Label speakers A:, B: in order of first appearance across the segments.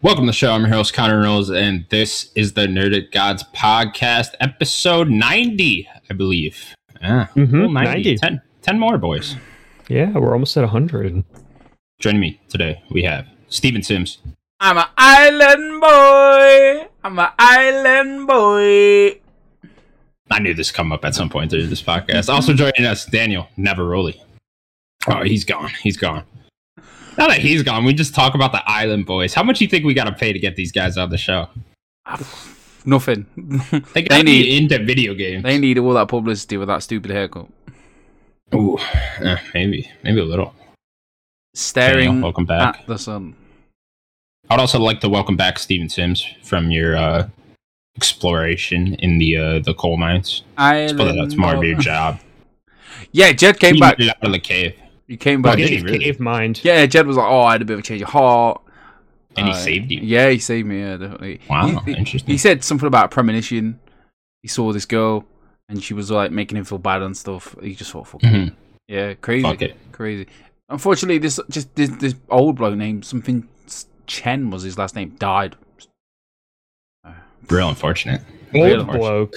A: Welcome to the show. I'm your host, Connor Reynolds, and this is the Nerded Gods podcast, episode 90, I believe. Ah, Yeah,
B: Mhm,
A: full
B: 90.
A: 10, 10 more, boys.
B: Yeah, we're almost at 100.
A: Joining me today, we have Steven Sims,
C: I'm an island boy. I'm an island boy.
A: I knew this come up at some point during this podcast. Also joining us, Daniel Navaroli. Oh, he's gone. He's gone. Now that he's gone, we just talk about the Island Boys. How much you think we got to pay to get these guys on the show?
C: Ah, Nothing.
A: They
C: They
A: got
C: need-
A: be into video games.
C: they need all that publicity with that stupid haircut.
A: Ooh, eh, maybe, maybe a little. Daniel,
C: Staring
A: welcome back.
C: at the sun.
A: I'd also like to welcome back Steven Sims from your uh, exploration in the uh, the coal mines. That's
C: Island
A: probably- that's more of
C: boy.
A: your
B: Oh.
A: job.
C: Yeah, Jed came
A: You
C: back.
A: made it out of the cave,
C: He came
A: Oh,
C: back.
A: did he
B: Cave,
A: really?
B: cave mind.
C: Yeah, Jed was like, "Oh, I had a bit of a change of heart."
A: and he
C: Uh,
A: saved you.
C: Yeah, he saved me. Yeah, definitely.
A: Wow,
C: He-
A: interesting.
C: he said something about premonition. He saw this girl, and she was like making him feel bad and stuff. He just thought, "Fuck, it."
A: Mhm,
C: yeah, crazy."
A: Fuck it.
C: Crazy. Unfortunately, this just this, this old bloke named something S- Chen was his last name died.
A: Real unfortunate.
B: Old
C: Really?
B: bloke.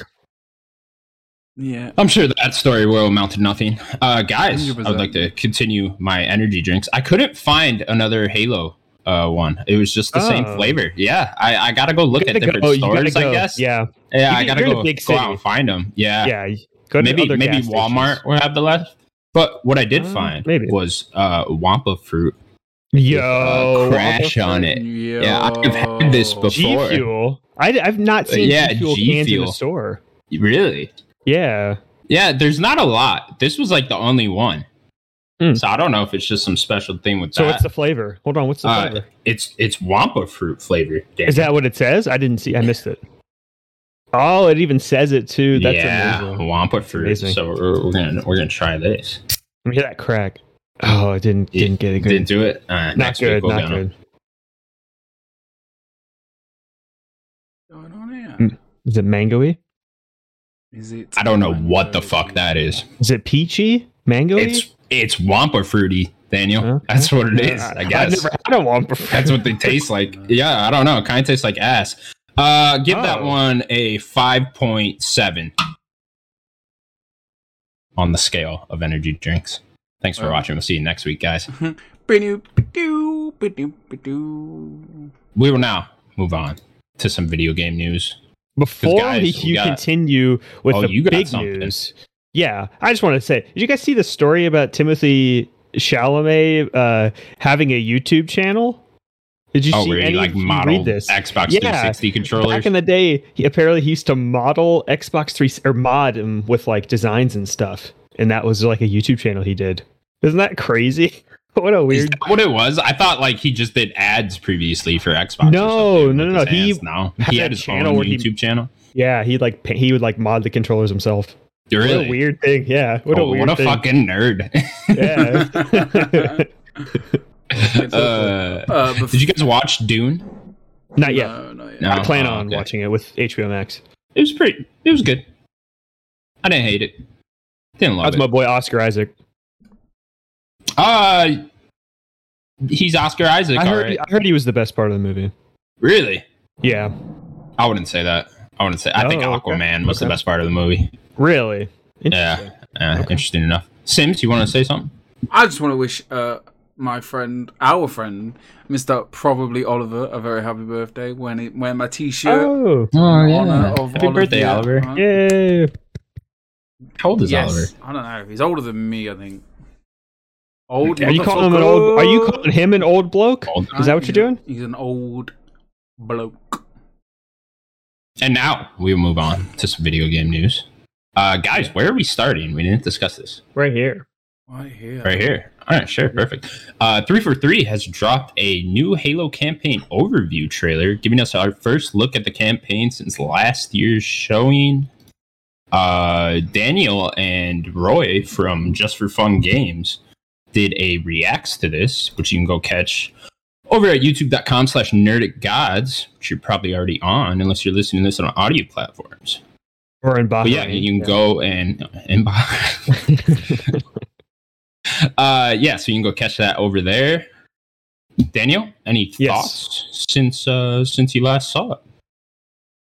C: Yeah.
A: I'm sure that story will amount to nothing. Uh, guys, I would
C: 100%.
A: like to continue my energy drinks. I couldn't find another Halo uh, one. It was just the same
B: Oh.
A: flavor. Yeah, I, I gotta go look
B: You
A: at
B: gotta
A: different
B: go, you gotta
A: stores, I
B: go.
A: guess. Yeah,
B: Yeah,
A: yeah I
B: You-
A: gotta
B: you're in a
A: go,
B: big
A: go out
B: city.
A: and find them. Yeah,
B: yeah. you Go to
A: maybe
B: other
A: maybe
B: gas
A: Walmart
B: stations.
A: will have the last. But what I did
B: Uh,
A: find
B: maybe.
A: was uh, Wampa Fruit.
B: Yo,
A: with, uh, crash
B: Walmart.
A: on it. Yeah, I've had this before.
B: G Fuel. I, have not seen
A: Uh, Yeah,
B: G Fuel
A: G
B: cans in
A: Fuel.
B: the store.
A: Really?
B: Yeah,
A: Yeah, there's not a lot. This was like the only one.
B: Hmm.
A: So I don't know if it's just some special thing with
B: so
A: that.
B: what's the flavor? Hold on, what's the
A: Uh,
B: flavor?
A: It's it's Wampa fruit flavor. Dan.
B: Is that what it says? I didn't see. I missed it. Oh, it even says it too. That's
A: yeah,
B: amazing.
A: Wampa fruit.
B: Amazing.
A: So we're, we're gonna we're gonna try this.
B: Let me hear that crack. Oh, I didn't
A: Yeah,
B: didn't get it good.
A: Didn't do it. All right,
B: not
A: next
B: good.
A: week we'll
B: Not
A: go.
B: good.
C: Going on here?
B: Mm. Is it mangoey?
C: Is it?
A: Hmm. I don't know what the fuck that is.
B: Is it peachy? Mangoey?
A: It's it's Wampa fruity, Daniel.
B: Okay.
A: That's what it is.
B: Uh,
A: I guess
B: I've never had a Wampa.
A: that's what they taste like. Yeah, I don't know. Kind of tastes like ass. Uh, give that
B: Oh.
A: one a five point seven on the scale of energy drinks. Thanks for
C: Wow.
A: watching. We'll see you next week, guys.
C: Ba-doo, ba-doo, ba-doo, ba-doo.
A: We will now move on to some video game news.
B: Before
A: guys,
B: we-
A: we
B: you
A: got-
B: continue with
A: Oh,
B: the
A: you got
B: big
A: something.
B: news, yeah, I just want to say, did you guys see the story about Timothy Chalamet uh, having a YouTube channel? Did you
A: oh,
B: see
A: where he
B: any
A: like
B: did you
A: model
B: read this?
A: Xbox
B: Yeah,
A: 360 controllers.
B: Back in the day, he, apparently he used to model Xbox 3 or mod him with like designs and stuff, and that was like a YouTube channel he did. Isn't that crazy? what a
A: Is
B: weird.
A: that what it was? I thought like he just did ads previously for Xbox. or
B: No,
A: something
B: no, no,
A: with
B: no,
A: his
B: he
A: hands. no.
B: had
A: He
B: a
A: had his own
B: channel where he-
A: YouTube channel.
B: Yeah, he like pa- he would like mod the controllers himself. What
A: Really?
B: a weird thing. Yeah. What a
A: Oh,
B: weird
A: what a
B: thing.
A: fucking nerd.
B: Yeah.
A: Uh,
C: Uh, bef-
A: did you guys watch Dune?
B: Not yet.
C: No, not yet.
A: No.
B: I plan
A: Oh,
B: on
A: okay.
B: watching it with HBO Max.
A: It was pretty. It was good. I didn't hate it. Didn't love
B: That's
A: it.
B: my boy Oscar Isaac.
A: uh, he's Oscar Isaac.
B: I heard,
A: alright.
B: I heard he was the best part of the movie.
A: Really?
B: Yeah.
A: I wouldn't say that. I wouldn't say. I think
B: Oh, okay.
A: Aquaman was the
B: Okay.
A: best part of the movie.
B: Really?
A: Yeah. Uh,
B: Okay.
A: Interesting enough. Sims, you want to say something?
C: I just want to wish uh, my friend, our friend, Mister Probably Oliver, a very happy birthday. When it, when my T-shirt.
B: Oh.
A: Oh
C: in honor of
A: Happy
C: Oliver,
A: birthday, Oliver.
C: huh?
B: Yay.
A: How old is Oliver?
C: Yes. I don't know. He's older than me, I think. Old.
B: Are you calling him an old are you calling him an old bloke?
A: Old.
B: is that what
C: He's
B: you're
C: a-
B: doing?
C: He's an old bloke.
A: And now we move on to some video game news. Uh, guys, where are we starting? We didn't discuss this.
B: Right here.
C: Right here.
A: Right here. All right, sure, perfect. Uh, three for three has dropped a new Halo campaign overview trailer, giving us our first look at the campaign since last year's showing. Uh, Daniel and Roy from Just for Fun Games did a reacts to this, which you can go catch over at youtube.com slash nerdic gods, which you're probably already on, unless you're listening to this on audio platforms.
B: Or in Bahrain.
A: But yeah, you can go and and buy. uh, yeah, so you can go catch that over there. Daniel, any
B: Yes.
A: thoughts since uh, since you last saw it?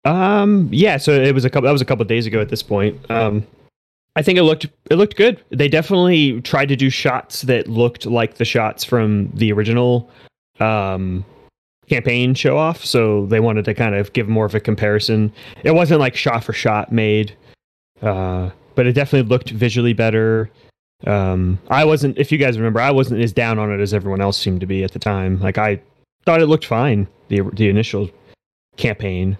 B: Um, yeah, so it was a couple that was a couple days ago at this point. Um I think it looked it looked good. They definitely tried to do shots that looked like the shots from the original um campaign show off, so they wanted to kind of give more of a comparison. It wasn't like shot for shot made. Uh but it definitely looked visually better. Um I wasn't if you guys remember, I wasn't as down on it as everyone else seemed to be at the time. Like I thought it looked fine, the the initial campaign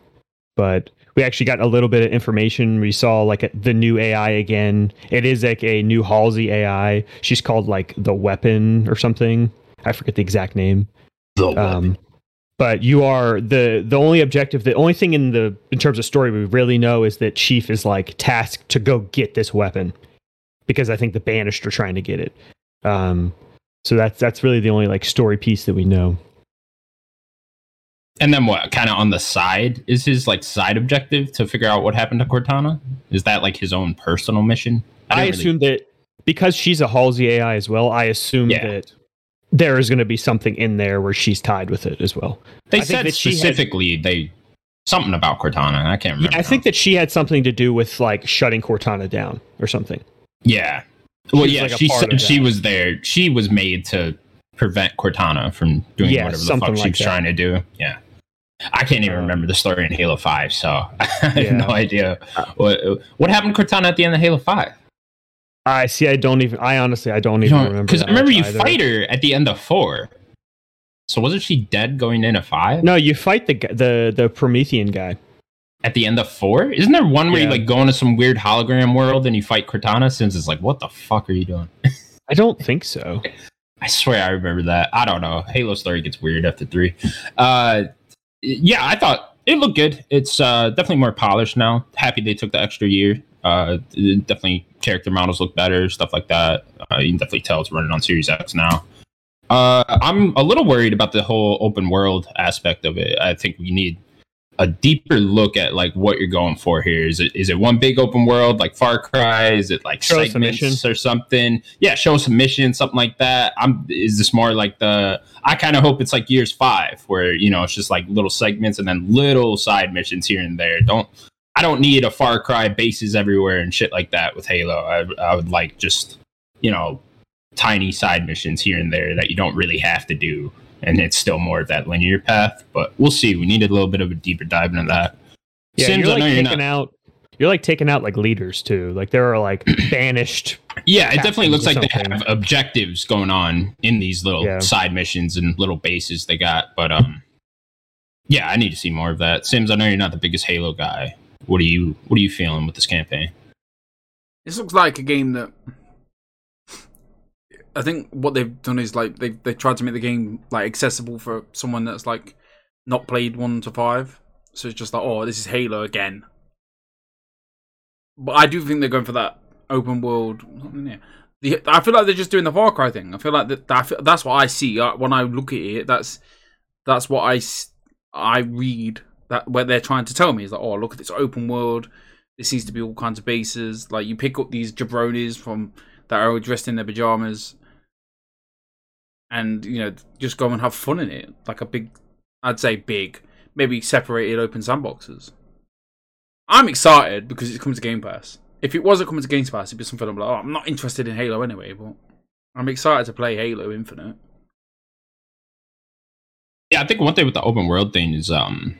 B: but we actually got a little bit of information. We saw like a, the new AI again. It is like a new Halsey AI. She's called like the Weapon or something. I forget the exact name.
A: The
B: Um, but you are the the only objective. The only thing in the in terms of story we really know is that Chief is like tasked to go get this weapon because I think the Banished are trying to get it. Um, so that's that's really the only like story piece that we know.
A: and then what? Kind of on the side is his like side objective to figure out what happened to Cortana. Is that like his own personal mission?
B: I,
A: didn't really-
B: assume that because she's a Halsey AI as well, I assume
A: Yeah.
B: that there is going to be something in there where she's tied with it as well.
A: they
B: I think
A: said
B: that she had-
A: specifically they something about Cortana. I can't
B: Yeah,
A: remember.
B: I
A: now.
B: think that she had something to do with like shutting Cortana down or something.
A: Yeah. Well,
B: was
A: yeah,
B: like a
A: she
B: part
A: said
B: of
A: she
B: that.
A: was there. She was made to prevent Cortana from doing
B: Yeah,
A: whatever the fuck
B: something
A: she
B: like
A: was
B: that.
A: trying to do. Yeah. I can't even
B: Um,
A: remember the story in Halo 5, so I have
B: Yeah.
A: no idea. What, what happened to Cortana at the end of Halo 5?
B: I see. I don't even. I honestly, I don't
A: You
B: even
A: don't-
B: remember.
A: Because I
B: that
A: remember
B: much
A: you
B: either.
A: fight her at the end of 4. So wasn't she dead going into 5?
B: No, you fight the gu- the the Promethean guy.
A: At the end of 4? Isn't there one where you
B: Yeah.
A: like go into some weird hologram world and you fight Cortana since it's like, what the fuck are you doing?
B: I don't think so.
A: I swear I remember that. I don't know. Halo story gets weird after three. Uh, yeah, I thought it looked good. It's uh, definitely more polished now. Happy they took the extra year. Uh, it- definitely character models look better, stuff like that. Uh, you can definitely tell it's running on Series X now. Uh, I'm a little worried about the whole open world aspect of it. I think we need a deeper look at like what you're going for here. Is it is it one big open world like Far Cry? Is it like
B: Show us a
A: segments
B: mission.
A: or something? Yeah, show us a mission, something like that. I'm is this more like the I kind of hope it's like years five where you know it's just like little segments and then little side missions here and there. Don't I don't need a Far Cry bases everywhere and shit like that with Halo. I I would like just you know tiny side missions here and there that you don't really have to do and it's still more of that linear path. But we'll see. We need a little bit of a deeper dive into that.
B: Yeah,
A: Sims,
B: you're
A: I
B: like
A: know you're
B: taking out. You're like taking out like leaders too. Like there are like banished.
A: Yeah, it definitely looks like
B: captains or
A: they
B: something.
A: have objectives going on in these little
B: Yeah.
A: side missions and little bases they got. But um, yeah, I need to see more of that. Sims, I know you're not the biggest Halo guy. What are you What are you feeling with this campaign?
C: This looks like a game that I think what they've done is like they they tried to make the game like accessible for someone that's like not played one to five. So it's just like, oh, this is Halo again. But I do think they're going for that open world. yeah. The, I feel like they're just doing the Far Cry thing. I feel like that. I feel- that's what I see uh, when I look at it. That's that's what I s- I read that where they're trying to tell me is like, oh, look at this open world. There seems to be all kinds of bases. Like you pick up these jabronis from that are all dressed in their pajamas, and you know just go and have fun in it, like a big, I'd say big, maybe separated open sandboxes. I'm excited because it's coming to Game Pass. If it wasn't coming to Game Pass, it'd be something I'm like, oh, I'm not interested in Halo anyway, but I'm excited to play Halo Infinite.
A: Yeah, I think one thing with the open world thing is um,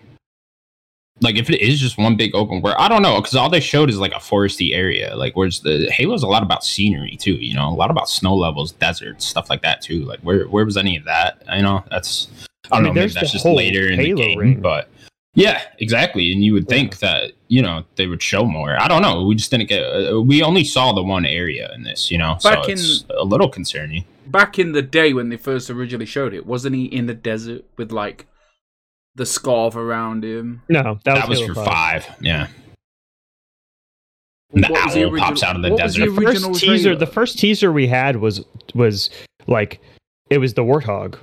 A: like if it is just one big open world, I don't know because all they showed is like a foresty area. Like where's the Halo's a lot about scenery too. You know, a lot about snow levels, deserts, stuff like that too. Like where where was any of that? You know, that's I
B: I
A: don't
B: mean,
A: know. Maybe
B: there's
A: that's
B: the
A: just
B: whole
A: later in
B: Halo
A: the game,
B: ring.
A: but yeah, exactly. And you would think that you know they would show more. I don't know. We just didn't get. Uh, we only saw the one area in this. You know, so
C: Back in-
A: it's a little concerning.
C: back in the day when they first originally showed it, wasn't he in the desert with like the scarf around him?
B: No, that,
A: That, was,
B: was, Halo
A: for five. Yeah. And the
C: What was the
A: owl
C: original-
A: pops out of the
C: what was
A: desert.
C: the
B: The
C: original
B: first teaser
C: trailer.
B: the first teaser we had was was like it was the warthog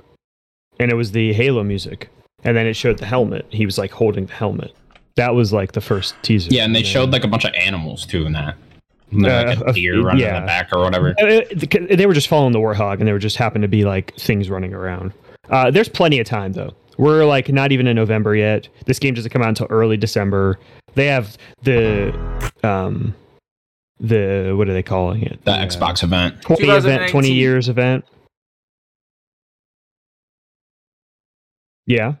B: and it was the halo music and then it showed the helmet he was like holding the helmet that was like the first teaser
A: Yeah, and they showed like a bunch of animals too in that. And then, like
B: Uh,
A: a
B: a
A: deer
B: few-
A: running in
B: yeah.
A: the back or whatever.
B: Uh, it- they were just following the warthog and there just happened to be like things running around Uh, there's plenty of time though. We're like not even in November yet. This game doesn't come out until early December. They have the um the what are they calling it?
A: The
B: Uh,
A: Xbox event.
B: 20 event 20
C: 2018.
B: years event. Yeah.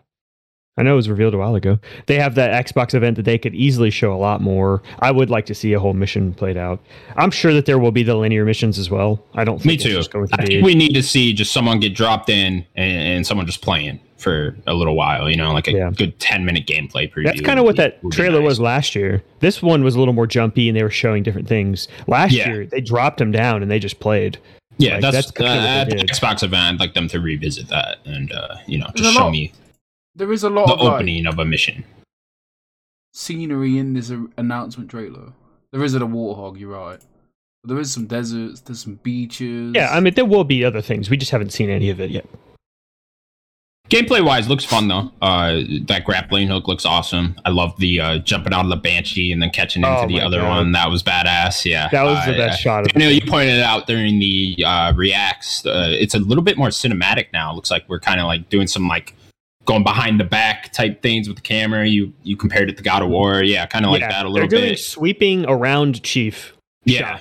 B: I know it was revealed a while ago. They have that Xbox event that they could easily show a lot more. I would like to see a whole mission played out. I'm sure that there will be the linear missions as well. I don't
A: Me
B: think it's
A: too.
B: just going to
A: I
B: be
A: think we need to see just someone get dropped in and, and someone just playing for a little while. You know, like a
B: Yeah.
A: good ten minute gameplay preview.
B: That's kind of
A: would
B: what
A: be-
B: that
A: would be
B: trailer
A: nice.
B: was last year. This one was a little more jumpy and they were showing different things. Last
A: Yeah.
B: year, they dropped them down and they just played.
A: Yeah,
B: Like,
A: that's,
B: that's kinda what
A: uh,
B: they
A: at the
B: did.
A: Xbox event. I'd like them to revisit that and uh, you know
C: There's
A: just
C: a
A: show
C: lot
A: me
C: There is a lot
A: the
C: of like,
A: opening of a mission.
C: scenery in this a- announcement trailer. There isn't a waterhog, you're right. But there is some deserts, there's some beaches.
B: Yeah, I mean, there will be other things. We just haven't seen any of it yet.
A: Gameplay wise, looks fun though. Uh, that grappling hook looks awesome. I love the uh, jumping out of the banshee and then catching into
B: Oh
A: the
B: my
A: other
B: God.
A: one. That was badass. Yeah,
B: That was the
A: Uh,
B: best shot of
A: I know you pointed it out during the uh, reacts. Uh, it's a little bit more cinematic now. It looks like we're kind of like doing some like going behind the back type things with the camera. You you compared it to God of War, yeah, kind of like
B: Yeah,
A: that a little
B: They're doing
A: bit.
B: sweeping around Chief
A: Yeah,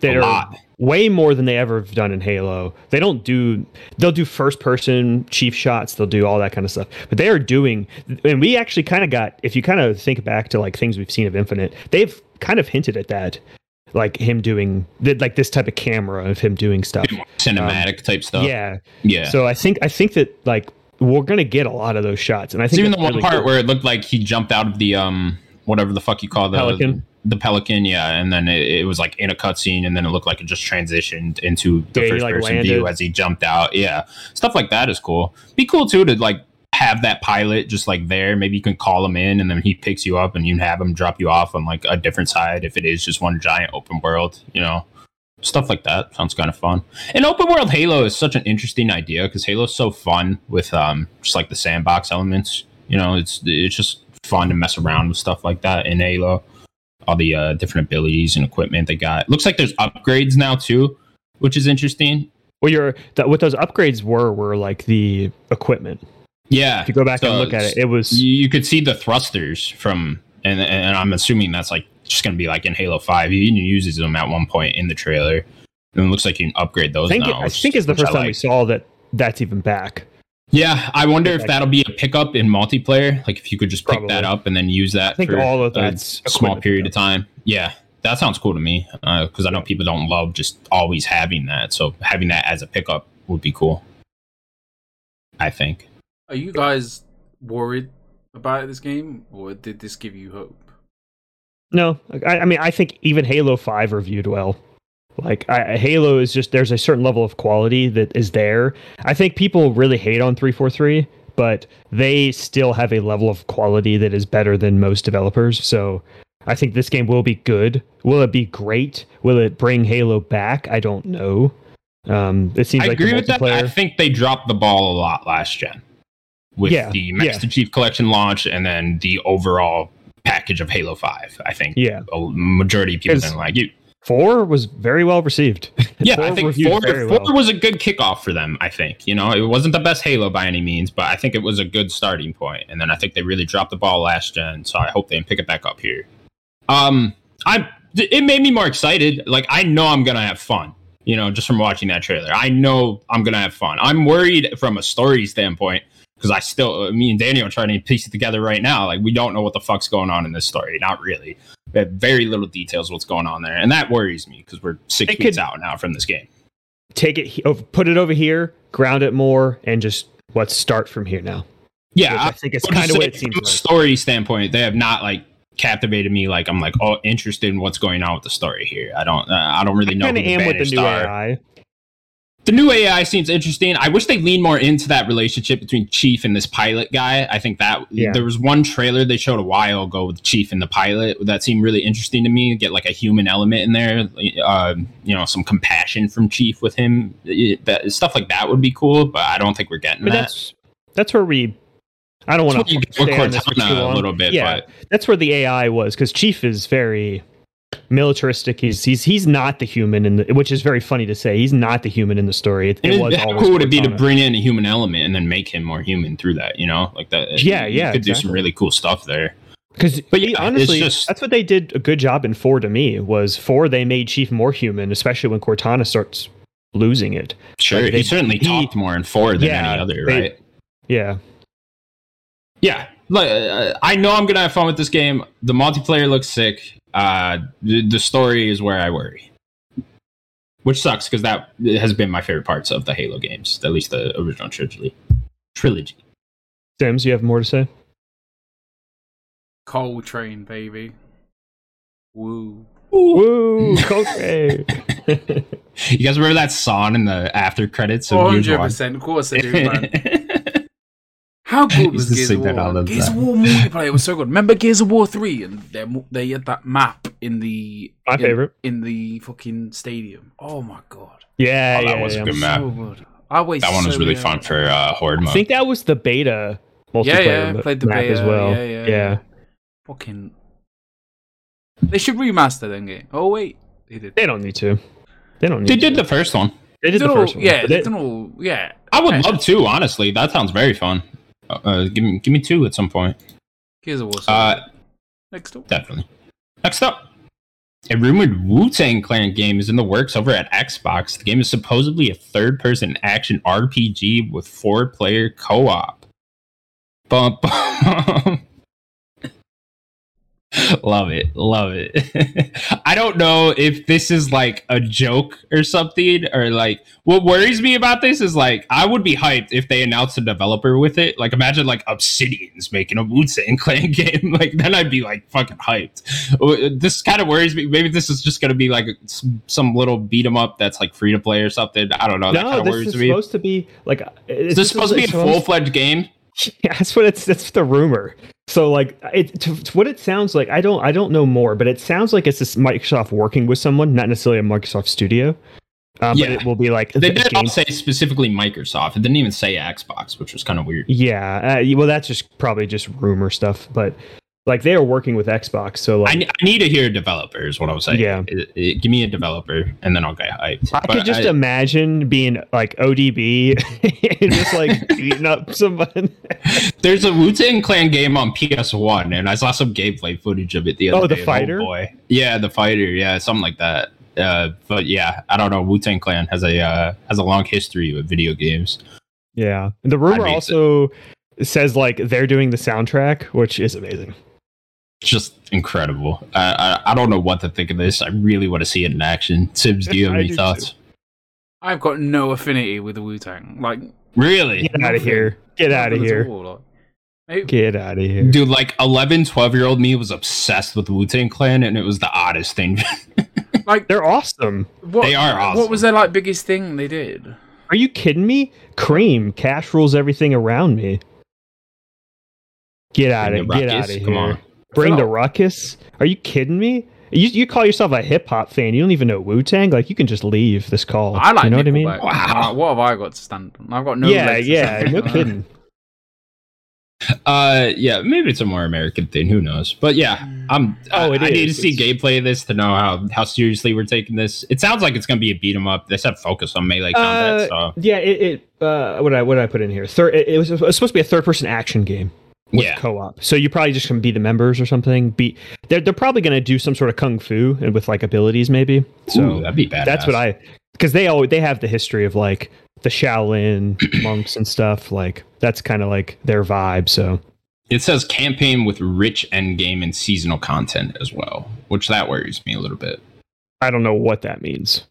B: that
A: a
B: are
A: lot.
B: way more than they ever have done in Halo. They don't do they'll do first person chief shots, they'll do all that kind of stuff. But they are doing and we actually kind of got if you kind of think back to like things we've seen of Infinite, they've kind of hinted at that. Like him doing that like this type of camera of him doing stuff.
A: cinematic type stuff. Yeah,
B: um, Yeah.
A: yeah.
B: So I think I think that like we're gonna get a lot of those shots. And I
A: It's
B: think
A: even the
B: that's
A: one
B: really
A: part
B: cool.
A: where it looked like he jumped out of the um whatever the fuck you call the
B: Pelican.
A: The pelican, yeah, and then it, it was like in a cutscene, and then it looked like it just transitioned into the
B: Yeah, he,
A: first
B: like,
A: person
B: landed.
A: view as he jumped out. Yeah, stuff like that is cool. Be cool too to like have that pilot just like there. Maybe you can call him in, and then he picks you up, and you have him drop you off on like a different side if it is just one giant open world. You know, stuff like that sounds kind of fun. And open world Halo is such an interesting idea because Halo's so fun with um just like the sandbox elements. You know, it's it's just fun to mess around with stuff like that in Halo. All the uh, different abilities and equipment they got. Looks like there's upgrades now too, which is interesting.
B: well your that what those upgrades were were like the equipment.
A: Yeah,
B: If you go back
A: So
B: and look at
A: it's-
B: it, it was
A: you, you could see the thrusters from, and and I'm assuming that's like just gonna be like in Halo Five. He even uses them at one point in the trailer, and it looks like you can upgrade those.
B: I think, it-
A: now,
B: I
A: which-
B: think it's the
A: which I
B: first time
A: like.
B: we saw that that's even back.
A: Yeah, I wonder if that'll be a pickup in multiplayer. Like if you could just pick
B: Probably.
A: that up and then use that
B: I think
A: for
B: all of
A: a
B: that's
A: small
B: equipment.
A: period of time. Yeah, that sounds cool to me because I know people don't love just always having that. So having that as a pickup would be cool. I think.
C: Are you guys worried about this game, or did this give you hope?
B: No, I, I mean I think even Halo Five reviewed well. Like I, I- Halo is just there's a certain level of quality that is there. I think people really hate on three four three, but they still have a level of quality that is better than most developers. So I think this game will be good. Will it be great? Will it bring Halo back? I don't know. Um, it seems
A: I
B: like the
A: agree with that. I
B: multiplayer-
A: think they dropped the ball a lot last gen with
B: Yeah,
A: the Master Chief Collection launch and then the overall package of Halo Five. I think
B: Yeah,
A: a majority of people
B: It's-
A: didn't like it.
B: four was very well received.
A: Yeah, I
B: Four
A: think
B: reviewed
A: four,
B: very
A: four
B: well.
A: was a good kickoff for them. I think you know it wasn't the best Halo by any means, but I think it was a good starting point. And then I think they really dropped the ball last gen, so I hope they can pick it back up here. Um, I th- it made me more excited. Like I know I'm gonna have fun. You know, just from watching that trailer, I know I'm gonna have fun. I'm worried from a story standpoint because I still, uh, me and Daniel are trying to piece it together right now. Like we don't know what the fuck's going on in this story. Not really. We have very little details what's going on there, and that worries me because we're six
B: It
A: weeks
B: could-
A: out now from this game.
B: take it he- over, put it over here, ground it more, and just let's start from here now.
A: Yeah,
B: Which
A: I-
B: I think it's
A: I'm just
B: kind of what it
A: saying,
B: seems
A: from a
B: like.
A: story standpoint, they have not like captivated me. Like I'm like oh interested in what's going on with the story here. I don't, uh, I don't really know.
B: Kind of
A: who the
B: am with
A: Banished
B: the new
A: are.
B: AI.
A: The new AI seems interesting. I wish they lean more into that relationship between Chief and this pilot guy. I think that
B: Yeah.
A: there was one trailer they showed a while ago with Chief and the pilot that seemed really interesting to me. Get like a human element in there, uh, you know, some compassion from Chief with him. It- that stuff like that would be cool, but I don't think we're getting
B: But
A: that.
B: that's that's where we. I don't want
A: That's what
B: to
A: you get with
B: stay on this for too
A: Cortana a
B: long.
A: little bit,
B: Yeah,
A: but
B: that's where the AI was because Chief is very militaristic. He's he's he's not the human in the which is very funny to say. He's not the human in the story. It,
A: It
B: it
A: is
B: was always
A: cool to be to
B: Cortana.
A: bring in a human element and then make him more human through that. You know, like that.
B: Yeah,
A: you
B: yeah,
A: Could do some
B: exactly.
A: really cool stuff there.
B: Because
A: But
B: but
A: yeah, it's
B: honestly,
A: just-
B: that's what they did a good job in four to me was four. They made Chief more human, especially when Cortana starts losing it.
A: Sure,
B: Like,
A: he
B: they-
A: certainly
B: he-
A: talked more in four than
B: Yeah,
A: any other,
B: they-
A: right?
B: Yeah,
A: yeah like, uh, i know i'm gonna have fun with this game the multiplayer looks sick uh the, the story is where i worry which sucks because that has been my favorite parts of the halo games at least the original trilogy trilogy
B: Sims, you have more to say?
C: Coal train, baby. Woo.
B: Woo, Coltrane.
A: you guys remember that song in the after credits of
C: One
A: Gears
C: hundred
A: 1?
C: percent. Of course I do, man. How good
A: Used
C: was
A: to
C: Gears of
A: sing that all
C: War?
A: the
C: Gears of
A: time.
C: War multiplayer was so good. Remember Gears of War three, and they they had that map in the
B: My
C: in-
B: favorite.
C: in the fucking stadium. Oh my god,
B: Yeah,
A: Oh, that
B: yeah,
A: was a
B: yeah.
A: good map.
C: so good. I wasted
A: that one was
C: so
A: really
C: many
A: fun
C: hours.
A: for uh horde
B: I
A: mode
B: think that was the beta multiplayer
C: Yeah, yeah,
B: ma-
C: played the
B: map
C: beta
B: as well.
C: Yeah, yeah, Fucking. They should remaster that game. Oh wait, they did.
B: They don't need to. They don't need.
A: they
B: to.
A: did the first one
B: They did the
C: Done
B: first
C: all,
B: one.
C: Yeah,
B: but
C: they
B: they-
C: done all, yeah.
A: i would love to honestly that sounds very fun uh, uh give me give me two at some point
C: Gears of War. so
A: uh
C: good. Next up.
A: Definitely. Next up, a rumored Wu Tang Clan game is in the works over at Xbox. The game is supposedly a third person action RPG with four player co op. Bum, bum. love it. Love it. I don't know if this is like a joke or something, or like what worries me about this is like I would be hyped if they announced a developer with it. Like imagine like Obsidian's making a Wu Tang Clan game. Like then I'd be like fucking hyped. Uh, This kind of worries me. Maybe this is just gonna be like s- some little beat 'em up that's like free to play or something. I don't know. that
B: No,
A: kind of
B: this
A: worries
B: is
A: me.
B: supposed to be like. uh,
A: is this supposed to be a full fledged game?
B: Yeah, that's what it's. That's the rumor. So like, it to, to what it sounds like. I don't. I don't know more, but it sounds like it's just Microsoft working with someone, not necessarily a Microsoft studio. Um, But
A: Yeah.
B: it will be like
A: They
B: a
A: did all
B: game-
A: say specifically Microsoft. It didn't even say Xbox, which was kind of weird.
B: Yeah. Uh, well, that's just probably just rumor stuff, but like they are working with Xbox. So
A: I,
B: like,
A: ne- I need to hear a developer is what I was saying.
B: Yeah.
A: It- it- give me a developer and then I'll get hyped.
B: I could just imagine being like ODB and just like beating up someone.
A: There's a Wu Tang Clan game on PS1, and I saw some gameplay footage of it the other
B: Oh,
A: day.
B: the fighter?
A: boy. Yeah, the fighter. Yeah, something like that. Uh, but yeah, I don't know. Wu Tang Clan has a uh, has a long history with video games.
B: Yeah. And the rumor
A: be-
B: also says like they're doing the soundtrack, which is amazing.
A: Just incredible. I, I I don't know what to think of this. I really want to see it in action. Sims, do you have
B: I
A: any
B: do
A: thoughts?
C: I've got no affinity with the Wu Tang. Like,
A: Really?
B: Get out of here. Get out of
C: nothing at
B: here.
C: all, like. Maybe-
B: Get out of here.
A: Dude, like 11, 12 year old me was obsessed with Wu Tang Clan, and it was the oddest thing.
C: Like,
B: They're awesome.
C: what,
A: They are awesome.
C: What was their like biggest thing they did?
B: Are you kidding me? Cream. Cash rules everything around me. Get out
A: Bring
B: of
A: the
B: get out
A: ruckus,
B: of here.
A: come on.
B: Bring the
C: Phil.
B: ruckus. Are you kidding me? You, you call yourself a hip hop fan. You don't even know Wu Tang. Like you can just leave this call.
C: I like
B: you know what I mean?
C: Nickelback.
A: Wow.
C: Like, what have I got to stand on? I've got no.
B: yeah,
C: legs to
B: yeah.
C: stand
B: No
C: on.
B: kidding.
A: Uh, yeah, maybe it's a more American thing. Who knows? But yeah, I'm.
B: Oh,
A: I,
B: it
A: I need to
B: is.
A: see
B: It's-
A: gameplay of this to know how how seriously we're taking this. It sounds like it's gonna be a beat 'em up. They said focus on melee
B: Uh,
A: combat. so
B: Yeah, it. it uh, what I what I put in here. Third, it, it was it was supposed to be a third person action game with
A: yeah,
B: co-op. So you probably just can be the members or something. Be they're they're probably going to do some sort of kung fu and with like abilities maybe. So
A: so that'd be bad.
B: that's what I because they always they have the history of like the Shaolin monks and stuff. Like that's kind of like their vibe. So
A: It says campaign with rich end game and seasonal content as well, which that worries me a little bit.
B: I don't know what that means.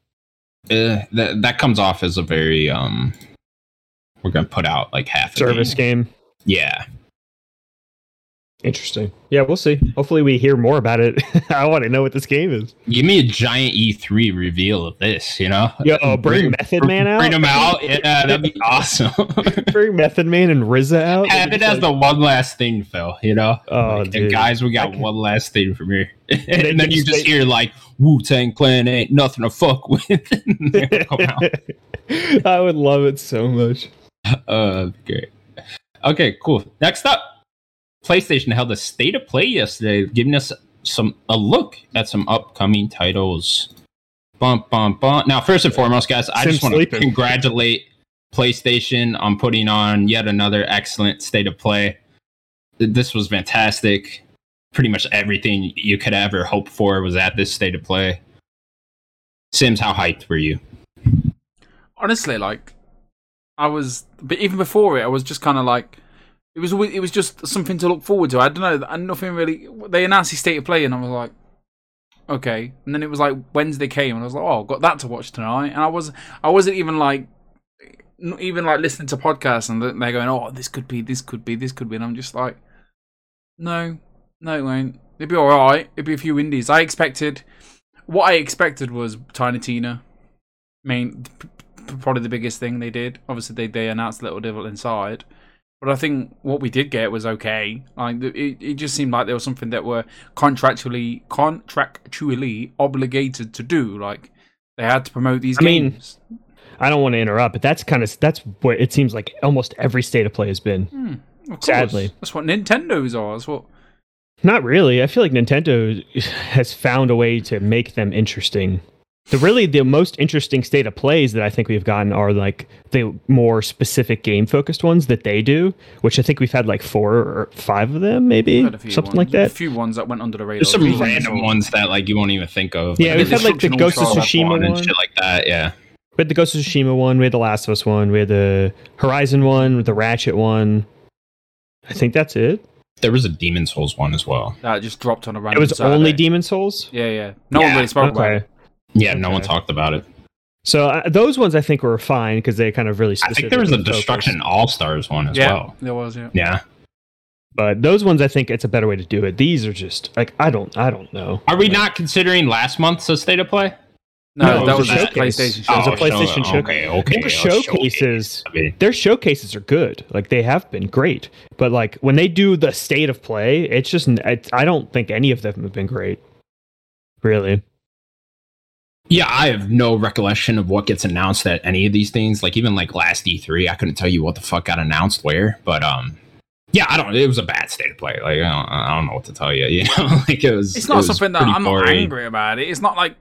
A: Eh, that that comes off as a very um. We're gonna put out like half a
B: Service game.
A: Yeah,
B: Interesting. Yeah, we'll see. Hopefully, we hear more about it. I want to know what this game is.
A: give me a giant E3 reveal of this. You know,
B: Yo, bring Method Man out.
A: Bring Uh, him out. Yeah, that'd be awesome.
B: Bring Method Man and RZA out.
A: Have it as the one last thing, Phil. You know,
B: Oh,
A: Like,
B: dude.
A: guys, we got
B: I can-
A: one last thing from here,
B: They
A: and then you
B: just-
A: just
B: they-
A: hear like Wu Tang Clan ain't nothing to fuck with. And they'll come out.
B: I would love it so much.
A: Uh, great. Okay, cool. Next up, PlayStation held a state of play yesterday, giving us some a look at some upcoming titles. Bum bum bum. Now, first and foremost, guys, I
B: Sim's
A: just want to
B: sleeping.
A: congratulate PlayStation on putting on yet another excellent state of play. Th- This was fantastic. Pretty much everything you could ever hope for was at this state of play. Sims, how hyped were you?
C: honestly, like I was, but even before it, I was just kind of like, it was always, it was just something to look forward to. I don't know, and nothing really. They announced the state of play, and I was like, okay. And then it was like Wednesday came, and I was like, oh, I've got that to watch tonight. And I was, I wasn't even like, not even like listening to podcasts, and they're going, oh, this could be, this could be, this could be, and I'm just like, no, no, it won't. It'd be all right. It'd be a few indies. I expected. What I expected was Tiny Tina. I mean, p- p- probably the biggest thing they did. Obviously, they, they announced Little Devil Inside, but I think what we did get was okay. Like the- it, it just seemed like there was something that were contractually contractually obligated to do. Like they had to promote these
B: I mean,
C: games.
B: I don't want to interrupt, but that's kind of that's what it seems like almost every state of play has been.
C: Of course.
B: sadly.
C: that's what Nintendo's are. That's what
B: Not really. I feel like Nintendo has found a way to make them interesting. The really the most interesting state of plays that I think we've gotten are like the more specific game focused ones that they do, which I think we've had like four or five of them, maybe
C: had a few
B: something
C: ones,
B: like
C: A
B: that.
C: few ones that went under the radar.
A: There's some
C: These ones
A: random
C: are-
A: ones that like you won't even think of.
B: Yeah,
A: Like,
B: we've
A: the
B: had like the
C: Destruction
B: Ghost of
C: Ultra
A: Control
B: Tsushima
A: one
B: one.
A: and shit like that. Yeah.
B: We had the Ghost of Tsushima one. We had the Last of Us one. We had the Horizon one. The Ratchet one. I think that's it.
A: There was a Demon Souls one as well.
C: that just dropped on a random.
B: It was only
C: Saturday.
B: Demon Souls.
C: Yeah, yeah. No one
A: Yeah,
C: really spoke about
B: Okay.
C: it.
A: Yeah, no
B: Okay.
A: one talked about it.
B: So uh, those ones I think were fine because they kind of really.
A: I think there was a
B: specifically focused.
A: Destruction All Stars one as
C: yeah,
A: well.
C: there was. Yeah.
A: Yeah.
B: but those ones I think it's a better way to do it. These are just like I don't, I don't know.
A: Are we not considering last month's a state of play?
C: No,
A: No,
C: that
A: it
C: was
A: was a
C: just
B: showcase.
C: PlayStation.
B: It
C: show.
A: Oh,
B: was a PlayStation
A: show- Okay, okay.
B: Their
A: a
B: showcases,
A: I mean,
B: their showcases are good. Like they have been great, but like when they do the state of play, it's just n- it's, I don't think any of them have been great. Really,
A: yeah, I have no recollection of what gets announced at any of these things. Like even like last E3, I couldn't tell you what the fuck got announced where. But um, yeah, I don't. It was a bad state of play. Like I don't, I don't know what to tell you. You know, like it was.
C: it's
A: it
C: not
A: was
C: something that
A: pretty
C: I'm not
A: boring.
C: angry about. It. It's not like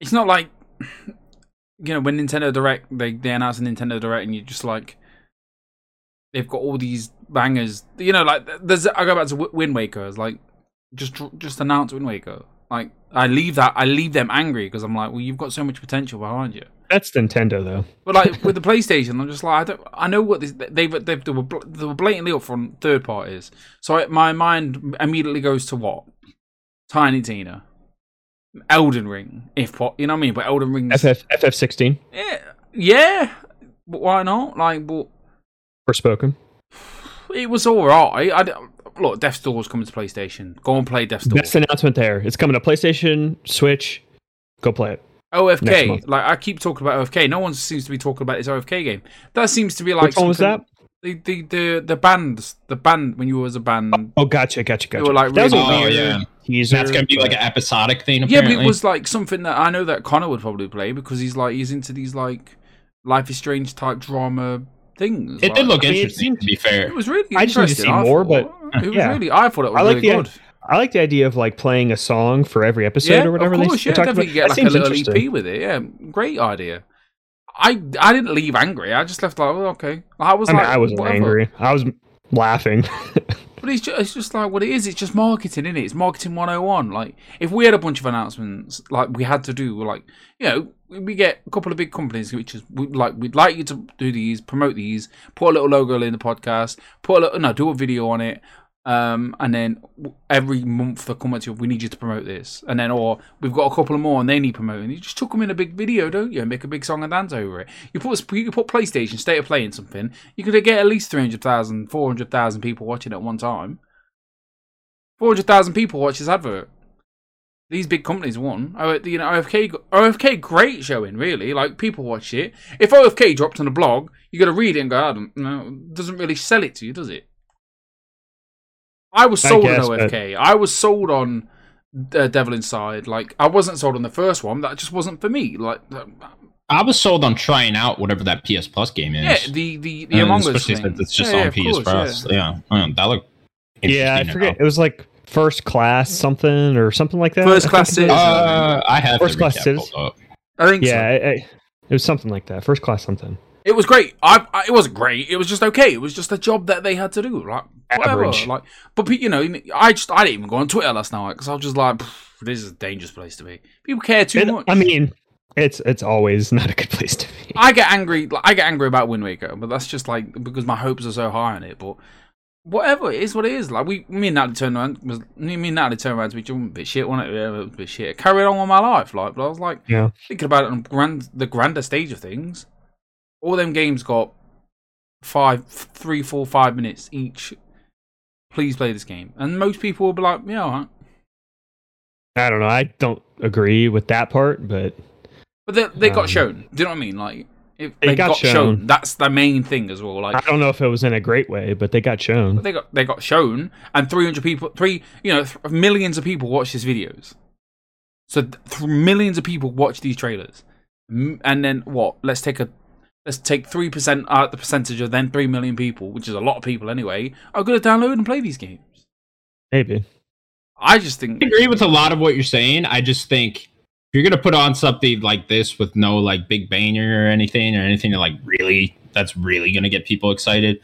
C: it's not like you know when Nintendo Direct they they announce a Nintendo Direct and you're just like they've got all these bangers. You know, like there's I go back to Wi- Wind Waker. It's like just just announce Wind Waker. Like I leave that I leave them angry because I'm like, well, you've got so much potential behind you.
B: that's Nintendo though.
C: But like with the PlayStation, I'm just like I don't. I know what this, they they they were bl- they were blatantly up from third parties, so I, my mind immediately goes to what Tiny Tina, Elden Ring, if po- you know what I mean. But Elden Ring,
B: FF FF sixteen
C: yeah, yeah, but why not? Like, but
B: for spoken.
C: it was all right. I don't- look, Death's Door was coming to PlayStation. Go and play Death's Door.
B: Best announcement there. It's coming to PlayStation, Switch. Go play it. next
C: OFK.
B: month.
C: Like I keep talking about OFK. No one seems to be talking about this OFK game. That seems to be like
B: Which one was
C: something-
B: that?
C: The the the the bands the band when you was a band.
B: Oh, gotcha, gotcha, gotcha.
C: were, like,
B: that was a
A: really- Oh,
B: weird
A: yeah.
B: teaser.
A: That's gonna be like an episodic thing.
C: Yeah,
A: Apparently.
C: but it was like something that I know that Connor would probably play because he's like he's into these like Life is Strange type drama things.
A: It
C: like,
A: did look
B: I mean, it
A: interesting,
B: seemed-
A: to be fair.
C: It was really.
B: I just need to
C: interesting,
B: see
C: I
B: more,
C: thought. it was
B: yeah.
C: really. I thought it was
B: I like
C: really
B: the-
C: good.
B: I like the idea of like playing a song for every episode
C: yeah,
B: or whatever.
C: of course,
B: they
C: yeah,
B: talked
C: definitely
B: about. That
C: get like a
B: seems
C: little
B: interesting.
C: EP with it. Yeah, great idea. I I didn't leave angry. I just left like, well, okay. I was
B: I mean,
C: like,
B: I wasn't
C: whatever.
B: angry. I was laughing.
C: But it's just, it's just like what it is. It's just marketing, is it? It's marketing 101. Like, if we had a bunch of announcements, like we had to do, like, you know, we get a couple of big companies, which is we, like, we'd like you to do these, promote these, put a little logo in the podcast, put a little, no, do a video on it. Um, and then w- every month they'll come at you, we need you to promote this. And then, or we've got a couple of more and they need promoting. You just chuck them in a big video, don't you? And make a big song and dance over it. You put, you could put PlayStation, State of Play in something, you could get at least 300,000, 400,000 people watching at one time. 400,000 people watch this advert. These big companies won. Oh, You know, OFK, got- OFK, great showing, really. Like, people watch it. If OFK dropped on a blog, you got to read it and go, I don't know. Doesn't really sell it to you, does it? I was
B: I
C: sold
B: guess,
C: on
B: but-
C: OFK. I was sold on uh, Devil Inside. Like, I wasn't sold on the first one. That just wasn't for me. Like, uh,
A: I was sold on trying out whatever that PS Plus game is.
C: yeah, the the, the
A: Uh,
C: Among Us
A: especially
C: thing.
A: since it's just
C: Yeah, yeah,
A: on
C: of
A: PS
C: course, yeah.
A: Plus. Yeah, I don't know, that looked
B: yeah, I
A: interesting
B: forget.
A: enough.
B: It was like first class something or something like that. I
C: First
B: think
C: class
B: it
C: citizen.
B: is.
A: Uh, I have
B: First
A: to
B: class
A: recap
B: citizen.
A: all up.
C: I think
B: yeah,
C: so.
B: I, I, it was something like that. First class something.
C: it was great. I, I it wasn't great. It was just okay. It was just a job that they had to do. Like whatever.
B: Average.
C: Like, but pe- you know, I just I didn't even go on Twitter last night because I was just like, "Pff, this is a dangerous place to be. People care too
B: It-
C: much.
B: I mean, it's it's always not a good place to be.
C: I get angry. Like, I get angry about Wind Waker, but that's just like because my hopes are so high on it. But whatever, it is what it is. Like we, me and Natalie turned around. Was, me and Natalie turned around to each other. "Mm, Bit shit, wasn't it? Yeah, it was a bit shit. I carried on with my life. Like, but I was like
B: Yeah.
C: thinking about it on grand, the grander stage of things. All them games got five, f- three, four, five minutes each. Please play this game, and most people will be like, yeah. all right.
B: I don't know. I don't agree with that part, but
C: But they, they got
B: Um,
C: shown. Do you know what I mean? Like, if
B: They
C: they,
B: got
C: got, shown.
B: shown.
C: That's the main thing as well. Like,
B: I don't know if it was in a great way. But they got
C: But
B: shown.
C: they got they got shown, and three hundred people, three you know, th- millions of people watch these videos. So th- th- millions of people watch these trailers, M- and then what? Let's take a let's take three percent out the percentage of then three million people, which is a lot of people anyway, are going to download and play these games.
B: Maybe.
C: I just think
A: I agree with a lot of what you're saying. I just think if you're gonna put on something like this with no like big banner or anything or anything that like really that's really gonna get people excited,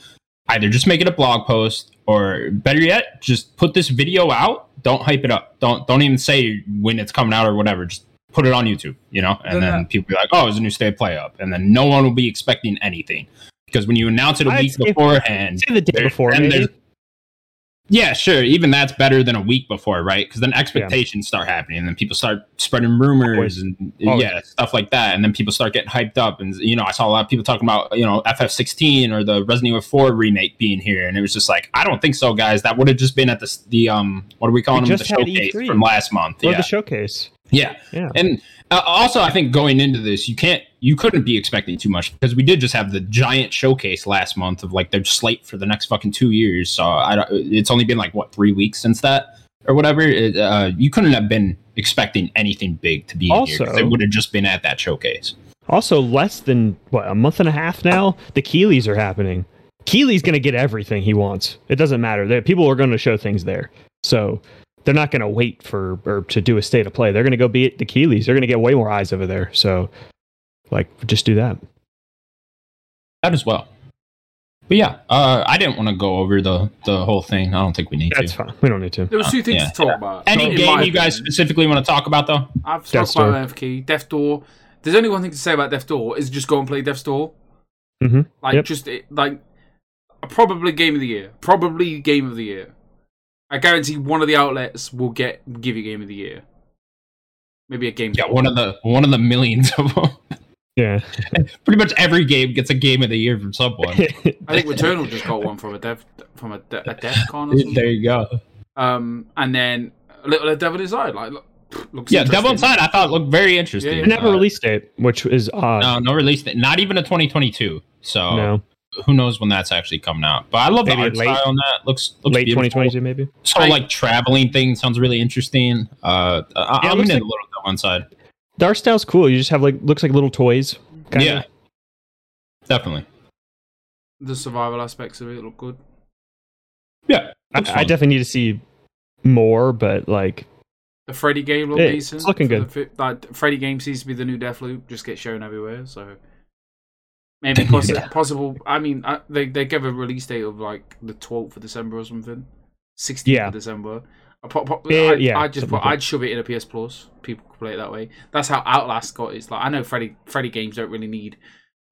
A: either just make it a blog post or better yet, just put this video out. Don't hype it up. Don't don't even say when it's coming out or whatever. Just put it on YouTube, you know, and
C: Yeah.
A: then people be like, "Oh, it's a new state play up," and then no one will be expecting anything because when you announce it a
B: I'd
A: week
B: say-
A: beforehand,
B: Say the day
A: there-
B: before.
A: and
B: Maybe.
A: there's- yeah, sure. Even that's better than a week before, right? Because then expectations start happening, and then people start spreading rumors
B: Always. Oh,
A: and
B: Always.
A: yeah, stuff like that. And then people start getting hyped up, and you know, I saw a lot of people talking about you know FF16 or the Resident Evil 4 remake being here, and it was just like, I don't think so, guys. That would have just been at the s- the um what are we calling
B: We
A: them the
B: just had
A: showcase
B: E3.
A: from last month?
B: Or
A: yeah,
B: the showcase.
A: yeah.
B: Yeah.
A: And uh, also, I think going into this, you can't, you couldn't be expecting too much because we did just have the giant showcase last month of like their slate for the next fucking two years. So I don't, it's only been like what three weeks since that or whatever. It, uh, you couldn't have been expecting anything big to be in here. 'cause
B: Also-
A: It would have just been at that showcase.
B: Also, less than what a month and a half now, the Keeleys are happening. Keeley's going to get everything he wants. It doesn't matter. There- People are going to show things there, so they're not going to wait for or to do a state of play. They're going to go be at the Keeleys. They're going to get way more eyes over there. So, like, just do that.
A: That as well. But yeah, uh, I didn't want to go over the the whole thing. I don't think we need
B: That's
A: to.
B: fine. We don't need to.
C: there was two things
A: Yeah.
C: to talk about.
A: Any
C: in my
A: game you guys
C: opinion.
A: specifically want to talk about though?
C: I've
B: Death's
C: talked about
B: Door.
C: Earth Key, Death Door. There's only one thing to say about Death Door is just go and play Death Door.
B: Mhm.
C: Like
B: Yep.
C: just it, like probably game of the year, probably game of the year. I guarantee one of the outlets will get give you game of the year. Maybe a game.
A: Yeah, one of the one of the millions of them.
B: Yeah,
A: pretty much every game gets a game of the year from someone.
C: I think Returnal just got one from a dev from a, de- a dev con or something.
A: there you go.
C: Um, and then a little of Devil Inside, like look, looks
A: Yeah, Devil
C: interesting.
A: Inside I thought looked very interesting.
C: Yeah, yeah.
B: never
A: Uh,
B: release date, which is odd.
A: No, no release date. Not even a 2022. So
B: No,
A: who knows when that's actually coming out? But I love
B: Maybe
A: the art
B: late-
A: style on that. Looks, looks
B: late
A: beautiful.
B: 2022 maybe.
A: So
C: I-
A: like traveling thing sounds really interesting. Uh, I,
B: Yeah, it
A: I'm
B: looks
A: into
B: like-
A: the little Devil Inside.
B: The art style's cool. You just have like looks like little toys. kinda.
A: Yeah, definitely.
C: The survival aspects of it look good.
A: Yeah,
B: I,
A: looks
B: I
A: fun.
B: definitely need to see more, but like,
C: The Freddy game looked
B: Yeah, it's
C: decent.
B: looking
C: for the
B: good.
C: fi- like Freddy game seems to be the new Deathloop, just get shown everywhere. So maybe poss-
A: Yeah.
C: possible. I mean, I, they they gave a release date of like the twelfth of December or something, sixteenth
B: Yeah.
C: of December. I, pop, pop,
B: Yeah,
C: I,
B: yeah,
C: I just
B: something like
C: put,
B: that.
C: I'd shove it in a PS Plus. People could play it that way. That's how Outlast got. It's like I know Freddy Freddy games don't really need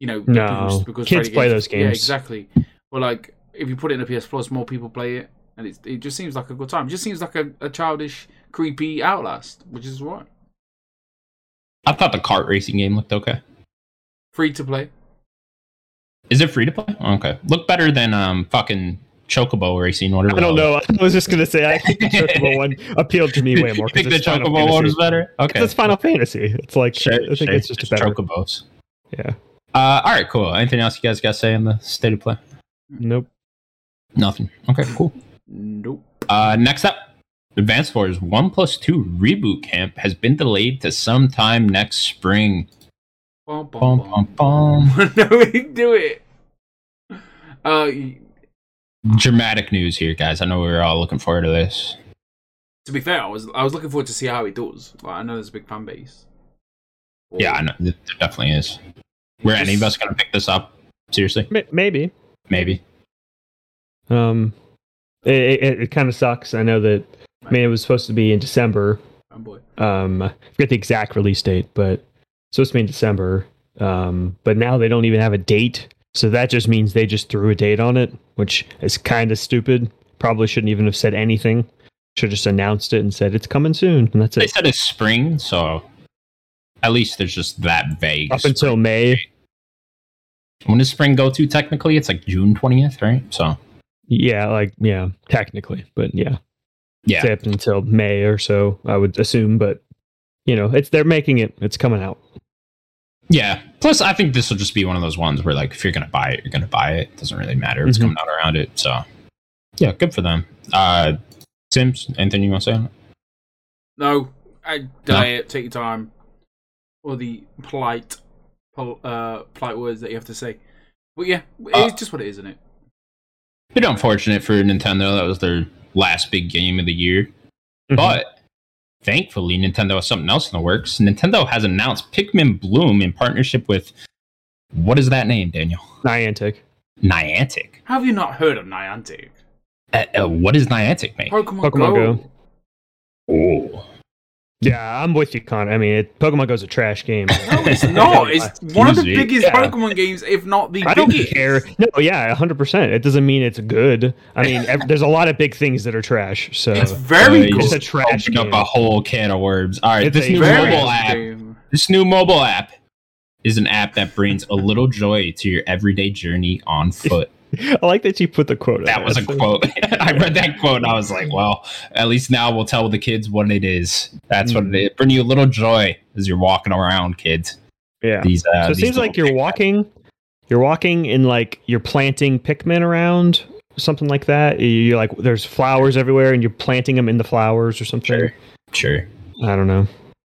C: you know the
B: No.
C: boost because
B: Kids
C: Freddy
B: play
C: games,
B: those
C: Yeah,
B: games.
C: exactly. But like if you put it in a PS Plus, more people play it, and it's, it just seems like a good time. It just seems like a, a childish, creepy Outlast, which is what
A: I thought the kart racing game looked okay.
C: free to play.
A: Is it free to play? Okay, look better than um fucking chocobo racing. Whatever.
B: I don't
A: that
B: know. I was just gonna say I think the Chocobo one appealed to me
A: was.
B: way more.
A: You think
B: 'cause
A: the
B: it's Final
A: chocobo one
B: Fantasy.
A: is better? Okay,
B: It's Final Fantasy. It's like I think it's just a better.
A: chocobos.
B: Yeah.
A: Uh, all right, cool. Anything else you guys got to say in the state of play?
B: Nope.
A: Nothing. Okay, cool.
C: Nope.
A: Uh, next up, Advance Wars One Plus Two Reboot Camp has been delayed to sometime next spring.
C: Bum,
A: Bum, bum, bum.
C: no, we do it. Uh, y-
A: Dramatic news here, guys. I know we were all looking forward to this.
C: to be fair, I was I was looking forward to see how it does. Like, I know there's a big fan base.
A: Yeah, I know. There definitely is. Were any of us going to pick this up? Seriously?
B: M- maybe.
A: Maybe.
B: Um, it it, it kind of sucks. I know that. I mean, it was supposed to be in December.
C: Fan boy.
B: Um, I forget the exact release date, but it's supposed to be in December. Um, but now they don't even have a date, so that just means they just threw a date on it, which is kind of stupid. Probably shouldn't even have said anything. Should have just announced it and said it's coming soon, and that's
A: They
B: it.
A: said it's spring, so at least there's just that vague.
B: Up until
A: spring.
B: May,
A: when does spring go to technically? It's like June 20th, right? So,
B: yeah, like yeah, technically, but yeah.
A: yeah.
B: It's up until May or so, I would assume. But you know, it's they're making it. It's coming out.
A: Yeah. Plus, I think this will just be one of those ones where, like, if you're going to buy it, you're going to buy it. It doesn't really matter. It's
B: Mhm.
A: coming out around it. So, yeah, good for them. Uh, Sims, anything you want to say?
C: No, I diet. Take your time. Or the polite, pol- uh, polite words that you have to say. But yeah,
B: Uh,
C: it's just what it is, isn't it?
A: Bit unfortunate for Nintendo. That was their last big game of the year. But thankfully, Nintendo has something else in the works. Nintendo has announced Pikmin Bloom in partnership with what is that name, Daniel?
B: Niantic.
A: Niantic.
C: Have you not heard of Niantic?
A: Uh, uh, what does Niantic make?
C: Pokemon,
B: Pokemon
C: Go.
B: Go.
A: Oh,
B: Yeah, I'm with you, Connor. I mean, it, Pokemon Go's a trash game.
C: No, it's not. It's one of the
A: Excuse me.
C: biggest
B: Yeah.
C: Pokemon games, if not the
B: I don't
C: biggest.
B: care. No, yeah, 100%. It doesn't mean it's good. I mean, ev- there's a lot of big things that are trash. So
C: It's very
A: Uh,
C: good.
B: it's
A: just
B: a trash
A: opened
B: game.
A: up a whole can of worms. All right,
B: It's
A: this
B: a
A: new
C: Very
A: mobile
C: good
A: app.
C: game.
A: This new mobile app is an app that brings a little joy to your everyday journey on foot.
B: I like that you put the quote.
A: That
B: on
A: was a
B: it.
A: quote. I read that quote and I was like, well, at least now we'll tell the kids what it is. That's
B: Hmm.
A: what it is. Bring you a little joy as you're walking around, kids.
B: Yeah.
A: These, uh,
B: so it
A: these
B: seems
A: little
B: like you're walking, you're walking in like you're planting Pikmin around, something like that. You're like there's flowers everywhere, and you're planting them in the flowers or something.
A: Sure. Sure.
B: I don't know.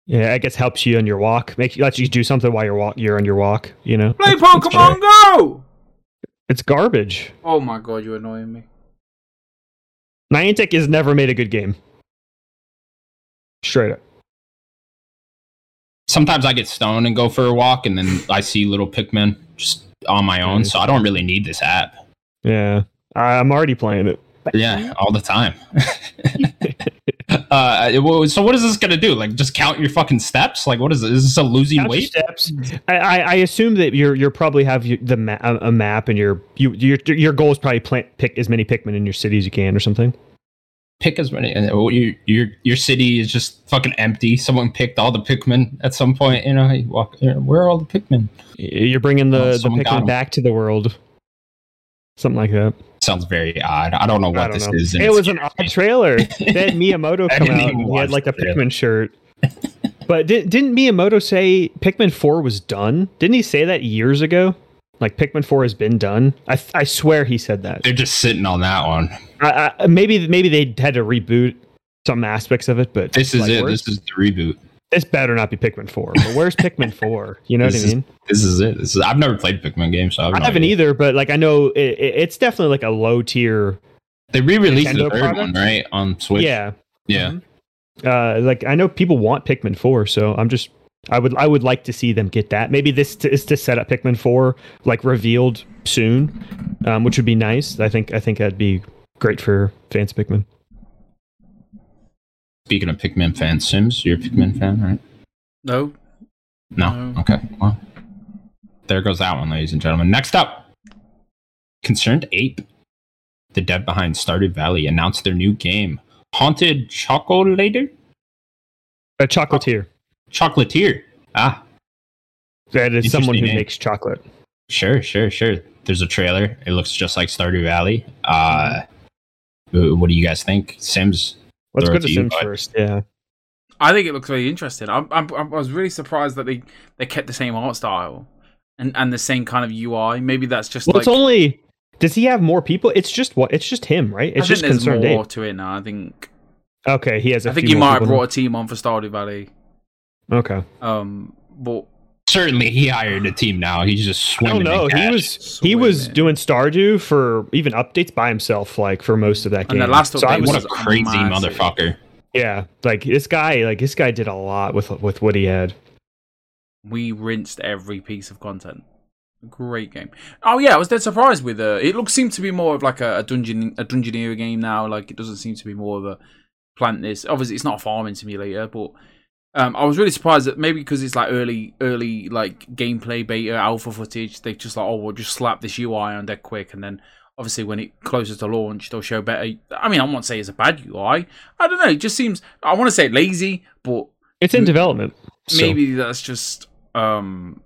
B: Yeah, I guess helps you on your walk, makes lets you do something while you're walk you're on your walk. You know,
C: Play Pokemon Go.
B: it's garbage.
C: Oh my god, you're annoying me.
B: Niantic has never made a good game. Straight up.
A: Sometimes I get stoned and go for a walk and then I see little Pikmin just on my
B: Hmm.
A: own. So I don't really need this app.
B: Yeah, I- I'm already playing it. Mm-hmm.
A: Yeah, all the time. uh, well, so what is this gonna do? Like, just count your fucking steps? Like, what is this? Is this a losing
B: Count your
A: weight?
B: steps. I, I, I assume that you're you're probably have you- the ma- a a map and your you your your goal is probably plant pick as many Pikmin in your city as you can or something.
A: Pick as many. And well, your your your city is just fucking empty. Someone picked all the Pikmin at some point. You know, you walk. you know, Where are all the Pikmin?
B: Y- You're bringing
A: Oh,
B: the the
A: someone got 'em.
B: Pikmin back to the world. Something like that.
A: Sounds very odd. I don't know
B: I
A: what
B: don't
A: this
B: know.
A: is. and
B: It
A: it's
B: was an
A: scary.
B: odd trailer. They had Miyamoto
A: I
B: come
A: didn't
B: out
A: even
B: and he
A: watch
B: had like a
A: the trailer.
B: Pikmin shirt. But did, didn't Miyamoto say Pikmin 4 was done? Didn't he say that years ago? Like Pikmin 4 has been done? I, I swear he said that.
A: They're just sitting on that one.
B: I, I, maybe maybe they had to reboot some aspects of it, but
A: This is
B: like,
A: it.
B: where's-
A: This is the reboot.
B: this better not be Pikmin 4. But where's Pikmin 4? You know what I
A: This is-
B: mean?
A: This is it. This is. I've never played Pikmin games, so I, have
B: I
A: no
B: haven't
A: idea.
B: either, but like I know it, it- it's definitely like a low tier.
A: They re-released the
B: Nintendo
A: third
B: product?
A: one, right, on Switch.
B: Yeah. Mm-hmm.
A: yeah.
B: Uh, like I know people want Pikmin 4, so I'm just I would I would like to see them get that. Maybe this t- is to set up Pikmin 4 like revealed soon, um, which would be nice. I think I think that'd be great for fans of Pikmin.
A: Speaking of Pikmin fans, Sims, you're a Pikmin fan, right?
C: No,
A: No.
C: No.
A: Okay. Well, there goes that one, ladies and gentlemen. Next up, Concerned Ape, the dev behind Stardew Valley, announced their new game, Haunted Chocolater.
B: A chocolatier.
A: Chocolatier. Ah,
B: That is someone
A: Interesting
B: who
A: name.
B: makes chocolate.
A: sure, sure, sure. There's a trailer. It looks just like Stardew Valley. Uh, wh- what do you guys think, Sims?
B: Let's
A: Throw
B: go
A: it
B: to
A: to you,
B: Sims
A: bud.
B: first. Yeah.
C: I think it looks very interesting. I'm, I'm, I was really surprised that they, they kept the same art style and, and the same kind of UI. Maybe that's just
B: Well,
C: like
B: it's only. Does he have more people? It's just what? It's just him, right?
C: I
B: It's
C: think
B: just
C: there's
B: concerned
C: more
B: Ape.
C: to it now. I think
B: Okay, he has. a
C: I think
B: few
C: he
B: more
C: might have
B: people
C: brought a team on for Stardew Valley.
B: now. Okay.
C: Um, but
A: Certainly, he hired a team now. He's just
B: I
A: swimming.
B: don't know.
A: in
B: He
A: cash.
B: was he was
C: Swimming.
B: doing Stardew for even updates by himself, like for most of that game.
C: And the last
B: so I
C: update
B: was,
A: what
C: was
A: a crazy
C: massive.
A: motherfucker.
B: Yeah, like this guy, like this guy did a lot with with what he had.
C: we rinsed every piece of content. Great game. Oh yeah, I was dead surprised with uh, it. Looks seemed to be more of like a, a dungeon a dungeoneer game now. Like it doesn't seem to be more of a plant this. Obviously, it's not a farming simulator, but um, I was really surprised that maybe because it's like early early like gameplay beta alpha footage, they just like oh we'll just slap this UI on dead quick, and then obviously when it closes to launch, they'll show better. I mean, I won't say it's a bad UI. I don't know. It just seems I want to say lazy, but
B: It's in development. so-
C: maybe that's just um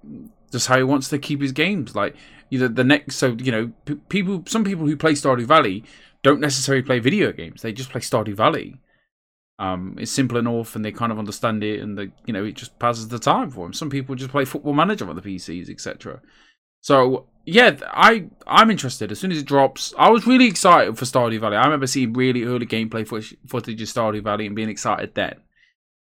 C: just how he wants to keep his games like either the next so you know p- people some people who play stardew valley don't necessarily play video games they just play stardew valley um it's simple enough and they kind of understand it and they you know it just passes the time for them some people just play football manager on the pcs etc so yeah th- i i'm interested as soon as it drops i was really excited for stardew valley i remember seeing really early gameplay footage, footage of stardew valley and being excited then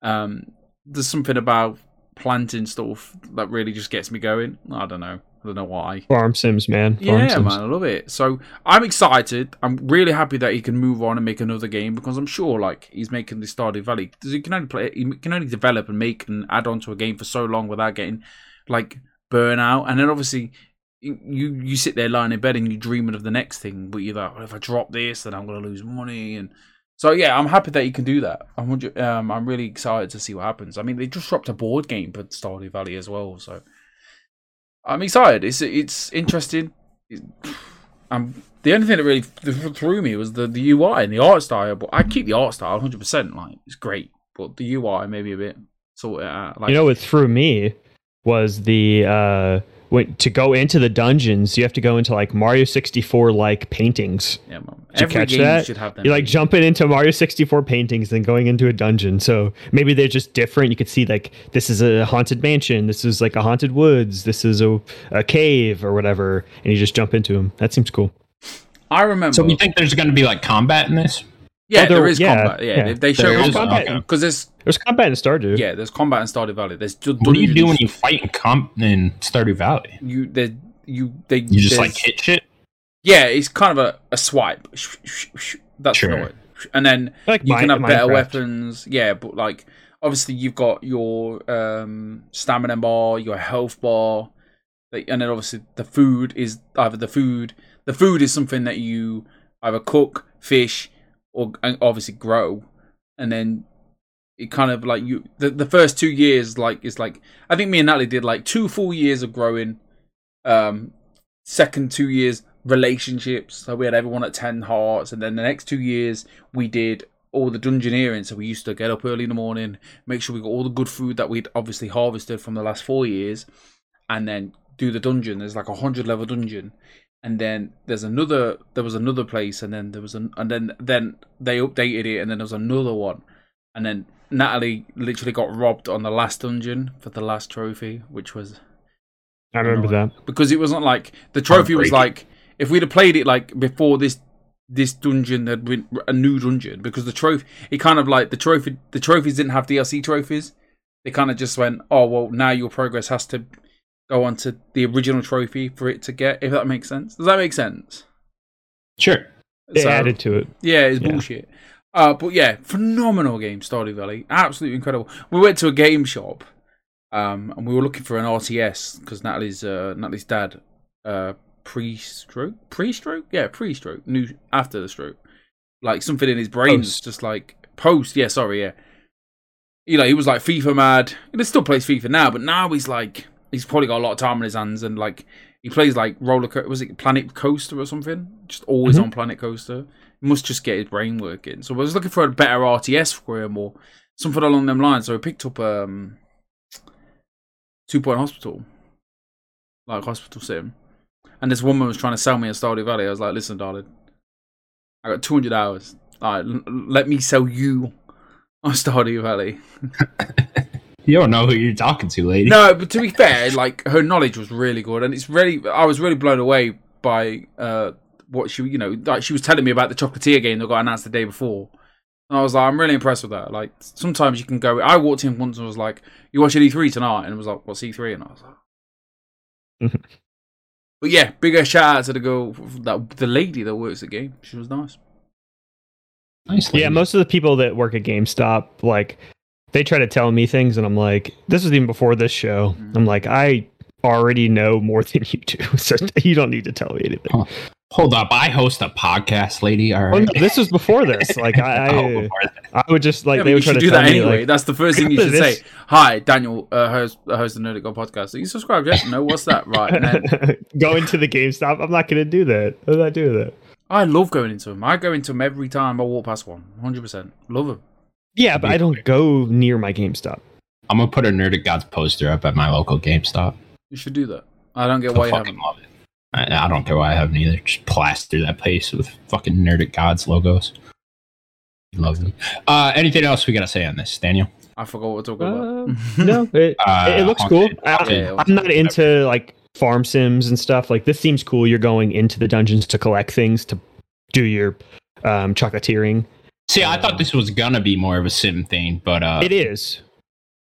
C: um there's something about planting stuff that really just gets me going. I don't know. I don't know why.
B: Farm Sims, man. Farm
C: yeah,
B: Sims.
C: man, I love it. So I'm excited. I'm really happy that he can move on and make another game because I'm sure, like, he's making the Stardew Valley. 'Cause He can only play, he can only develop and make and add on to a game for so long without getting like burnout. And then obviously, you you you sit there lying in bed and you're dreaming of the next thing, but you're like, well, if I drop this, then I'm gonna lose money. And so yeah, I'm happy that he can do that. I'm wonder- um, I'm really excited to see what happens. I mean, they just dropped a board game for Stardew Valley as well, so I'm excited. It's it's interesting. It, um, the only thing that really th- threw me was the, the UI and the art style. But I keep the art style 100. percent Like it's great, but the UI maybe a bit sort it out. Like
B: you know what threw me was the uh when, to go into the dungeons, you have to go into like Mario 64 like paintings.
C: yeah, man.
B: Did you
C: every
B: catch
C: game
B: that?
C: should have them.
B: You're like jumping into Mario 64 paintings, then going into a dungeon. So maybe they're just different. You could see like this is a haunted mansion, this is like a haunted woods, this is a, a cave or whatever, and you just jump into them. That seems cool.
C: I remember.
A: So you think there's going to be like combat in this?
C: yeah,
B: Oh, there-
C: there is
B: yeah,
C: combat. Yeah,
B: yeah.
C: They, they show
A: There is
C: combat
A: combat.
C: because there's
B: There's combat in Stardew.
C: yeah, there's combat in Stardew Valley. There's just
A: What do you do when
C: dungeons.
A: you fight in, comp- in Stardew Valley?
C: you there you they
A: You just
C: there's-
A: like hit shit?
C: yeah, it's kind of a, a swipe. That's
A: Sure.
C: the noise. And then
B: I like
C: you can
B: Mi-
C: have better
B: Minecraft.
C: weapons. Yeah, but like obviously you've got your um, stamina bar, your health bar, like, and then obviously the food is either the food. The food is something that you either cook, fish, or and obviously grow, and then it kind of like you the, the first two years like it's like I think me and Natalie did like two full years of growing. Um, second two years relationships. So we had everyone at ten hearts, and then the next two years we did all the dungeoneering. So we used to get up early in the morning, make sure we got all the good food that we'd obviously harvested from the last four years, and then do the dungeon. There's like a hundred level dungeon. And then there's another. There was another place, and then there was an, and then then they updated it, and then there was another one, and then Natalie literally got robbed on the last dungeon for the last trophy, which was
B: I remember that.
C: because it wasn't like the trophy was like
A: Heartbreaking.
C: if we'd have played it like before this this dungeon had been a new dungeon because the trophy it kind of like the trophy the trophies didn't have DLC trophies they kind of just went oh well now your progress has to go on to the original trophy for it to get if that makes sense does that make sense
A: Sure.
B: They
C: So-
B: added to it.
C: yeah, it's
B: Yeah.
C: bullshit. Uh, but yeah, phenomenal game, Stardew Valley. Absolutely incredible. We went to a game shop, um, and we were looking for an RTS because Natalie's uh, Natalie's dad, uh, pre-stroke, pre-stroke, yeah, pre-stroke, new after the stroke, like something in his brain's
B: Post.
C: just like post. Yeah, sorry, yeah. You know, he was like FIFA mad. And he still plays FIFA now, but now he's like he's probably got a lot of time on his hands and like he plays like roller co- was it Planet Coaster or something? Just always on Planet Coaster. He must just get his brain working. So I was looking for a better RTS for him or something along them lines. So I picked up um Two Point Hospital, like Hospital Sim. And this woman was trying to sell me a Stardew Valley. I was like, "Listen, darling, I got 200 hours. All right, l- l- let me sell you on Stardew Valley."
A: You don't know who you're talking to, lady.
C: No, but to be fair, like her knowledge was really good, and it's really I was really blown away by uh what she you know like she was telling me about the chocolatier game that got announced the day before. And I was like, I'm really impressed with that. Like sometimes you can go. I walked in once and was like, "You watching E3 tonight?" And it was like, "What's E3?" And I was like,
B: Mhm.
C: "But yeah, bigger shout out to the girl that the lady that works the game. She was nice.
A: Nice.
B: Yeah,
A: lady.
B: most of the people that work at GameStop, like, they try to tell me things, and I'm like, this was even before this show.
C: Mhm.
B: I'm like, I already know more than you do, so you don't need to tell me anything.
A: Oh, Hold up, I host a podcast, lady. All
B: Oh,
A: right.
B: no, this was before this. Like, I, I, I would just like
C: yeah, but
B: they
C: you
B: would try
C: should
B: to
C: do
B: tell
C: that
B: me,
C: anyway.
B: like,
C: That's the first thing you should
B: This-
C: say. Hi, Daniel, uh, host, uh, host of the Nerdic Girl podcast. Are you subscribed yet? No, what's that? Right. And then-
B: going to the GameStop. I'm not going to do that. I'm not doing that.
C: I love going into them. I go into them every time I walk past one. 100%. Love them.
B: Yeah, but I don't go near my GameStop.
A: I'm gonna put a Nerd at God's poster up at my local GameStop.
C: You should do that. I don't get
A: I
C: why you
A: fucking
C: haven't.
A: love it. I, I don't care why I haven't either. Just plaster that place with fucking Nerd at God's logos. Love them. Uh, anything else we gotta say on this, Daniel?
C: I forgot what to talk about.
B: No, it,
A: Uh,
B: it, it looks cool.
A: Haunted-
B: I,
A: Haunted-
C: Yeah.
B: I'm not into like farm sims and stuff. Like this seems cool. You're going into the dungeons to collect things to do your um, chocoteering.
A: See, I thought this was gonna be more of a sim thing, but uh,
B: it is.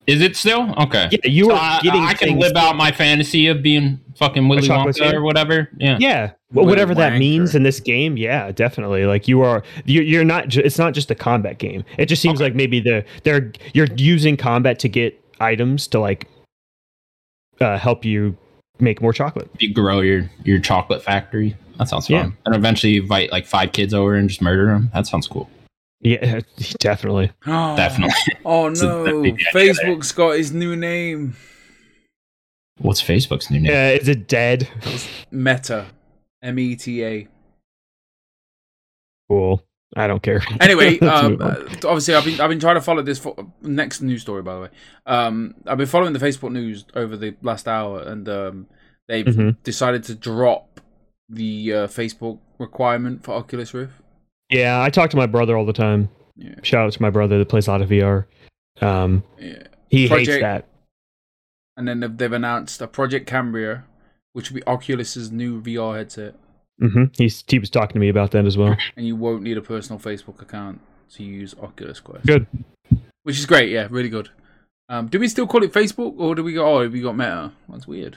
A: is it still okay?
B: Yeah, you
A: So
B: are
A: I,
B: getting.
A: I can
B: things-
A: live out my fantasy of being fucking Willy
B: chocolate
A: Wonka
B: syrup?
A: or whatever. Yeah.
B: Yeah,
C: Willy
B: well, whatever that
C: Wonka.
B: means in this game. Yeah, definitely. Like you are, you're, you're not. Ju- it's not just a combat game. It just seems like maybe the they're you're using combat to get items to like uh, help you make more chocolate.
A: You grow your your chocolate factory. That sounds fun.
B: Yeah.
A: And eventually you invite like five kids over and just murder them. That sounds cool.
B: Yeah, definitely.
A: Definitely.
C: Oh
A: It's a
C: no.
A: big idea there.
C: Facebook's got his new name
A: What's Facebook's new name?
B: Yeah, is it dead?
C: Meta. M E T A.
B: Cool. I don't care.
C: anyway,
B: Let's
C: um,
B: move on.
C: uh, obviously, I've been I've been trying to follow this fo- next news story. By the way, um, I've been following the Facebook news over the last hour, and um, they've
B: Mhm.
C: decided to drop the uh, Facebook requirement for Oculus Rift.
B: yeah, I talk to my brother all the time.
C: Yeah.
B: Shout out to my brother that plays a lot of VR. Um,
C: Yeah.
B: he
C: Project-
B: hates that.
C: And then they've, they've announced a Project Cambria, which will be Oculus's new VR headset,
B: hmm He's he was talking to me about that as well.
C: and you won't need a personal Facebook account to use Oculus Quest.
B: Good.
C: Which is great. Yeah, really good. Um, do we still call it Facebook, or do we go? Oh, we got Meta. That's weird.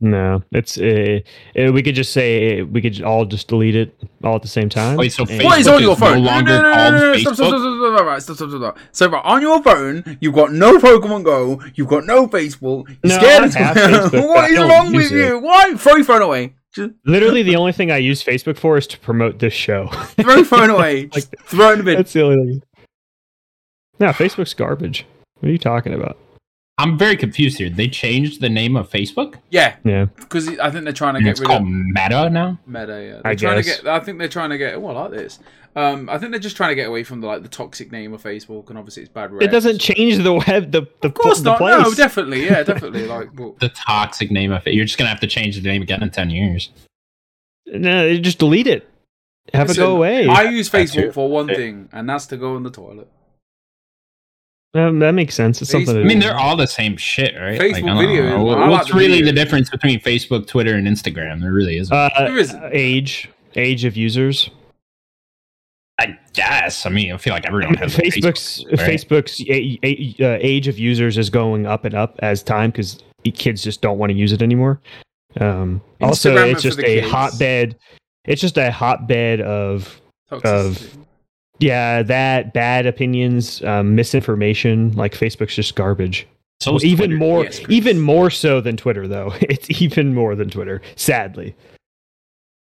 B: No, it's uh, uh, we could just say we could all just delete it all at the same time.
A: Wait, so
B: And-
A: Facebook-
C: What is on your
A: is no
C: phone?
A: longer called
C: Stop, stop, stop, stop, stop, right, stop, stop, stop, stop. So right, on your phone, you've got no Pokemon Go, you've got no Facebook. You're
B: No,
C: scared
B: I
C: as
B: have
C: well.
B: Facebook, but
C: What
B: I
C: is
B: don't
C: wrong
B: use
C: with
B: it.
C: you? Why throw your phone away? Just
B: Literally, the only thing I use Facebook for is to promote this show.
C: throw your phone away. Just throw it in the bin.
B: That's the only thing. No, Facebook's garbage. What are you talking about?
A: I'm very confused here. They changed the name of Facebook.
C: Yeah,
B: Yeah,
C: because I think they're trying to
A: And
C: get
A: it's
C: rid of
A: called Meta now.
C: Meta. Yeah, they're
B: I
C: trying
B: guess.
C: to get. I think they're trying to get. Oh, I like this. Um, I think they're just trying to get away from the like the toxic name of Facebook, and obviously it's bad.
B: it
C: reps.
B: doesn't change the web. The the,
C: Of course
B: the
C: not.
B: place.
C: No, definitely. Yeah, definitely. Like, well,
A: The toxic name of it. You're just gonna have to change the name again in ten years.
B: No, you just delete it. Have
C: Listen,
B: it go away.
C: I use
A: That's it.
C: Facebook for one
A: Yeah.
C: thing, and that's to go in the toilet.
B: Um, that makes sense. It's something.
C: I
B: to
A: I
B: do.
A: mean, they're all the same shit, right?
C: Facebook
A: I don't
C: video is-
A: know.
C: I like
A: What's
C: the
A: really
C: video.
A: the difference between Facebook, Twitter, and Instagram? There really isn't.
C: There is-
B: uh, age age of users.
A: I guess. I mean, I feel like everyone has a
B: Facebook's
A: Facebook, right?
B: Facebook's a, a, uh, age of users is going up and up as time because kids just don't want to use it anymore. Um, also,
C: Instagram
B: it's
C: for
B: just a
C: the kids.
B: hotbed. It's just a hotbed of
C: Toxicity.
B: yeah, that bad opinions, um, misinformation. Like Facebook's just garbage.
A: So is
B: even
A: Twitter.
B: more, e-
C: Yes, Chris.
B: even more so than Twitter, though. It's even more than Twitter. Sadly.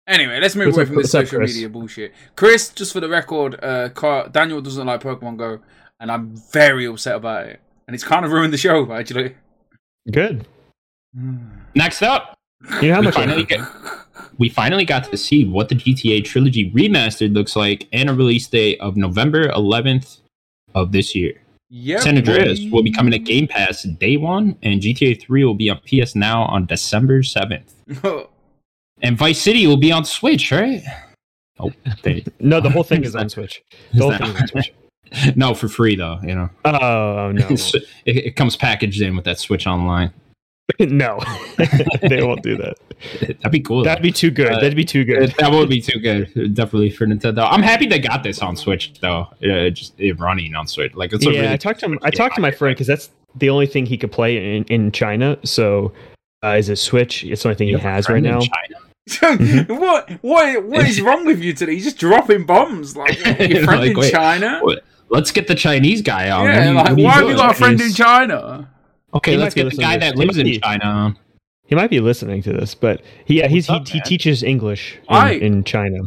C: Anyway, let's move
B: What's
C: away
B: up-
C: from this
B: what's up,
C: social
B: Chris?
C: media bullshit. Chris, just for the record, uh, Car- Daniel doesn't like Pokemon Go, and I'm very upset about it. And it's kind of ruined the show, actually.
B: Good.
A: Next up,
B: You know how
A: We
B: much
A: finally
B: I,
A: get- we finally got to see what the GTA trilogy remastered looks like and a release date of November 11th of this year.
C: Yeah.
A: San Andreas will be coming to Game Pass day one, and GTA 3 will be on PS Now on December 7th. And Vice City will be on Switch, right? Oh, they,
B: no, the whole thing is on Switch. The whole thing is on Switch.
A: no, for free though. You know,
B: Oh, oh, no,
A: It's- it, it comes packaged in with that Switch Online.
B: no, they won't do that.
A: That'd be cool. Uh, though.
B: That'd be too good. That'd be too good.
A: that would be too good, definitely for Nintendo. I'm happy they got this on Switch though. Yeah, just it running on Switch. Like it's a
B: yeah,
A: really
B: I talked to him. I talked to my friend because that's the only thing he could play in, in China. So, uh, is it Switch? It's the only thing he
A: You have a
B: has right
A: friend in
B: now.
A: China?
B: Mm-hmm.
C: what what what is wrong with you today? You're just dropping bombs like what, your friend
A: Like,
C: in
A: wait.
C: China.
A: What- Let's get the Chinese guy on.
C: yeah,
A: What are
C: like
A: you-
C: why
A: what are
C: have you
A: doing?
C: got a friend in
B: He's-
C: China?
A: Okay,
B: He
A: let's
B: might be
A: get the guy
B: listening to
A: that
B: this.
A: lives in
B: He-
A: China on.
B: He might be listening to this, but he yeah, he's he,
A: What's up,
B: he
A: man?
B: teaches English in,
C: I-
B: in China.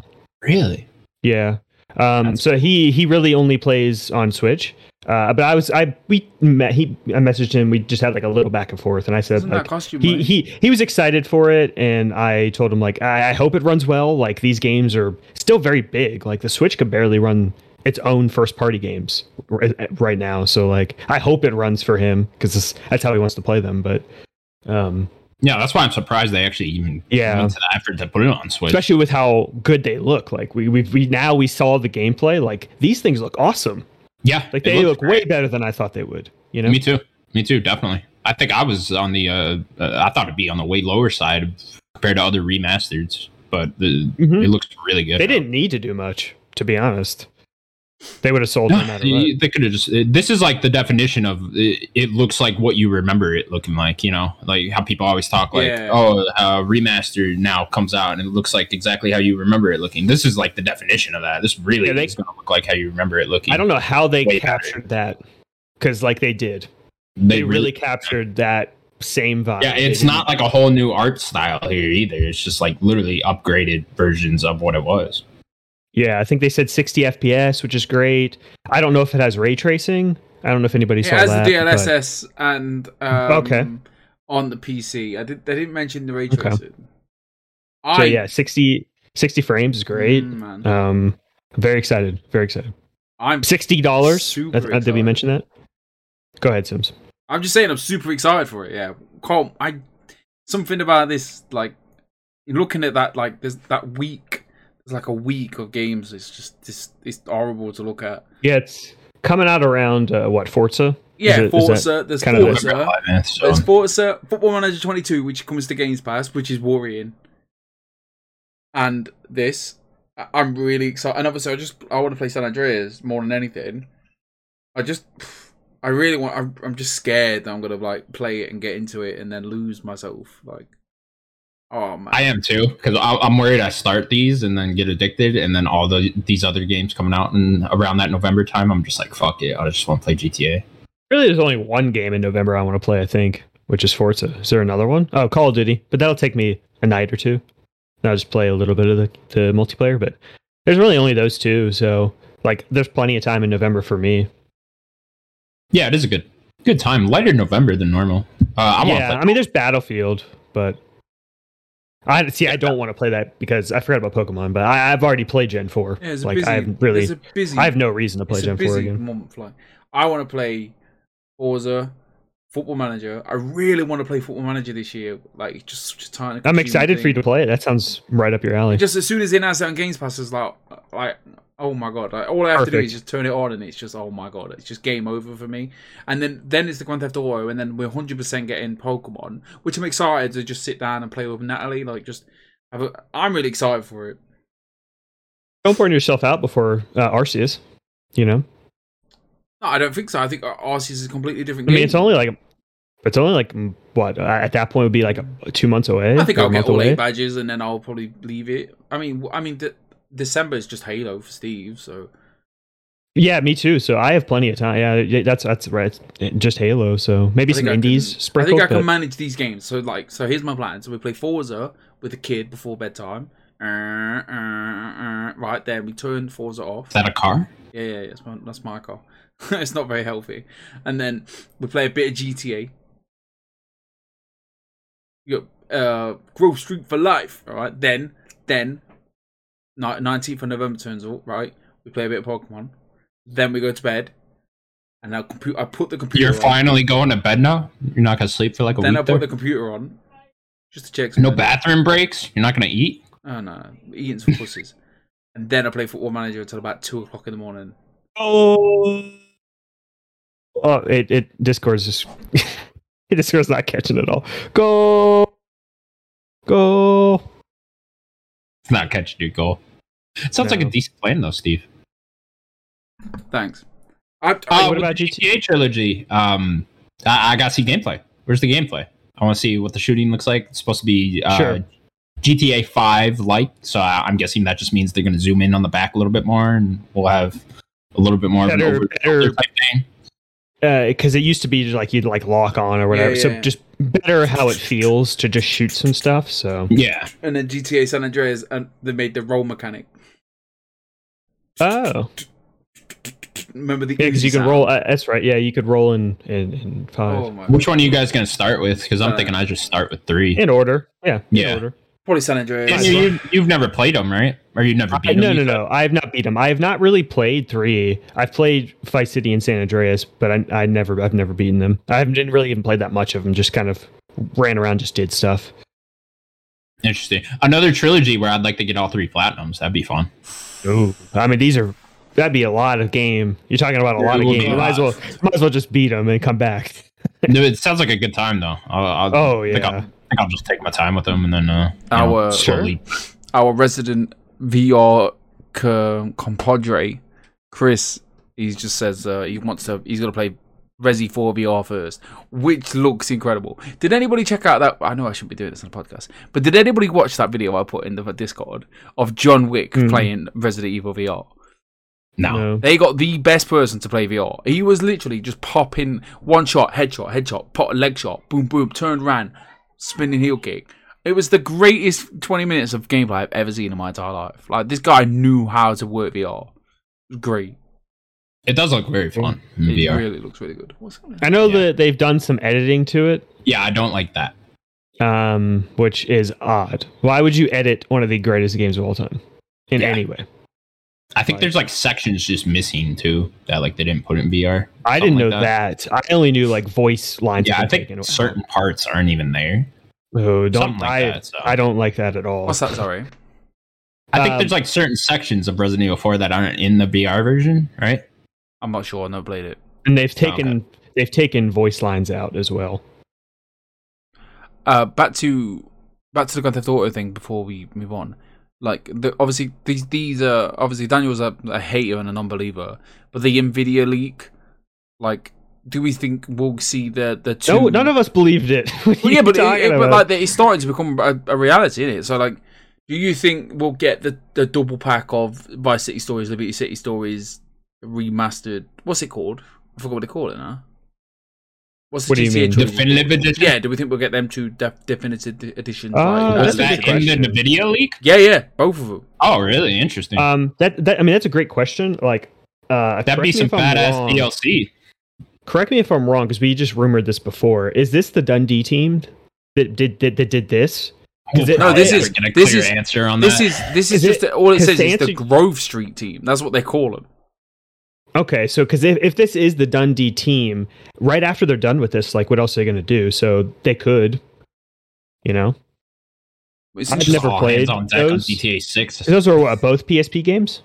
A: Really?
B: Yeah. Um,
A: That's
B: so he he really only plays on Switch. Uh, but I was I we met he I messaged him. We just had like a little back and forth, and I said
C: Doesn't
B: like
C: that cost you money?
B: he he he was excited for it, and I told him like I, I hope it runs well. Like these games are still very big. Like the Switch could barely run its own first party games r- eh, right now. So like I hope it runs for him because that's how he wants to play them. But um,
A: Yeah, that's why I'm surprised they actually even
B: Yeah.
A: went to the effort to put it on Switch.
B: especially with how good they look. Like we we we now we saw the gameplay. Like these things look awesome.
A: yeah,
B: Like
A: it
B: they
A: looks
B: look
A: great.
B: way better than I thought they would. You know.
A: Me too. Me too. Definitely. I think I was on the. Uh, uh, I thought it'd be on the way lower side of- compared to other remasters, but the,
B: Mhm.
A: it looks really good.
B: They didn't need to do much, to be honest. They would have sold no
A: No,
B: matter what.
A: you- they could have just. It, this is like the definition of it, it. Looks like what you remember it looking like. You know, like how people always talk, like,
C: Yeah.
A: "Oh, uh, remaster now comes out and it looks like exactly how you remember it looking." This is like the definition of that. This really
B: Yeah, they-
A: is going to look like how you remember it looking.
B: I don't know how they
A: Way better.
B: captured that because, like, they did.
A: They,
B: They, really,
A: really.
B: captured that same vibe.
A: yeah,
B: They
A: it's
B: didn't-
A: not like a whole new art style here either. It's just like literally upgraded versions of what it was.
B: Yeah, I think they said 60 FPS, which is great. I don't know if it has ray tracing. I don't know if anybody
C: It
B: saw
C: has
B: that.
C: the
B: but-
C: DLSS and um,
B: Okay.
C: on the PC. I did. They didn't mention the ray
B: Okay.
C: tracing.
B: so
C: I
B: yeah, 60, 60 frames is great.
C: Mm, man.
B: Um, very excited. Very excited.
C: I'm
B: Sixty dollars.
C: Super
B: Did we
C: excited.
B: mention that? Go ahead, Sims.
C: I'm just saying I'm super excited for it. Yeah, Colm, I something about this like looking at that like there's that week. There's like a week of games. It's just this. It's horrible to look at.
B: Yeah, it's coming out around uh, what Forza.
C: Yeah,
B: it- is that
C: Forza. There's
B: kind of the-
A: Well,
C: Forza.
A: I've got five minutes,
C: There's
A: so-
C: Forza Football Manager 22, which comes to Games Pass, which is worrying. And this, I- I'm really excited. And obviously, I just I want to play San Andreas more than anything. I just, I really want. I'm, I'm just scared that I'm gonna like play it and get into it and then lose myself. Like, oh man,
A: I am too, because I'm worried I start these and then get addicted, and then all the these other games coming out and around that November time, I'm just like, fuck it, I just want to play GTA.
B: Really, there's only one game in November I want to play. I think, which is Forza. Is there another one? Oh, Call of Duty, but that'll take me a night or two. And I'll just play a little bit of the, the multiplayer, but there's really only those two. So, like, there's plenty of time in November for me.
A: Yeah, it is a good good time, lighter November than normal. Uh, I want
B: yeah,
A: to
B: I mean, there's Battlefield, but I see. I don't want to play that because I forgot about Pokemon, but I, I've already played Gen Four.
C: yeah, it's a
B: like,
C: busy.
B: I've really,
C: it's a busy.
B: I have no reason to play
C: it's a
B: Gen Four
C: busy
B: again.
C: month. Like, I want to play Forza, Football Manager. I really want to play Football Manager this year. Like, it's just such a time.
B: I'm excited for you
C: to.
B: to play it. That sounds right up your alley.
C: Just as soon as they announced it on Games Pass, it's like, like, oh my god! Like, all I have to do
B: Perfect.
C: is just turn it on, and it's just, oh my god! It's just game over for me. And then, then it's the Grand Theft Auto, and then we're hundred percent getting Pokemon, which I'm excited to just sit down and play with Natalie. Like, just, have a, I'm really excited for it.
B: Don't burn yourself out before uh, Arceus. You know,
C: No, I don't think so. I think Arceus is a completely different.
B: I
C: Game.
B: mean, it's only like, it's only like mm, what uh, at that point would be like uh, two months away.
C: I think
B: or a
C: I'll get
B: month
C: all
B: away.
C: eight badges, and then I'll probably leave it. I mean, w- I mean, de- December is just Halo for Steve, so
B: Yeah, me too. So I have plenty of time. Yeah, Yeah, that's that's right. It's Just Halo. So maybe
C: I
B: some
C: think I
B: indies
C: can-
B: sprinkled.
C: I think I
B: but-
C: can manage these games. So like, so here's my plan. So we play Forza with a kid before bedtime. Uh, uh, uh, right then we turn Forza off.
A: is that a car?
C: Yeah, yeah, yeah that's my that's my car. it's not very healthy. And then we play a bit of GTA. You got, uh, Grove Street for life. All right, then then nineteenth of November turns up. Right, we play a bit of Pokemon. Then we go to bed. And I compu- I put the computer.
A: You're
C: on.
A: finally going to bed now. You're not gonna sleep for like a
C: Then I
A: week.
C: put the
A: there?
C: computer on just to check.
A: No
C: something.
A: bathroom breaks. You're not gonna eat.
C: Oh no, Eaton's for pussies. and then I play Football Manager until about two o'clock in the morning.
B: oh, oh, it it Discord's just Discord's not catching it all. Go, go.
A: It's not catching your goal. Sounds like a
B: No.
A: decent plan though, Steve.
C: Thanks. I,
A: Uh,
C: I,
B: what
A: with
B: about
A: the GTA trilogy? Um, I, I gotta see gameplay. Where's the gameplay? I want to see what the shooting looks like. It's supposed to be uh,
B: Sure.
A: GTA Five like. So I, I'm guessing that just means they're going to zoom in on the back a little bit more, and we'll have a little bit more of an
B: Better-
A: over
B: better-
A: type thing.
B: because it used to be just like you'd like lock on or whatever.
C: yeah,
B: so
C: yeah.
B: just better how it feels to just shoot some stuff. So
A: Yeah,
C: And then GTA San Andreas, and they made the roll mechanic.
B: oh
C: Remember the
B: yeah, because
C: Uzi
B: you can
C: sound?
B: roll. Uh, that's right. Yeah, you could roll in in, in five
C: Oh my!
A: which one are you guys going to start with? Because I'm
C: Uh,
A: thinking I just start with three.
B: in order. Yeah,
A: Yeah.
B: In order.
C: Probably San Andreas.
A: And you, you, you've never played them, right? Or you've never
B: I,
A: beat them?
B: Uh, no, no, no. I have not beat them. I have not really played three. I've played Vice City and San Andreas, but I, I never, I've never beaten them. I haven't didn't really even played that much of them. Just kind of ran around, just did stuff.
A: Interesting. Another trilogy where I'd like to get all three platinums. That'd be fun.
B: Ooh, I mean, these are that'd be a lot of game. You're talking about a
A: Yeah,
B: lot
A: it
B: of
A: would
B: game.
A: be a
B: You might as well,
A: lot.
B: might as well just beat them and come back.
A: No, it sounds like a good time though. I'll, I'll,
B: Oh
A: think I'll,
B: yeah,
A: think I'll just take my time with them and then uh, you know,
C: Our-
A: slowly.
C: Our resident VR co- compadre, Chris, he just says uh, he wants to. He's gonna play Resi 4 VR first, which looks incredible. Did anybody check out that? I know I shouldn't be doing this on a podcast, but did anybody watch that video I put in the Discord of John Wick
B: Mhm.
C: playing Resident Evil VR?
A: No.
C: They got the best person to play VR. He was literally just popping one shot, headshot, headshot, pot leg shot, boom, boom, turn, ran, spinning heel kick. It was the greatest 20 minutes of gameplay I've ever seen in my entire life. Like this guy knew how to work VR. It was Great.
A: It does look very fun in
C: It
A: VR.
C: really looks really good. What's
B: I know
A: Yeah.
B: that they've done some editing to it,
A: yeah, I don't like that.
B: um, which is odd. Why would you edit one of the greatest games of all time in
A: Yeah.
B: any way?
A: I think
B: Like-
A: there's like sections just missing too that like they didn't put in VR.
B: I
A: Something
B: didn't know
A: like
B: that. I only knew like voice lines.
A: Yeah, I
B: have been
A: think
B: taken away.
A: certain parts aren't even there.
B: Oh, don't
A: something like
B: I?
A: that, so.
B: I don't like that at all.
C: What's that? Sorry.
A: I think
B: Um,
A: there's like certain sections of Resident Evil 4 that aren't in the VR version, right?
C: I'm not sure. I've never played it.
B: And they've
A: Oh, okay.
B: taken they've taken voice lines out as well.
C: uh, back to back to the Grand Theft Auto thing before we move on. Like the, obviously these these are obviously Daniel's a, a hater and a non-believer, but the Nvidia leak, like, do we think we'll see the the two?
B: No, none of us believed it. What are
C: Well,
B: you
C: yeah, but, it,
B: talking
C: it- but
B: about?
C: like it's starting to become a, a reality, isn't it? So like, do you think we'll get the the double pack of Vice City Stories, Liberty City Stories remastered? What's it called? I forgot what they call it now. What's the
B: What do you
C: GTA
B: mean?
C: trilogy?
A: Definitive edition?
C: Yeah, do we think we'll get them two def- definitive editions?
B: Oh,
C: like,
A: Was
B: that's a
A: that
B: good
A: in the
B: question.
A: NVIDIA leak?
C: yeah, yeah, both of them.
A: Oh, really? Interesting.
B: um, that that I mean, that's a great question. Like, uh,
A: That'd
B: correct
A: be
B: me
A: some
B: if I'm
A: badass E
B: wrong.
A: DLC.
B: Correct me if I'm wrong, because we just rumored this before. Is this the Dundee team that did that, that did this? 'Cause it-
A: probably
B: no, this
A: never
C: is-
A: get a
C: this
A: clear
C: is-
A: answer on
C: This
A: that.
C: is this
B: Is
C: is, just
B: it-
C: all it
B: because
C: says
B: to
C: is the
B: answer-
C: Grove Street team. That's what they call them.
B: Okay, so because if, if this is the Dundee team, right after they're done with this, like, what else are they going to do? So they could, you know,
C: It's
B: I've
C: just
B: never
A: All hands
B: played
A: Oh, on deck
B: those.
A: on GTA 6.
B: those are what, both PSP games.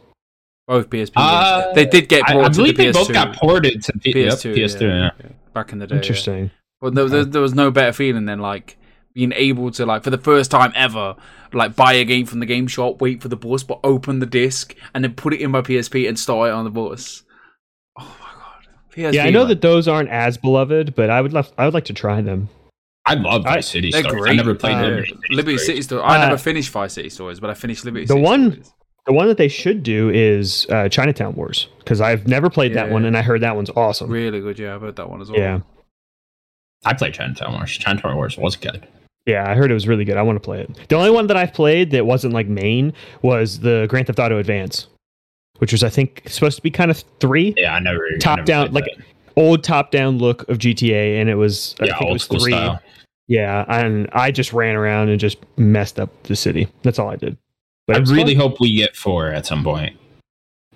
C: both PSP.
A: Uh,
C: games. They did get
A: I,
C: brought
A: I
C: to
A: believe
C: the
A: they
C: PS2,
A: both got ported to P- yep,
C: PS2,
A: PS2. yeah.
C: back in the day. yeah.
B: Interesting.
C: But there, there, there was no better feeling than like being able to like for the first time ever like buy a game from the game shop, wait for the bus, but open the disc and then put it in my PSP and start it on the bus. Oh my god! PSP,
B: yeah, I know
C: man.
B: that those aren't as beloved, but I would love I would like to try them.
A: I love
B: I-
A: Vice City
C: They're
A: Stories.
C: great.
A: I never played
B: Uh,
A: Liberty City.
C: Liberty
A: Stories.
C: City Stories. I
B: Uh,
C: never finished Five City Stories, but I finished Liberty.
B: the
C: City
B: one-
C: Stories.
B: The one that they should do is uh, Chinatown Wars because I've never played that
C: Yeah.
B: one, and I heard that one's awesome.
C: really good. Yeah, I've heard that one as well.
B: Yeah,
A: I played Chinatown Wars. Chinatown Wars was good.
B: yeah, I heard it was really good. I want to play it. The only one that I've played that wasn't like main was the Grand Theft Auto Advance, which was I think supposed to be kind of three
A: Yeah, I never I
B: Top
A: never
B: down,
A: played
B: like,
A: that.
B: old top down look of GTA, and it was I
A: yeah,
B: think it
A: old
B: was
A: school
B: three.
A: style.
B: Yeah, and I just ran around and just messed up the city. That's all I did. But
A: I
B: it was
A: really
B: fun.
A: hope we get four at some point,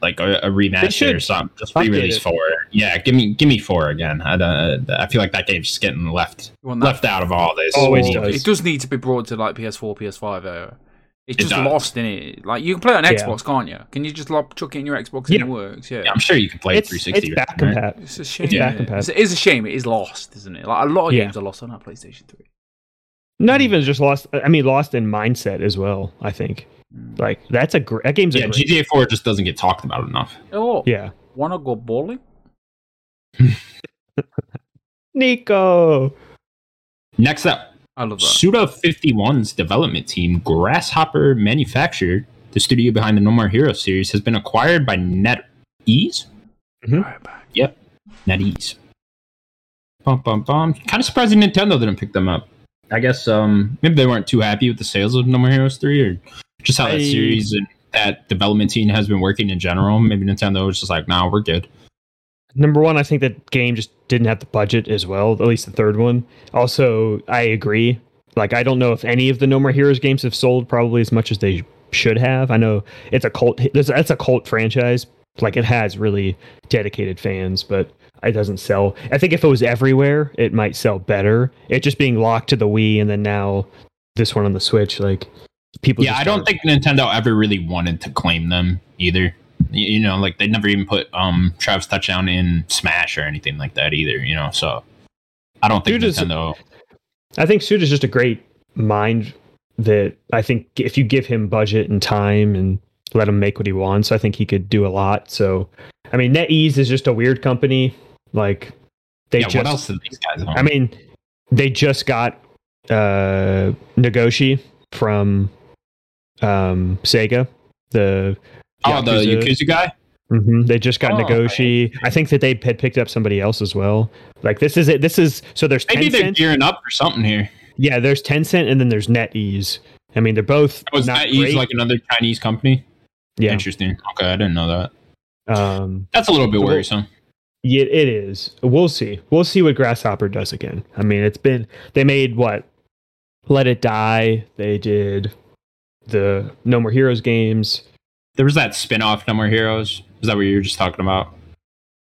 A: like a, a remaster
B: should
A: or something. Just
B: update
A: re-release
B: it.
A: four. Yeah, give me give me four again. I, don't- I feel like that game's getting left
C: You want that?
A: left out of all this.
B: Always
A: We-
B: does.
C: It does need to be brought to like PS4, PS5 era. It's
A: It
C: just
A: does.
C: lost in it. Like you can play it on
B: Yeah.
C: Xbox, can't you? Can you just like, chuck it in your Xbox
B: Yeah.
C: and it works? Yeah.
A: Yeah, I'm sure you can play
B: it's,
A: 360.
B: it's
A: or
B: back
A: something, right?
B: compat.
C: It's a shame.
B: It's back
C: innit?
B: compatible.
C: It is a shame. It is lost, isn't it? Like a lot of
B: Yeah.
C: games are lost on that PlayStation 3.
B: not even just lost i mean lost in mindset as well i think like that's a great that game's
A: Yeah,
B: a great,
A: GTA 4 just doesn't get talked about enough.
C: Oh,
B: yeah
C: wanna go bowling?
B: nico
A: Next up,
C: I love that.
A: Suda51's development team, Grasshopper Manufacture, the studio behind the No More Hero series, has been acquired by NetEase.
B: Mhm.
C: Right back.
A: Yep, NetEase. Bum, bum, bum. Kind of surprising Nintendo didn't pick them up. I guess um, maybe they weren't too happy with the sales of No More Heroes 3 or just how that
B: I-
A: series and that development team has been working in general. Maybe Nintendo was just like, nah, we're good.
B: Number one, I think that game just didn't have the budget as well, at least the third one. Also, I agree. Like, I don't know if any of the No More Heroes games have sold probably as much as they should have. I know it's a cult, that's that's a cult franchise. Like, it has really dedicated fans, but it doesn't sell. I think if it was everywhere, it might sell better. It just being locked to the Wii and then now this one on the Switch, like, people.
A: yeah,
B: just
A: I don't
B: aren't-
A: think Nintendo ever really wanted to claim them either. Y- You know, like they never even put um Travis touchdown in Smash or anything like that either. You know, so I don't think
B: Dude, is-
A: Nintendo.
B: I think Suda's just a great mind that I think if you give him budget and time and let him make what he wants, I think he could do a lot. So, I mean, NetEase is just a weird company. Like, they
A: yeah,
B: just,
A: what else did these guys? Own?
B: I mean, they just got uh Nagoshi from um Sega, the
A: oh, the Yakuza guy.
B: hmm They just got
A: Oh,
B: Nagoshi. I think that they had picked up somebody else as well. Like this is it. This is so there's
A: Maybe
B: Tencent.
A: they're gearing up for something here.
B: Yeah, there's Tencent and then there's NetEase. I mean, they're both
A: Was
B: not
A: that
B: great.
A: Ease Oh, like another Chinese company?
B: yeah,
A: Interesting. Okay, I didn't know that.
B: um,
A: That's a little bit
B: Cool.
A: worrisome.
B: yeah, it is. We'll see. We'll see what Grasshopper does again. I mean, it's been they made what Let It Die. They did the No More Heroes games.
A: There was that spin off No More Heroes. Is that what you were just talking about?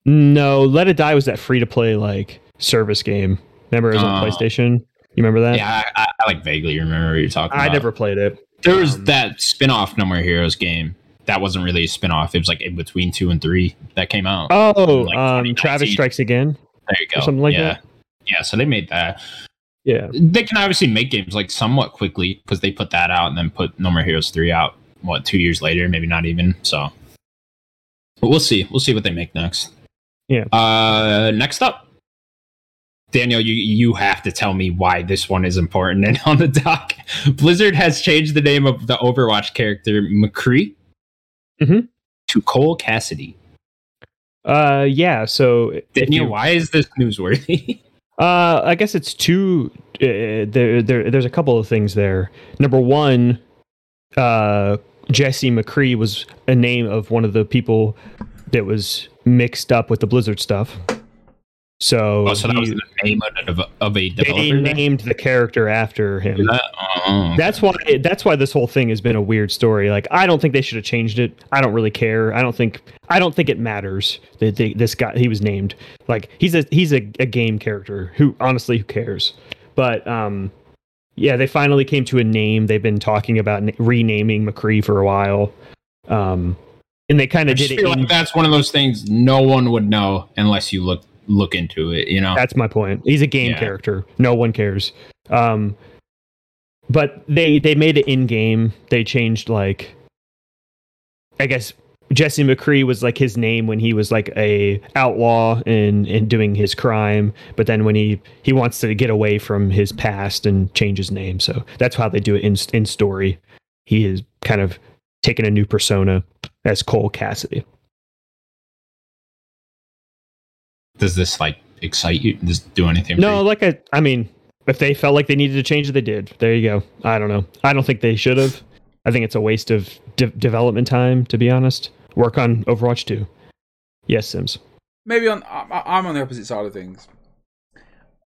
B: No, Let It Die was that free to play like service game. Remember, it was on
A: Oh.
B: PlayStation. You remember that?
A: yeah, I, I, I like vaguely remember what you're talking
B: Uh, I
A: about.
B: never played it.
A: There was
B: Um,
A: that spin-off No More Heroes game. That wasn't really a spin-off. It was like in between two and three that came out.
B: Oh,
A: Like
B: um, Travis
A: 2019.
B: Strikes Again.
A: there you go.
B: something like
A: yeah.
B: that?
A: Yeah, so they made that.
B: Yeah,
A: They can obviously make games like somewhat quickly because they put that out and then put No More Heroes 3 out, what, two years later, maybe not even. So but we'll see. We'll see what they make next.
B: Yeah.
A: Uh next up. Daniel, you, you have to tell me why this one is important and on the dock. Blizzard has changed the name of the Overwatch character McCree
B: Mhm.
A: to Cole Cassidy.
B: uh, yeah. So if
A: Daniel,
B: you-
A: why is this newsworthy?
B: Uh, I guess it's two. Uh, there, there, there's a couple of things there. Number one, uh, Jesse McCree was a name of one of the people that was mixed up with the Blizzard stuff. So,
A: oh, so that was
B: he-
A: the name of, of, of a
B: they
A: developer. name?
B: named the character after him.
A: Oh.
B: That's why. That's why this whole thing has been a weird story. Like, I don't think they should have changed it. I don't really care. I don't think. I don't think it matters that they, this guy he was named. Like, he's a he's a, a game character. Who honestly, who cares? But um, yeah, they finally came to a name. They've been talking about n- renaming McCree for a while. Um, and they kind
A: I
B: of
A: just
B: did it.
A: feel
B: in-
A: like that's one of those things no one would know unless you look look into it. You know,
B: That's my point. He's a game
A: Yeah.
B: character. No one cares. Um, but they they made it in game. They changed like, I guess Jesse McCree was like his name when he was like a outlaw and and doing his crime. But then when he he wants to get away from his past and change his name, so that's how they do it in in story. He is kind of taking a new persona as Cole Cassidy.
A: does this like excite you? Does it do anything?
B: No, like I, I mean, if they felt like they needed to change it, they did. There you go. I don't know. I don't think they should have. I think it's a waste of de- development time, to be honest. Work on Overwatch 2. Yes, Sims.
C: Maybe on I, I- I'm on the opposite side of things.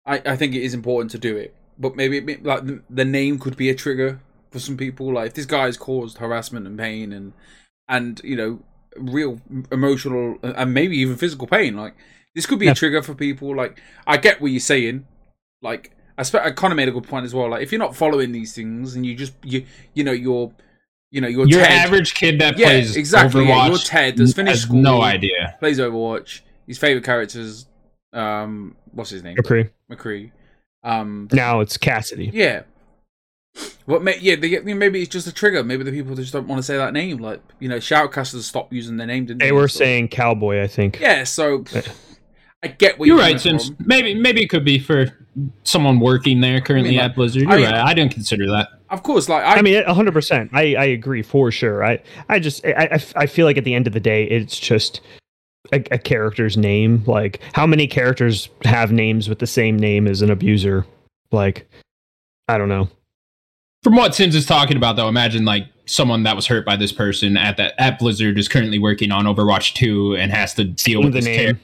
C: I I think it is important to do it, but maybe it, may- like the- the name could be a trigger for some people. Like if this guy's caused harassment and pain and and you know real emotional and maybe even physical pain. Like this could be
B: Yeah.
C: a trigger for people. Like I get what you're saying. Like I, spe- I kind of made a good point as well. Like if you're not following these things and you just you you know you're you know you're
A: your
C: Ted,
A: average kid that
C: Yeah,
A: plays
C: exactly, yeah,
A: Overwatch
C: you're Ted, that's finished
A: has
C: school.
A: no idea.
C: plays Overwatch. His favorite characters, um, what's his name?
B: Agree.
C: McCree. Um,
B: Now it's Cassidy.
C: yeah. What? May, yeah, they, get- maybe it's just a trigger. Maybe the people just don't want to say that name. Like you know, shoutcasters stopped using their name. Didn't
B: They were saying cowboy, I think.
C: Yeah, so I get where
A: You're
C: you're
A: right,
C: coming
A: Sims.
C: from.
A: Maybe maybe it could be for someone working there currently
C: like,
A: at Blizzard. You're
C: I-
A: right. I didn't consider that.
C: Of course, like I,
B: I mean, hundred percent. I, I agree for sure. I I just I- I, I feel like at the end of the day, it's just a, a character's name. Like how many characters have names with the same name as an abuser? Like I don't know.
A: From what Sims is talking about, though, imagine like someone that was hurt by this person at that at Blizzard is currently working on Overwatch 2 and has to deal with
B: the
A: this
B: name.
A: character,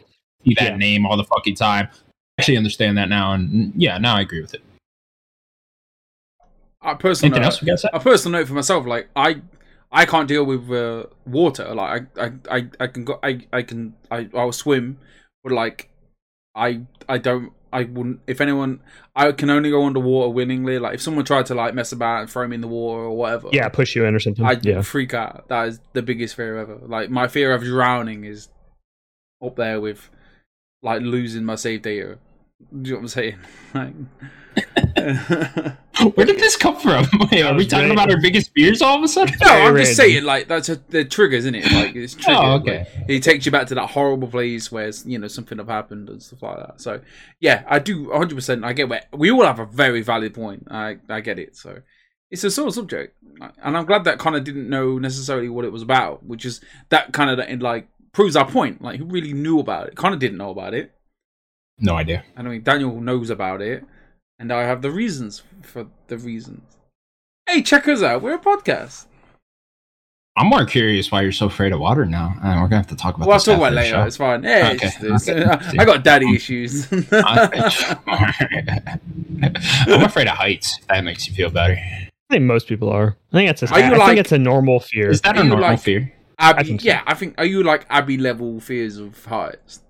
A: see that
B: Yeah.
A: name all the fucking time. I actually understand that now, and yeah, now I agree with it.
C: I personally,
A: Anything else we got? to say?
C: a personal note for myself like i i can't deal with uh, water like I, I i i can go i i can i i'll swim but like i i don't i wouldn't if anyone i can only go underwater willingly like if someone tried to like mess about and throw me in the water or whatever
B: Yeah, push you in or something.
C: i would
B: yeah,
C: freak out that is the biggest fear ever like my fear of drowning is up there with like losing my save data do you know what i'm saying like
A: Where did this come from? Wait, are
B: That
A: we
B: was
A: talking
B: random.
A: about our biggest fears all of a sudden?
C: No,
B: Very
C: I'm just
B: random.
C: saying, like that's a, the triggers, isn't it? Like it's triggered.
A: Oh, okay.
C: like, it takes you back to that horrible place where you know something have happened and stuff like that. So, yeah, I do 100. percent I get where we all have a very valid point. I I get it. So, it's a sore subject, and I'm glad that kind of didn't know necessarily what it was about, which is that kind of like proves our point. Like who really knew about it? Kind of didn't know about it.
A: No idea.
C: And I mean, Daniel knows about it, and I have the reasons for the reasons. Hey, check us out. We're a podcast.
A: I'm more curious why you're so afraid of water now. Uh, we're gonna have to talk about
C: Well, I'll
A: this.
C: talk about it
A: after the
C: later.
A: show.
C: It's fine. Yeah, it's
A: Okay,
C: just-
A: okay.
C: I- I got daddy issues.
A: I'm afraid of heights. If that makes you feel better.
B: I think most people are. I think that's a,
C: Are you
B: I
C: like-
B: think it's a normal fear.
A: Is that a
C: You
A: normal
C: like-
A: fear?
C: Abby,
B: I think so.
C: yeah, I think. Are you like Abby level fears of heights?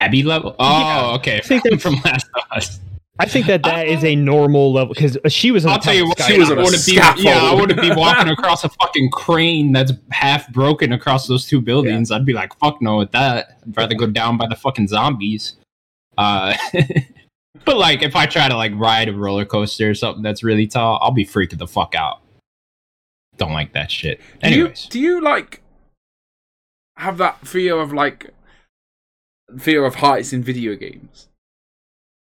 A: Abbey level? Oh,
B: Yeah.
A: okay.
B: think
A: From, from Last of Us.
B: I think that that is a normal level because she was. On
A: I'll
B: the
A: tell you what.
B: top of
C: She was on
A: I
C: a
A: want to be.
C: scaffold.
A: Yeah, I want to be walking across a fucking crane that's half broken across those two buildings. I'd be like, fuck no with that. I'd rather go down by the fucking zombies. Uh, but like, if I try to like ride a roller coaster or something that's really tall, I'll be freaking the fuck out. Don't like that shit.
C: Do you,
A: Anyways,
C: do you like have that fear of like fear of heights in video games?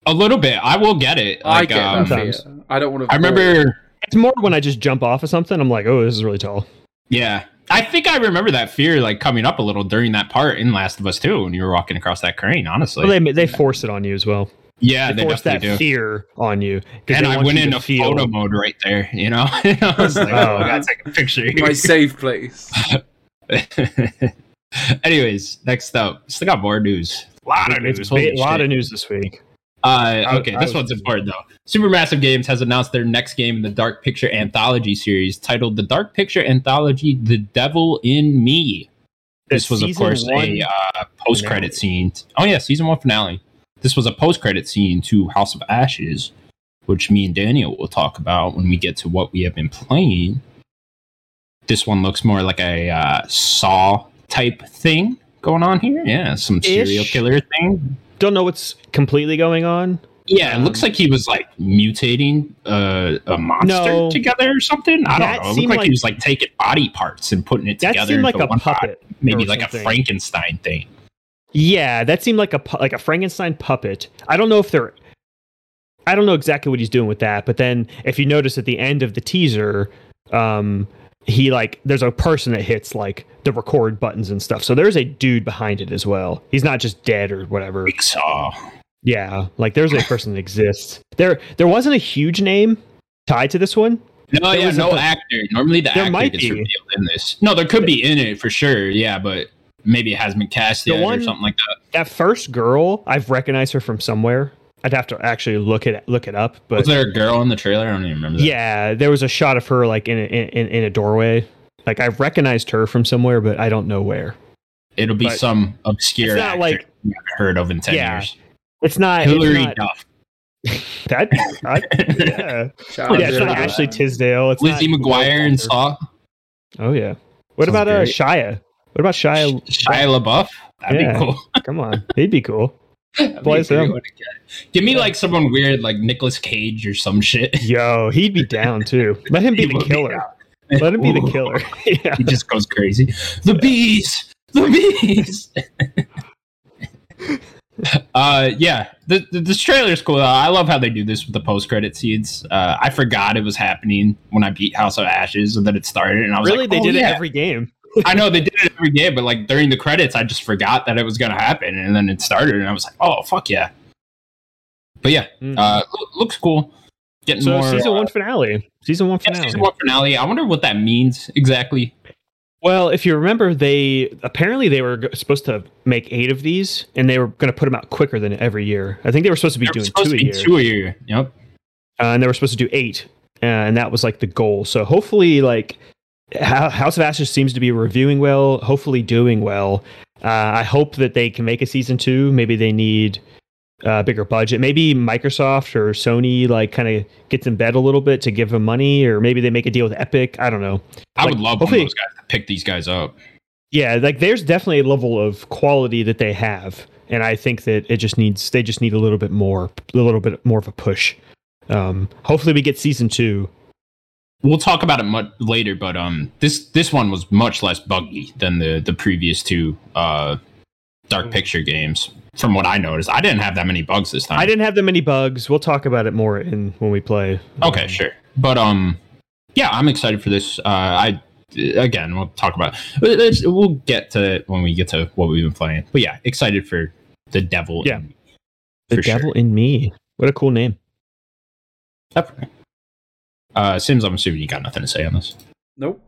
A: a little bit. I will get it.
C: I
A: Like,
C: get
A: um,
C: that
B: sometimes.
C: fear. I don't want to.
A: I remember.
B: It's more when I just jump off of something. I'm like, oh, this is really tall.
A: Yeah. I think I remember that fear like coming up a little during that part in Last of Us 2 when you were walking across that crane, honestly.
B: Well, they they force it on you as well.
A: yeah,
B: they
A: they
B: force that
A: definitely do.
B: fear on you. 'cause
A: And
B: they
A: I
B: want
A: went
B: you to
A: into photo mode right there, you know? I was like, oh, I gotta take a picture.
C: my safe place.
A: Anyways, next up, still got more news. A lot of news.
B: It's
A: holy
B: a lot
A: shit.
B: of news this week.
A: Uh,
B: I-
A: okay,
B: I
A: this
B: was-
A: one's important though. Supermassive Games has announced their next game in the Dark Picture Anthology series, titled "The Dark Picture Anthology: The Devil in Me." This
B: The
A: was, of
B: season
A: course,
B: one
A: a uh, post-credit
B: finale.
A: scene. Oh yeah, season one finale. This was a post-credit scene to House of Ashes, which me and Daniel will talk about when we get to what we have been playing. This one looks more like a uh, Saw type thing going on here. Yeah, some serial
B: Ish.
A: killer thing.
B: Don't know what's completely going on.
A: Yeah, it
B: Um,
A: looks like he was like mutating uh, a monster
B: No.
A: together or something. I don't
B: That
A: know. It looked
B: seemed
A: like,
B: like-
A: he was like taking body parts and putting it
B: That
A: together.
B: seemed like
A: into
B: a
A: one body.
B: puppet.
A: Maybe
B: or
A: like a
B: something.
A: Frankenstein thing.
B: Yeah, that seemed like a pu- like a Frankenstein puppet. I don't know if they're. I don't know exactly what he's doing with that, but then if you notice at the end of the teaser, um, he like there's a person that hits like the record buttons and stuff. So there's a dude behind it as well. He's not just dead or whatever.
A: Big Saw.
B: Yeah, like there's a person that exists. There there wasn't a huge name tied to this one.
A: No,
B: There
A: yeah,
B: was a-
A: no actor. Normally the
B: There
A: actor
B: might
A: gets
B: be.
A: revealed in this. No, there could be in it for sure. Yeah, but maybe it hasn't been cast
B: The
A: yet or
B: one-
A: something like that.
B: That first girl, I've recognized her from somewhere. I'd have to actually look it look it up, but
A: Was there a girl in the trailer? I don't even remember. That.
B: yeah, there was a shot of her like in a, in in a doorway. Like I've recognized her from somewhere, but I don't know where.
A: it'll be
B: but-
A: some obscure
B: It's not
A: actor
B: like-
A: you haven't heard of in ten
B: Yeah.
A: years.
B: It's not it's
A: Hillary
B: not-
A: Duff,
B: that. I, yeah,
C: Shout out
B: yeah, it's
C: to
B: not
C: her.
B: Ashley Tisdale. It's
A: Lizzie
B: not-
A: McGuire, and Saw.
B: Oh yeah. What
A: Sounds
B: about uh,
A: great.
B: Shia? What about Shia?
A: Shia LaBeouf. That'd
B: Yeah.
A: be cool.
B: Come on, he'd be cool.
A: That'd be
B: Plays
A: a great
B: him.
A: one to get. Give me like someone weird, like Nicolas Cage or some shit.
B: Yo, he'd be down too. Let him be
A: He
B: the
A: would be
B: killer.
A: down.
B: Let him be the
A: Ooh.
B: killer. yeah.
A: He just goes crazy. The bees, the bees. Uh, yeah, the, the this trailer is cool. I love how they do this with the post credit scenes. Uh, I forgot it was happening when I beat House of Ashes and then it started, and I was
B: Really,
A: like,
B: they
A: "Oh,
B: did
A: yeah."
B: it every game.
A: I know they did it every day, but like during the credits, I just forgot that it was gonna happen, and then it started, and I was like, "Oh fuck yeah!" But yeah,
B: Mhm.
A: uh, lo- looks cool. Getting
B: so
A: more
B: season
A: uh,
B: one finale. Season one
A: yeah,
B: finale.
A: season one finale. I wonder what that means exactly.
B: Well, if you remember, they apparently they were g- supposed to make eight of these, and they were going to put them out quicker than every year. I think they were supposed to be
A: They're
B: doing
A: supposed
B: two a
A: to be
B: year,
A: two a year. Yep.
B: uh, and they were supposed to do eight, uh, and that was like the goal. So hopefully, like Ho- House of Ashes seems to be reviewing well, hopefully doing well. Uh, I hope that they can make a season two. Maybe they need uh, bigger budget. Maybe Microsoft or Sony like kind of gets in bed a little bit to give them money, or maybe they make a deal with Epic. I don't know.
A: I would love
B: Like,
A: one of
B: hopefully-
A: those guys to pick these guys up.
B: Yeah, like there's definitely a level of quality that they have, and I think that it just needs they just need a little bit more, a little bit more of a push. Um, hopefully, we get season two.
A: We'll talk about it much later, but um, this this one was much less buggy than the the previous two uh,
B: Mm-hmm.
A: Dark Picture games. From what I noticed, I didn't have that many bugs this time.
B: I didn't have that many bugs. We'll talk about it more in when we play.
A: Okay,
B: Um,
A: sure. But um, yeah, I'm excited for this. Uh, I again, we'll talk about. It. Let's- We'll get to it when we get to what we've been playing. But yeah, excited for the devil.
B: Yeah.
A: in-
B: The
A: for sure.
B: Devil in Me. What a cool name.
A: Definitely. Uh, Sims, I'm assuming you got nothing to say on this.
C: Nope.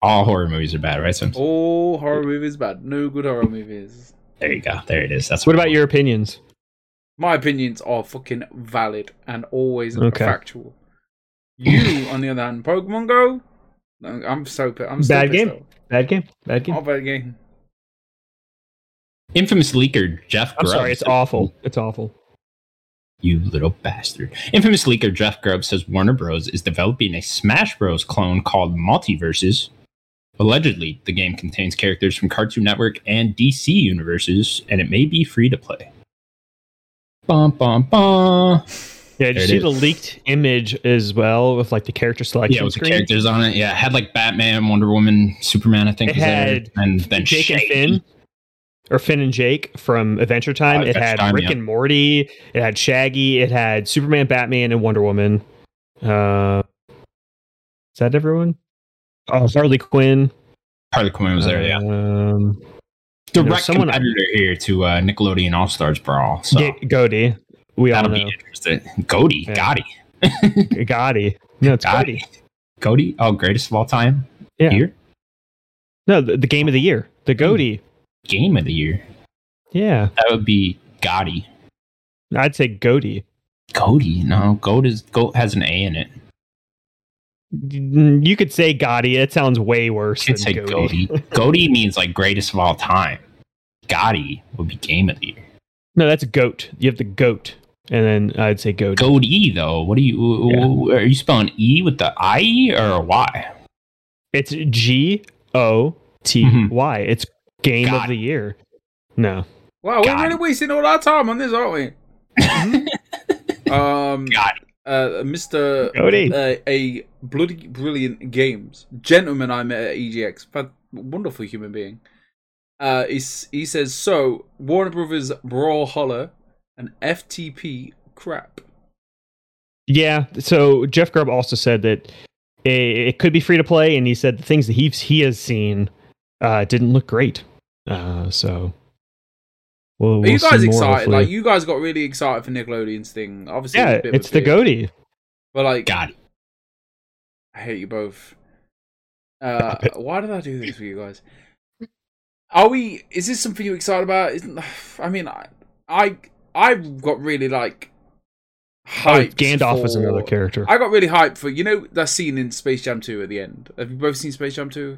A: All horror movies are bad, right, Sims?
B: Oh.
C: All horror movies bad. No good horror movies.
A: There you go. There it is. That's
B: What about your opinions?
C: My opinions are fucking valid and always
B: Okay.
C: factual. You, on the other hand, Pokemon Go. No, I'm so pi- I'm still
B: Bad
C: pissed
B: game. Bad game. Bad game.
C: Off. Oh, bad game.
A: infamous leaker Jeff?
B: I'm
A: Grubb
B: sorry. It's
A: says-
B: awful. It's awful.
A: You little bastard. Infamous leaker Jeff Grubb says Warner Bros. is developing a Smash Bros. clone called Multiverses. Allegedly, the game contains characters from Cartoon Network and DC universes, and it may be free to play. Bum, bum, bum.
B: Yeah,
A: There
B: did you
A: it
B: see
A: is.
B: the leaked image as well with like the character selection
A: Yeah, with the
B: screen?
A: characters on it. Yeah, it had like Batman, Wonder Woman, Superman, I think.
B: It
A: was there,
B: had
A: and then
B: Jake
A: Shaggy.
B: and Finn, or Finn and Jake from Adventure Time.
A: Oh,
B: it
A: Adventure
B: had
A: Time,
B: Rick
A: yeah.
B: and Morty. It had Shaggy. It had Superman, Batman, and Wonder Woman. Uh, is that everyone? Oh, Harley Quinn.
A: Harley Quinn was there, yeah.
B: Um, know,
A: Direct
B: Uh, someone-
A: competitor here to uh, Nickelodeon All Stars Brawl. So
B: G- Goody. We all
A: that'll be
B: know
A: interesting. Cody,
B: Yeah.
A: Gotti.
B: Gotti. No, it's
A: Gotti.
B: Gotti.
A: Cody, oh, greatest of all time.
B: Yeah.
A: Year?
B: No, the, the game of the year. The
A: Hmm.
B: Goaty.
A: Game of the year.
B: Yeah,
A: That would be Gotti.
B: I'd say Goaty.
A: Cody, no, Goat is Goat has an A in it.
B: Mm, You could say Gotti. It sounds way worse
A: Can't
B: than
A: say
B: Goaty.
A: Cody. Cody means like greatest of all time. Gotti would be game of the year.
B: No, that's goat. You have the goat, and then I'd say goat.
A: Goaty though, what do you? Are you spelling E with the I E or a Y?
B: It's G O T Y. It's game
A: Mm-hmm. Got
B: of the year. No,
C: Wow, we're
A: God.
C: really wasting all our time on this, aren't we? um,
A: God.
C: uh, Mr.
B: Goaty.
C: Uh, a bloody brilliant games gentleman I met at E EGX, but wonderful human being. Uh, he s- he says so. Warner Brothers Brawlhalla, an FTP crap.
B: Yeah. So Jeff Grubb also said that it, it could be free to play, and he said the things that he's he has seen uh, didn't look great. Uh, so. We'll,
C: Are
B: we'll
C: you guys
B: see more,
C: excited?
B: hopefully.
C: Like you guys got really excited for Nickelodeon's thing. Obviously,
B: yeah,
C: was a bit of a
B: it's the
C: fear,
B: goatee.
C: But like,
A: Gotti.
C: I hate you both. Uh, why did I do this for you guys? Are we? Is this something you're excited about? Isn't I mean, I, I, I got really like
B: Oh,
C: hyped.
B: Gandalf was
C: for-
B: another character.
C: I got really hyped for you know that scene in Space Jam 2 at the end. Have you both seen Space Jam 2?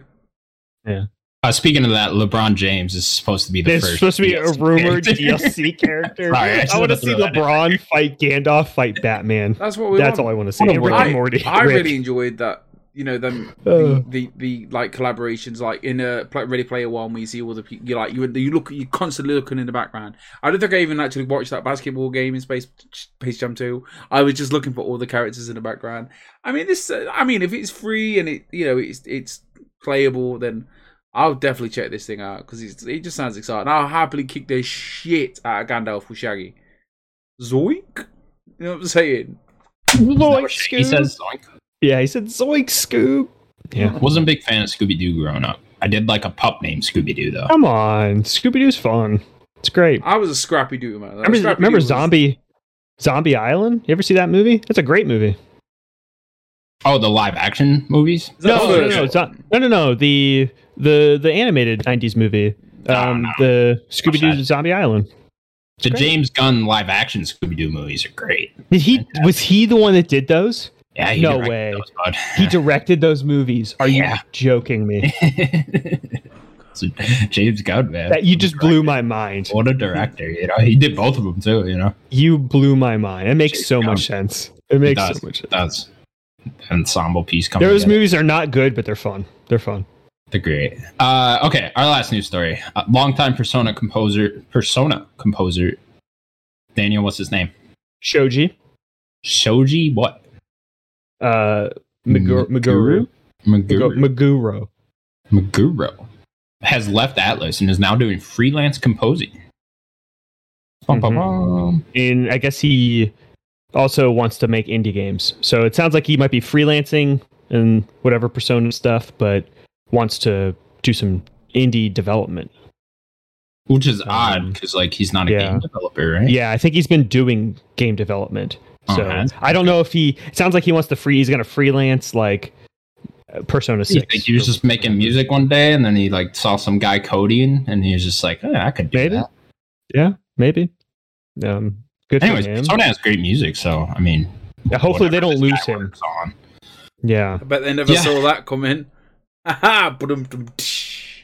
A: Uh, speaking of that, LeBron James is supposed to be the
B: There's
A: first.
B: supposed to be a
A: DLC
B: rumored
A: character.
B: DLC character.
A: Sorry, I
B: I,
A: just
B: want
A: wanted
B: to
A: to
B: see
A: throw that in.
B: LeBron fight Gandalf, fight Batman.
C: That's what we.
B: That's all
C: want.
B: I want to see.
A: What a
B: Rick
A: world.
B: and Morty.
C: I
B: Rick.
C: really enjoyed that. You know them
B: Uh.
C: the, the the like collaborations like in a pl- Ready Player One where you see all the people you like you you look you constantly looking in the background. I don't think I even actually watched that basketball game in Space Space Jam Two. I was just looking for all the characters in the background. I mean this. uh, I mean if it's free and it you know it's it's playable then I'll definitely check this thing out because it just sounds exciting. I'll happily kick the shit out of Gandalf with Shaggy. Zoink! You know what I'm saying?
B: Zoink,
A: He says zoink.
B: Yeah, he said Zoink Scoop. Yeah.
A: Wasn't a big fan of Scooby Doo growing up. I did like a pup named Scooby Doo though.
B: Come on, Scooby Doo's fun. It's
A: Uh,
B: great.
C: I was a Scrappy Doo man. Like,
B: remember,
C: Scrappy-Doo
B: remember
C: was-
B: Zombie, Zombie Island? You ever see that movie? That's a great movie.
A: Oh, the live action movies.
C: Is that
B: no, no,
C: the
B: no,
C: first
B: no, zo- no, no, no. The the the animated '90s movie, um,
A: no.
B: the Scooby
A: Watch
B: Doo Zombie Island.
A: The
B: great.
A: James Gunn live action Scooby Doo movies are great.
B: Did he? Was he the one that did those?
A: Yeah, he
B: No
A: directed
B: way.
A: those, bud.
B: He directed those movies. Are you
A: Yeah.
B: joking me?
A: So, James Gunn, man.
B: That you just blew my mind.
A: What a director, you know. He did both of them too, you know.
B: You blew my mind. It makes so much sense. It makes
A: does.
B: so much sense.
A: That's ensemble piece coming.
B: Those
A: together.
B: movies are not good, but they're fun. They're fun.
A: They're great. Uh, okay, our last news story. Uh, longtime Persona composer, Persona composer, Daniel, what's his name?
B: Shoji,
A: Shoji what?
B: uh, Migur- Miguru, Miguro,
A: Maguro.
B: Miguro.
A: Maguro has left Atlas and is now doing freelance composing. Bum, bum,
B: Mhm.
A: bum.
B: and I guess he also wants to make indie games. So it sounds like he might be freelancing and whatever persona stuff, but wants to do some indie development.
A: Which is odd
B: Um,
A: because like he's not a
B: yeah.
A: game developer, right?
B: Yeah, I think he's been doing game development. So
A: Uh-huh.
B: I don't know if he. It sounds like he wants to free. He's gonna freelance like uh, Persona
A: He-
B: Six.
A: Like, he was just making music one day, and then he like saw some guy coding, and he was just like, "Eh, "I could do
B: Maybe.
A: that."
B: Yeah, maybe. Um, good
A: Anyways,
B: for him.
A: Persona has great music, so I mean,
B: Yeah, hopefully they
A: whatever
B: don't
A: this
B: lose
A: guy
B: him.
A: works On.
B: yeah.
C: I bet they never
A: Yeah.
C: saw that coming. Haha! ba-dum-dum-tsh.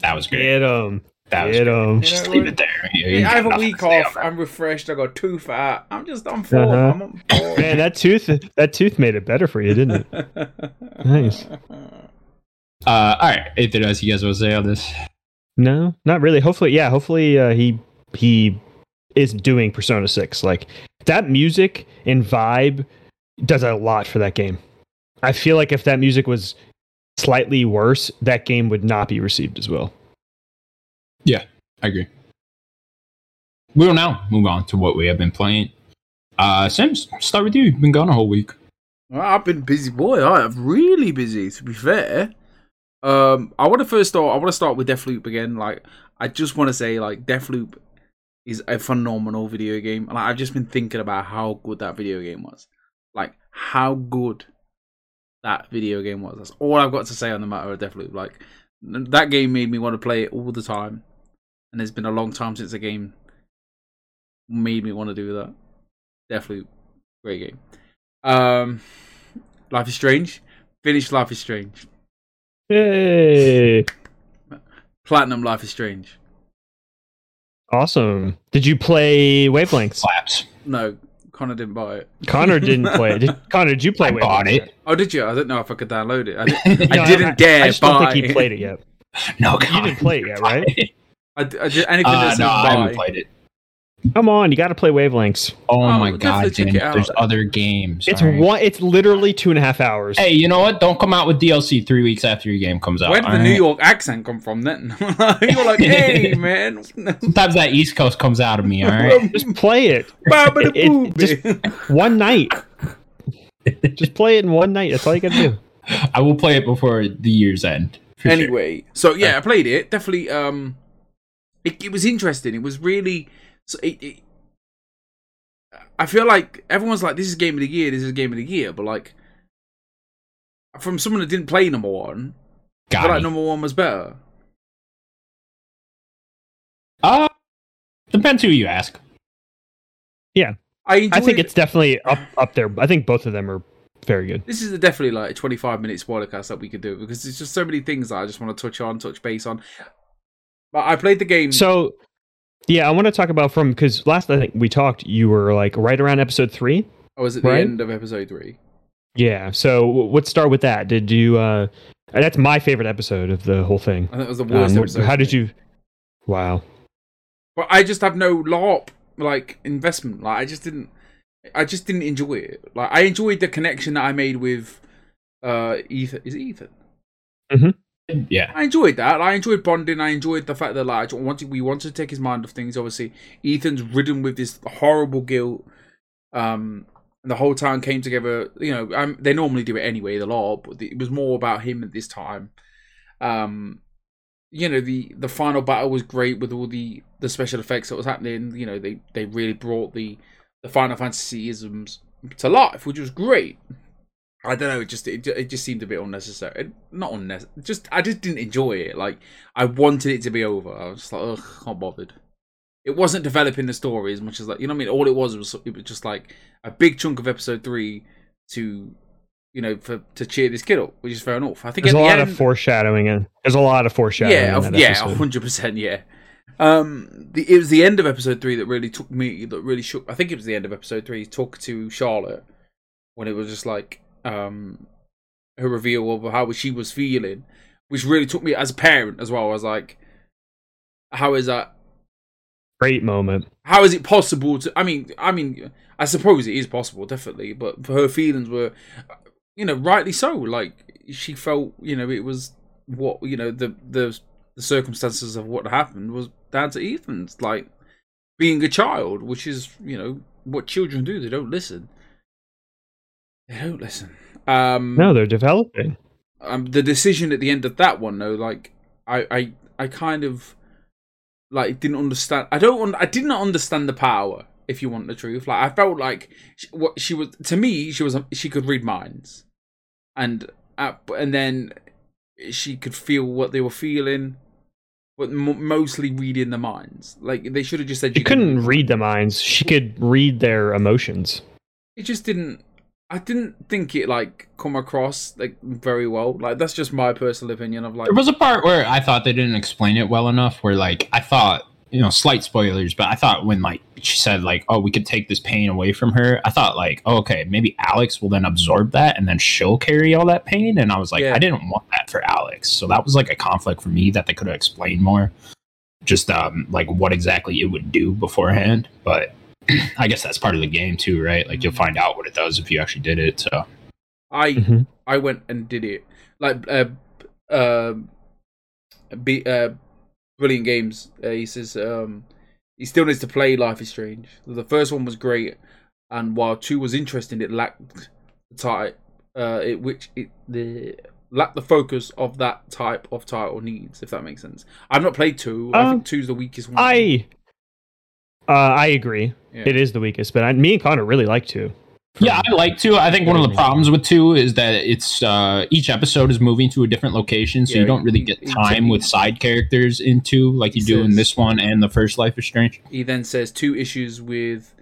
A: That was great.
B: Get him.
A: That was
B: Get
A: great.
B: him.
A: Just
C: Yeah,
A: leave
C: what-
A: it there. You- you
C: Hey, I
A: got
C: have a
A: nothing
C: week
A: to say
C: off.
A: on
C: I'm refreshed. I got too fat. I'm just on form.
B: Uh-huh.
C: I'm on form.
B: Man, that tooth that tooth made it better for you, didn't it? Nice.
A: that. Uh, all right, anything else you guys want to say on this?
B: No, not really. Hopefully, yeah. Hopefully, uh, he he is doing Persona Six. Like that music and vibe does a lot for that game. I feel like if that music was slightly worse, that game would not be received as well.
A: I agree. We will now move on to what we have been playing. Uh, Sims, start with you. You've been gone a whole week.
C: Well, I've been busy, boy. I have really busy. To be fair, um, I want to first start. I want to start with Deathloop again. Like, I just want to say, like, Deathloop is a phenomenal video game, and I've just been thinking about how good that video game was. Like, how good that video game was. That's all I've got to say on the matter of Deathloop. Like, n- that game made me want to play it all the time, and it's been a long time since a game made me want to do that. Deathloop, great game. Um, Life is Strange. Finished Life is Strange.
B: Yay!
C: Platinum Life is Strange.
B: Awesome. Did you play Wavelengths?
A: Slaps.
C: No, Connor didn't buy it.
B: Connor didn't play. it. Did, Connor, did you play?
A: I
B: Wavelengths?
A: bought it.
C: Oh, did you? I don't know if I could download it. I, did,
B: No,
C: I didn't dare
B: I just
C: buy
B: don't think he played it yet.
A: No,
B: You didn't play it yet, right?
C: I d- I did- anything
A: Uh,
C: that's
A: no, I haven't
C: buy.
A: played it.
B: Come on, you got to play Wavelengths.
A: Oh,
C: Oh,
A: my
C: definitely
A: god,
C: check
A: James.
C: it out.
A: There's other games.
B: It's
A: all right?
B: one. It's literally two and a half hours.
A: Hey, you know what? Don't come out with DLC three weeks after your game comes out.
C: Where did
A: all
C: the New
A: right?
C: York accent come from then? You're like, hey, man.
A: Sometimes that East Coast comes out of me. All right.
B: Just play it.
C: Baba the
B: It- it just-
C: booby.
B: one night. Just play it in one night. That's all you gotta do.
A: I will play it before the year's end. for sure.
C: anyway so
B: Uh.
C: yeah i played it definitely um it, it was interesting it was really so it, it i feel like everyone's like this is game of the year this is game of the year but like from someone that didn't play number one i
A: Got
C: feel like
A: me.
C: number one was better
A: Uh, depends who you ask.
C: i enjoyed
B: I think it's definitely up up there. I think both of them are very good.
C: this is definitely like a 25 minute spoiler cast that we could do because there's just so many things that i just want to touch on touch base on but i played the game
B: So, yeah, I want to talk about from because last I think we talked, you were like right around episode three.
C: i was at the
B: right?
C: end of episode three
B: Yeah. So w- let's start with that. Did you? uh That's my favorite episode of the whole thing.
C: i think it was the
B: Um,
C: worst
B: wh-
C: episode
B: how
C: for me.
B: did you? Wow.
C: but I just have no LARP like investment. Like I just didn't, I just didn't enjoy it. Like I enjoyed the connection that I made with uh Ethan. Is it Ethan?
B: Mhm.
A: Yeah.
C: I enjoyed that. I enjoyed bonding. I enjoyed the fact that like I wanted, we wanted to take his mind off things. Obviously, Ethan's ridden with this horrible guilt. Um, and the whole town came together. You know, um, they normally do it anyway, the law, but it was more about him at this time. Um, you know, the the final battle was great with all the the special effects that was happening. You know, they they really brought the the Final Fantasyisms to life, which was great. I don't know. It just it, ju- it just seemed a bit unnecessary. It- Not unnecessary. Just I just didn't enjoy it. Like I wanted it to be over. I was just like, ugh, can't bothered. It wasn't developing the story as much as like you know what I mean. All it was was it was just like a big chunk of episode three to you know for to cheer this kid up, which is fair enough. I think
B: There's
C: at
B: a
C: the
B: lot
C: end,
B: of foreshadowing in. There's a lot of foreshadowing.
C: yeah,
B: in
C: of-
B: that
C: yeah,
B: episode.
C: hundred percent, yeah. Um, the, it was the end of episode three that really took me, that really shook. I think it was the end of episode three. Talk to Charlotte when it was just like um her reveal of how she was feeling, which really took me as a parent as well. I was like, how is that?
B: Great moment.
C: how is it possible to i mean i mean i suppose it is possible definitely but her feelings were you know rightly so like she felt you know it was what you know the the, the circumstances of what happened was down to ethan's like being a child which is you know what children do they don't listen they don't listen um
B: No, they're developing.
C: um, the decision at the end of that one though like i i i kind of like didn't understand i don't un- i did not understand the power if you want the truth like i felt like she, what she was to me she was she could read minds and uh, and then she could feel what they were feeling but m- mostly reading the minds like they should have just said
B: She
C: you can-
B: couldn't read the minds. She could read their emotions.
C: it just didn't i didn't think it like come across like very well like that's just my personal opinion of like
A: There was a part where I thought they didn't explain it well enough. Where like I thought, you know, slight spoilers, but I thought when like she said like, "Oh, we could take this pain away from her," I thought like, oh, "Okay, maybe Alex will then absorb that, and then she'll carry all that pain." And I was like,
C: Yeah.
A: I didn't want that for Alex, so that was like a conflict for me that they could have explained more, just um like what exactly it would do beforehand. But I guess that's part of the game too, right? Like you'll find out what it does if you actually did it. So
C: i
A: Mm-hmm.
B: Mhm.
C: I went and did it. Like uh, uh, be, uh brilliant games. Uh, he says um, he still needs to play Life is Strange. The first one was great, and while two was interesting, it lacked the type. Uh, it which it the lacked the focus of that type of title needs. If that makes sense. I've not played two. I
B: Um,
C: think two's the weakest one.
B: I, uh, I agree.
C: Yeah.
B: It is the weakest, but I, me and Connor really like to.
A: Yeah, I like two. I think one of the problems with two is that it's uh, each episode is moving to a different location, so
C: Yeah,
A: you don't really get
C: each-
A: time with side characters in two like you do in
C: Says-
A: this one and the first Life is Strange.
C: he then says two issues with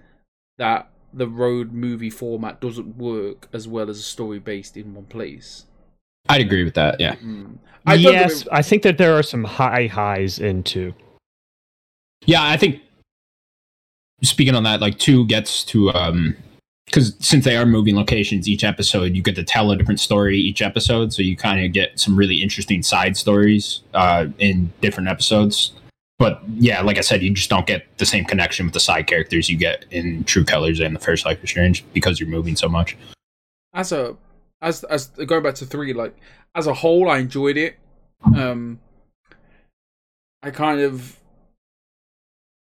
C: that the road movie format doesn't work as well as a story based in one place.
A: I'd agree with that. Yeah,
C: Mm. I don't
B: yes, I think that there are some high highs in two.
A: yeah. I think speaking on that, like two gets to um because since they are moving locations each episode, you get to tell a different story each episode, so you kind of get some really interesting side stories uh, in different episodes. But yeah, like I said, you just don't get the same connection with the side characters you get in True Colors and the first Life is Strange because you're moving so much.
C: as a as as going back to three like as a whole i enjoyed it um i kind of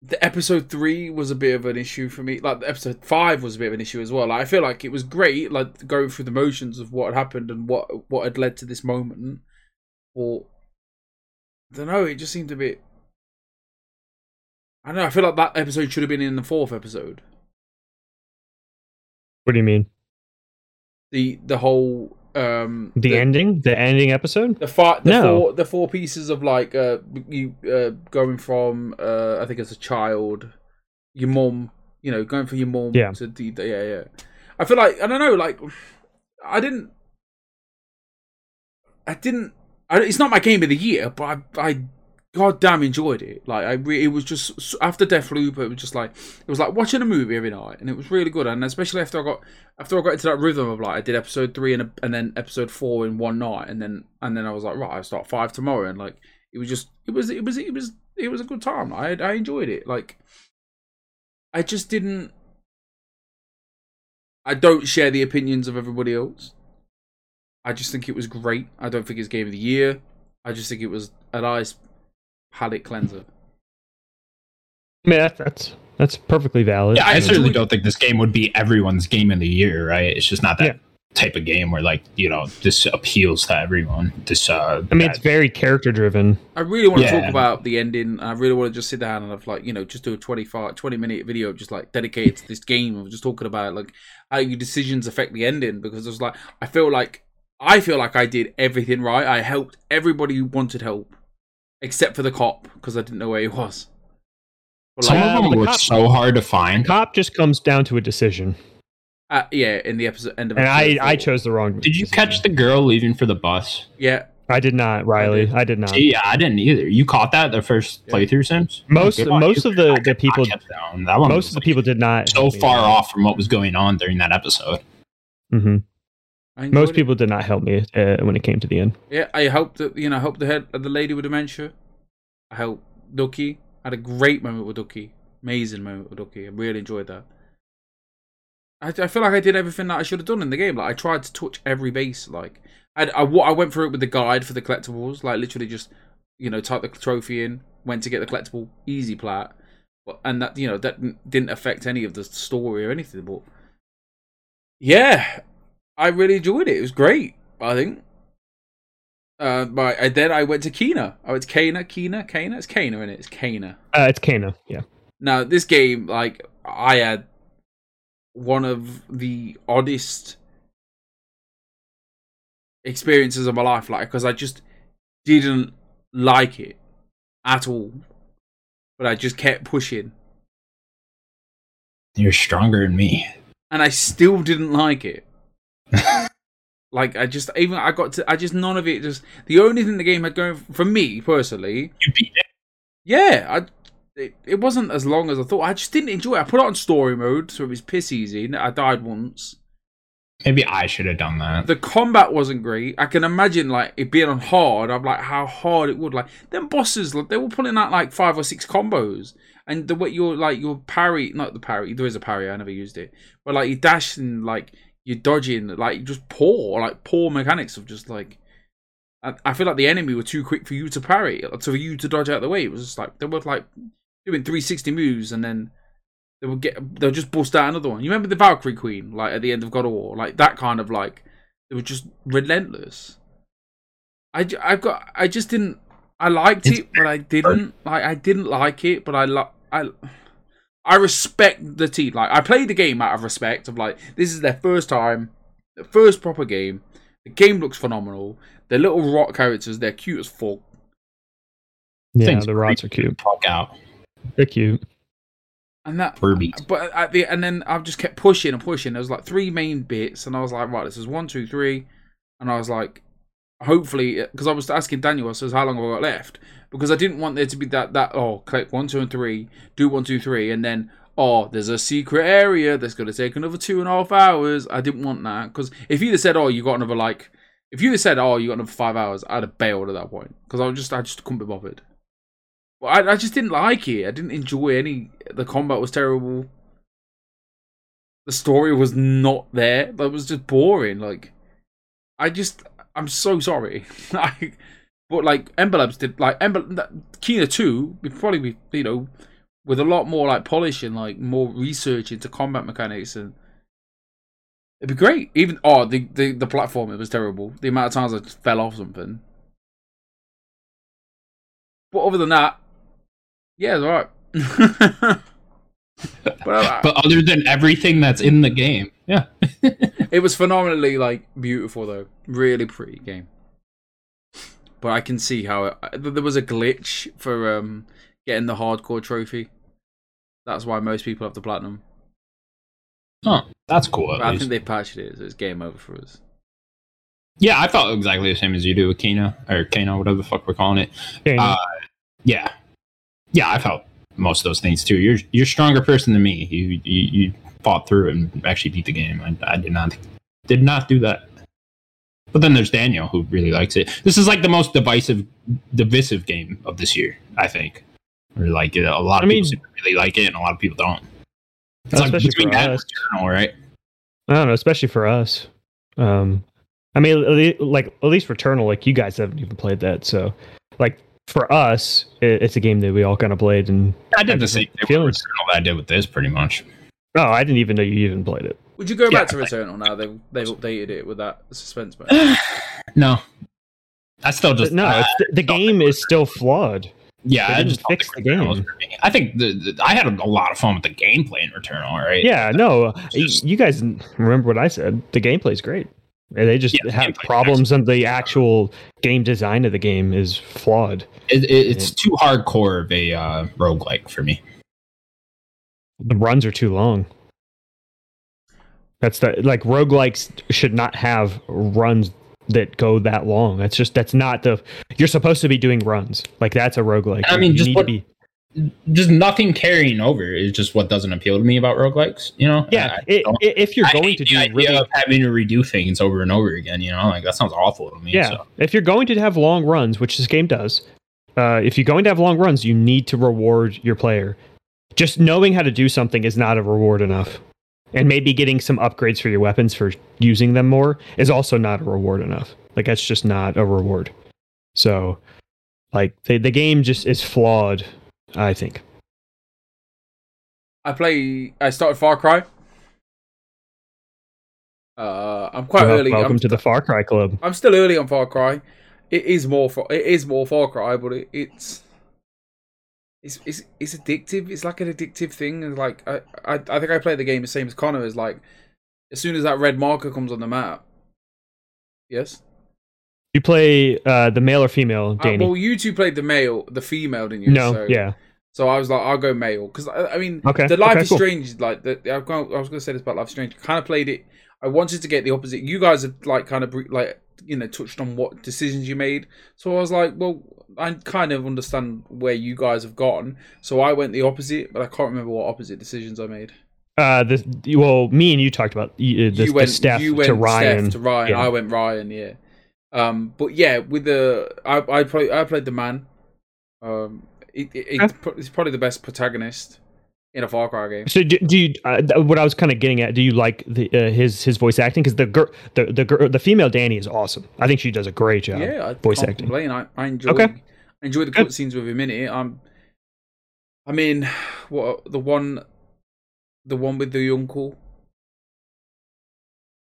C: the episode three was a bit of an issue for me like the episode five was a bit of an issue as well like, i feel like it was great like going through the motions of what had happened and what what had led to this moment or i don't know it just seemed a bit i don't know i feel like that episode should have been in the fourth episode
B: What do you mean?
C: the the whole um
B: The, ending? The ending episode?
C: The five, the
B: No.
C: four, the four pieces of like uh, you uh, going from uh, I think as a child, your mum, you know, going from your mum
B: Yeah.
C: to the, the- yeah, yeah. I feel like I don't know, like I didn't, I didn't. I, it's not my game of the year, but I, I goddamn enjoyed it. Like I, re- it was just s- after Deathloop, it was just like it was like watching a movie every night, and it was really good. And especially after I got after I got into that rhythm of like I did episode three and a, and then episode four in one night, and then and then I was like right, I will start five tomorrow, and like it was just it was it was it was it was a good time. I I enjoyed it. Like I just didn't. I don't share the opinions of everybody else. I just think it was great. I don't think it's game of the year. I just think it was a nice palate cleanser.
B: I mean, that, that's that's perfectly valid.
A: Yeah, I
B: mean,
A: certainly don't think this game would be everyone's game of the year, right? It's just not that
B: Yeah.
A: type of game where like you know this appeals to everyone. This, uh,
B: I mean,
A: that-
B: it's very character driven.
C: I really want to
A: Yeah.
C: talk about the ending. I really want to just sit down and have like you know just do a 25, 20 minute video just like dedicated to this game of just talking about like how your decisions affect the ending because it's like I feel like I feel like I did everything right. I helped everybody who wanted help except for the cop because I didn't know where he was. But
A: some
C: like,
B: Uh,
A: of them
B: the
A: were
B: cop-
A: so hard to find.
B: Cop just comes down to a decision,
C: uh, yeah, in the episode end of
B: and I
C: episode
B: I
C: four.
B: chose the wrong.
A: Did you
B: decision.
A: catch the girl leaving for the bus?
C: yeah
B: I did not, Riley. I did not.
A: yeah, I didn't either. You caught that the first
C: Yeah.
A: playthrough, Sims.
B: Most
A: Good on
B: most
A: you.
B: of the
A: I
B: the
A: kept- I
B: people
A: kept that one. That one
B: most of
A: was,
B: the
A: like,
B: people did not
A: so far off from what was going on during that episode.
B: hmm
C: I enjoyed
B: Most
C: it.
B: people did not help me uh, when it came to the end.
C: Yeah, I helped the you know I helped the head the lady with dementia. I helped Ducky. I had a great moment with Ducky. Amazing moment with Ducky. I really enjoyed that. I, I feel like I did everything that I should have done in the game. Like I tried to touch every base. Like I I, wa- I went through it with the guide for the collectibles. Like literally just you know type the trophy in, went to get the collectible, easy plat. But, and that you know that didn't- didn't affect any of the story or anything. But yeah, I really enjoyed it. It was great. I think. Uh, but I, then I went to Kena. Oh, it's Kena, Kena, Kena. It's Kena, is it? It's Kena.
B: Uh, it's Kana. Yeah.
C: Now this game, like I had one of the oddest experiences of my life, like because I just didn't like it at all, but I just kept pushing,
A: You're stronger than me.
C: and I still didn't like it. like I just even I got to I just none of it. Just the only thing the game had going for me personally
A: You beat it.
C: Yeah, I it, it wasn't as long as I thought. I just didn't enjoy it. I put it on story mode, so it was piss easy. I died once.
A: Maybe I should have done that.
C: The combat wasn't great. I can imagine like it being on hard. I'm like how hard it would like. Them bosses, like, they were pulling out like five or six combos, and the way you're like your parry, not the parry. There is a parry. I never used it, but like you dash and like you're dodging, like just poor, like poor mechanics of just like. I, I feel like the enemy were too quick for you to parry, like, for you to dodge out of the way. It was just like they were like doing 360 moves and then they would get they'll just bust out another one. You remember the Valkyrie Queen, like at the end of God of War, like that kind of like they were just relentless. I ju- I've got I just didn't I liked
A: It's
C: it, but I didn't like I didn't like it, but I like I. I respect the team. Like I played the game out of respect of like this is their first time, the first proper game. The game looks phenomenal. The little rock characters, they're cute as fuck.
B: Yeah.
A: Thing's
B: the rods are cute.
A: Fuck out,
B: They're cute.
C: And that
A: Furby.
C: But at the and then I just kept pushing and pushing. There was like three main bits, and I was like, right, this is one, two, three, and I was like, hopefully, because I was asking Daniel, I says, how long have I got left? Because I didn't want there to be that that oh, click one, two, and three, do one, two, three, and then oh, there's a secret area that's going to take another two and a half hours. I didn't want that because if you'd have said, oh, you got another like, if you'd have said, oh, you got another five hours, I'd have bailed at that point because I was just I just couldn't be bothered. Well, I, I just didn't like it. I didn't enjoy any. The combat was terrible. The story was not there. That was just boring. Like, I just, I'm so sorry. like, but like Ember Labs did, like Ember that- Kena Two, would probably be, you know, with a lot more like polish and like more research into combat mechanics and. It'd be great. Even oh the, the the platform it was terrible. The amount of times I just fell off something. But other than that, yeah, it's alright. but, uh,
A: But other than everything that's in the game, yeah.
C: it was phenomenally like beautiful though, really pretty game. But I can see how it, uh, there was a glitch for um getting the hardcore trophy. That's why most people have the platinum.
A: Huh. That's cool.
C: But
A: At
C: I
A: least.
C: think they patched it, so it's game over for us.
A: Yeah, I felt exactly the same as you do with Kena or Kano, whatever the fuck we're calling it.
B: Okay.
A: Uh, Yeah, yeah, I felt most of those things too. You're you're a stronger person than me. You you, you fought through it and actually beat the game. I, I did not did not do that. But then there's Daniel who really likes it. This is like the most divisive divisive game of this year, I think. Or like a lot of
B: I mean-
A: people seem to really like it and a lot of people don't. It's like
B: especially
A: between
B: for
A: that and
B: us.
A: Returnal, right?
B: I don't know. Especially for us. Um, I mean, at lea- like at least Returnal, like you guys haven't even played that, so like for us, it, it's a game that we all kind of played. And
A: I did the same thing with
B: Feelings.
A: Returnal that I did with this, pretty much.
B: oh, I didn't even know you even played it.
C: Would you go back to
A: Yeah,
C: Returnal now? They've they've updated it with that suspense mode.
A: no, I still just
B: no,
A: I-
B: it's, the, the game is still flawed.
A: yeah,
B: they
A: I
B: didn't
A: just don't
B: fix
A: think
B: the
A: Returnal
B: game.
A: was for me. I think the, the- I had a lot of fun with the gameplay in Returnal. All right,
B: Yeah, no,
A: just-
B: you guys remember what I said. The gameplay's great. And They just
A: Yeah, the
B: have
A: gameplay's
B: problems, and the actual game design of the game is flawed.
A: it, it, it's too hardcore of a uh, roguelike for me.
B: The runs are too long. That's the like roguelikes should not have runs that go that long. That's just that's not the you're supposed to be doing runs. Like that's a roguelike.
A: I
B: You-
A: mean,
B: you
A: just
B: need
A: what-
B: to be
A: Just nothing carrying over is just what doesn't appeal to me about roguelikes. You know,
B: Yeah,
A: I-
B: i i
A: don't-
B: if you're
A: I
B: going
A: hate
B: to
A: the
B: do
A: idea
B: really
A: of having to redo things over and over again. You know, like that sounds awful to me.
B: Yeah.
A: so.
B: If you're going to have long runs, which this game does, uh, if you're going to have long runs, you need to reward your player. Just knowing how to do something is not a reward enough. And maybe getting some upgrades for your weapons for using them more is also not a reward enough. Like, that's just not a reward. So, like, the, the game just is flawed, I think.
C: I play. I started Far Cry. Uh, I'm quite
B: Well,
C: early.
B: welcome
C: I'm,
B: to the Far Cry Club.
C: I'm still early on Far Cry. It is more. Far, it is more Far Cry, but it, it's it's it's it's addictive. It's like an addictive thing. And like I, I I think I played the game the same as Connor. Is like as soon as that red marker comes on the map. Yes.
B: You play uh, the male or female,
C: Uh,
B: Danny?
C: well, you two played the male, the female, didn't you?
B: no,
C: So-
B: yeah.
C: So I was like, I'll go male because I, I mean,
B: Okay,
C: the Life
B: okay,
C: is
B: cool.
C: Strange. Like the, I've got, I was going to say this about Life is Strange. Kind of played it. I wanted to get the opposite. You guys have like kind of br- like you know touched on what decisions you made. So I was like, well, I kind of understand where you guys have gotten. So I went the opposite, but I can't remember what opposite decisions I made.
B: Uh, the, well, me and you talked about uh, the, the
C: you went
B: Steph
C: you went
B: to Ryan.
C: Steph to Ryan.
B: yeah.
C: I went Ryan. Yeah. Um, but yeah, with the I I play, I played the man. Um, it, it, it's, pro- it's probably the best protagonist in a Far Cry game.
B: So do, do you? Uh, th- what I was kind of getting at? Do you like the, uh, his his voice acting? Because the girl, the the girl, the female Danny is awesome. I think she does a great job.
C: yeah, I
B: voice
C: can't
B: acting.
C: complain. I, I enjoy.
B: Okay.
C: I enjoy the
B: Good.
C: cutscenes with him in it. Um, I mean, what the one, the one with the uncle,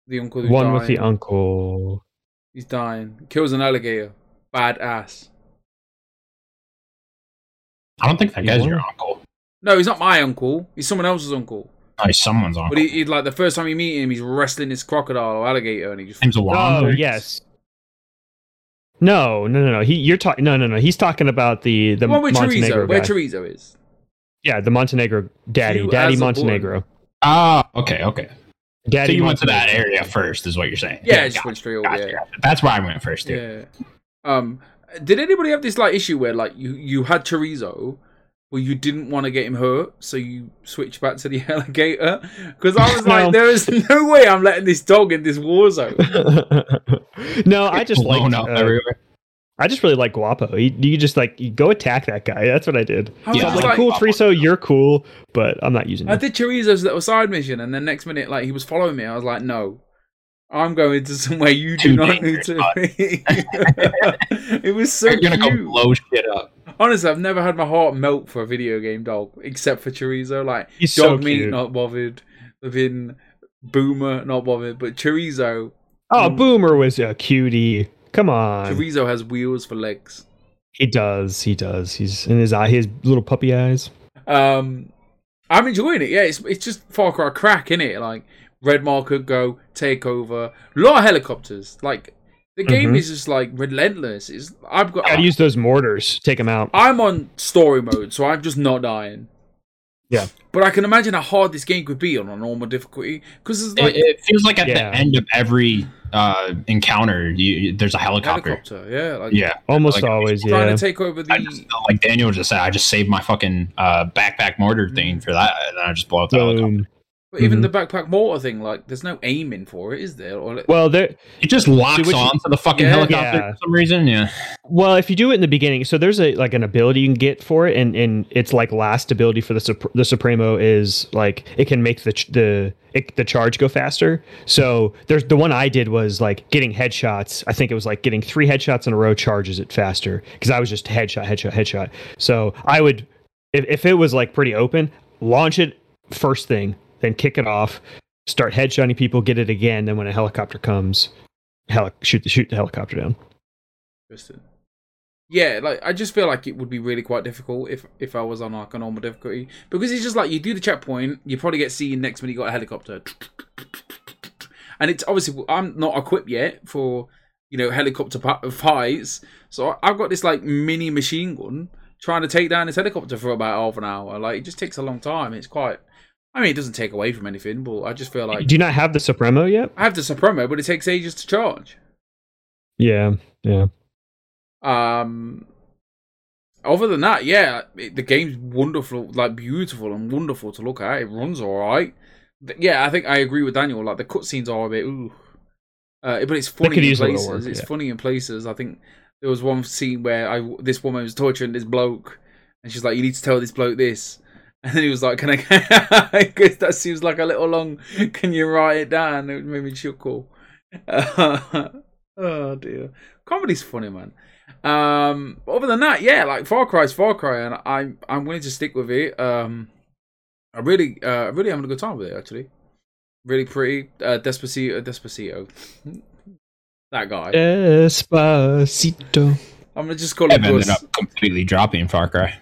C: the uncle who's
B: One
C: dying.
B: with the uncle.
C: He's dying. Kills an alligator. Badass.
A: I don't think that
B: You
A: guy's
B: were?
A: your uncle.
C: No, he's not my uncle. He's someone else's uncle.
A: Oh, he's someone's uncle.
C: But he, he like the first time you meet him, he's wrestling this crocodile or alligator, and he just
A: Name's Alon,
B: Oh
A: right?
B: yes. No, no, no, no. He, you're talking. No, no, no. He's talking about the the
C: one with
B: Montenegro
C: Chorizo,
B: guy.
C: where Chorizo is.
B: yeah, the Montenegro daddy,
C: You
B: daddy
C: as a boy.
B: Montenegro,
A: Oh, okay, okay.
B: daddy.
A: so you went to that
B: Montenegro.
A: area first, is what you're saying?
C: Yeah, it's
A: gotcha,
C: switched real.
A: gotcha,
C: yeah.
A: gotcha. That's where I went first, too.
C: Yeah. Um. Did anybody have this like issue where like you you had chorizo, but you didn't want to get him hurt, so you switched back to the alligator? Because I was like,
B: No.
C: there is no way I'm letting this dog in this war zone.
B: no, I just
A: Blown
B: like.
A: up
B: Uh,
A: everywhere.
B: I just really like Guapo. You, you just like you go attack that guy. That's what I did.
C: I was
A: Yeah.
B: So I'm
C: just
B: like,
C: like,
B: cool,
A: Guapo.
B: Triso, you're cool, but I'm not using
C: I
B: it.
C: did chorizo's little side mission, and then next minute, like he was following me. I was like, no. I'm going to somewhere you
A: Too
C: do not need
A: dangerous,
C: to
A: bud.
C: be. it was so
A: You're gonna
C: cute.
A: go blow shit up.
C: Honestly, I've never had my heart melt for a video game dog, except for chorizo. Like
B: He's so
C: Dog meat,
B: cute.
C: not bothered. Within Boomer, not bothered. But Chorizo,
B: Oh, Boomer was a cutie. Come on,
C: Chorizo has wheels for legs.
B: he does. He does. He's in his eye. His little puppy eyes.
C: Um, I'm enjoying it. Yeah, it's it's just Far Cry crack, in it? Like red marker, go take over. Lot of helicopters. Like the game
A: Mm-hmm.
B: Mhm.
C: is just like relentless. It's I've got.
B: Gotta use those mortars. Take him out.
C: I'm on story mode, so I'm just not dying.
B: Yeah.
C: But I can imagine how hard this game could be on a normal difficulty because it's like
A: It, it feels like at
B: Yeah.
A: the end of every uh, encounter, you, you- there's a helicopter.
C: helicopter. Yeah, like
A: Yeah,
B: Almost
A: like,
B: always.
C: trying
B: Yeah.
C: to take over
A: I
C: the
A: just like Daniel just said, I just saved my fucking uh, backpack mortar thing for that, and I just blow up the helicopter.
B: Boom.
C: But even the backpack mortar thing, like, there's no aiming for it, is there? Or like,
B: Well, there.
A: It just locks
B: Dude, which-
A: on to the fucking
C: Yeah.
A: helicopter
B: Yeah.
A: for some reason. Yeah.
B: Well, if you do it in the beginning, so there's a like an ability you can get for it, and and it's like last ability for the Sup- the Supremo is like it can make the ch- the it, the charge go faster. So there's the one I did was like getting headshots. I think it was like getting three headshots in a row charges it faster because I was just headshot, headshot, headshot. So I would if if it was like pretty open, launch it first thing, then kick it off, start headshotting people, get it again, then when a helicopter comes, heli- shoot the shoot the helicopter down.
C: Interesting. Yeah, like I just feel like it would be really quite difficult if if I was on like a normal difficulty because it's just like you do the checkpoint, you probably get seen next minute you got a helicopter, and it's obviously I'm not equipped yet for you know helicopter pa- fights, so I- I've got this like mini machine gun trying to take down this helicopter for about half an hour. Like it just takes a long time. It's quite. I mean, it doesn't take away from anything, but I just feel like
B: Do you not have the Supremo yet?
C: I have the Supremo, but it takes ages to charge.
B: Yeah, yeah.
C: Um, other than that, yeah, it, the game's wonderful, like beautiful and wonderful to look at. It runs all right. Th- Yeah, I think I agree with Daniel. Like the cutscenes are a bit ooh, uh, but it's funny
B: could
C: in
B: use a little
C: places.
B: work,
C: it's
B: yeah.
C: funny in places. I think there was one scene where I this woman was torturing this bloke, and she's like, "You need to tell this bloke this." And then he was like, "Can I?" Because that seems like a little long. Can you write it down? It made me chuckle. oh dear, comedy's funny, man. Um, other than that, yeah, like Far Cry's Far Cry, and I'm I'm willing to stick with it. Um, I really, uh, I really having a good time with it actually. Really pretty, uh, Despacito, Despacito, that guy.
B: Despacito.
C: I'm gonna just call
A: I've
C: him
A: ended
C: Gus.
A: up completely dropping Far Cry.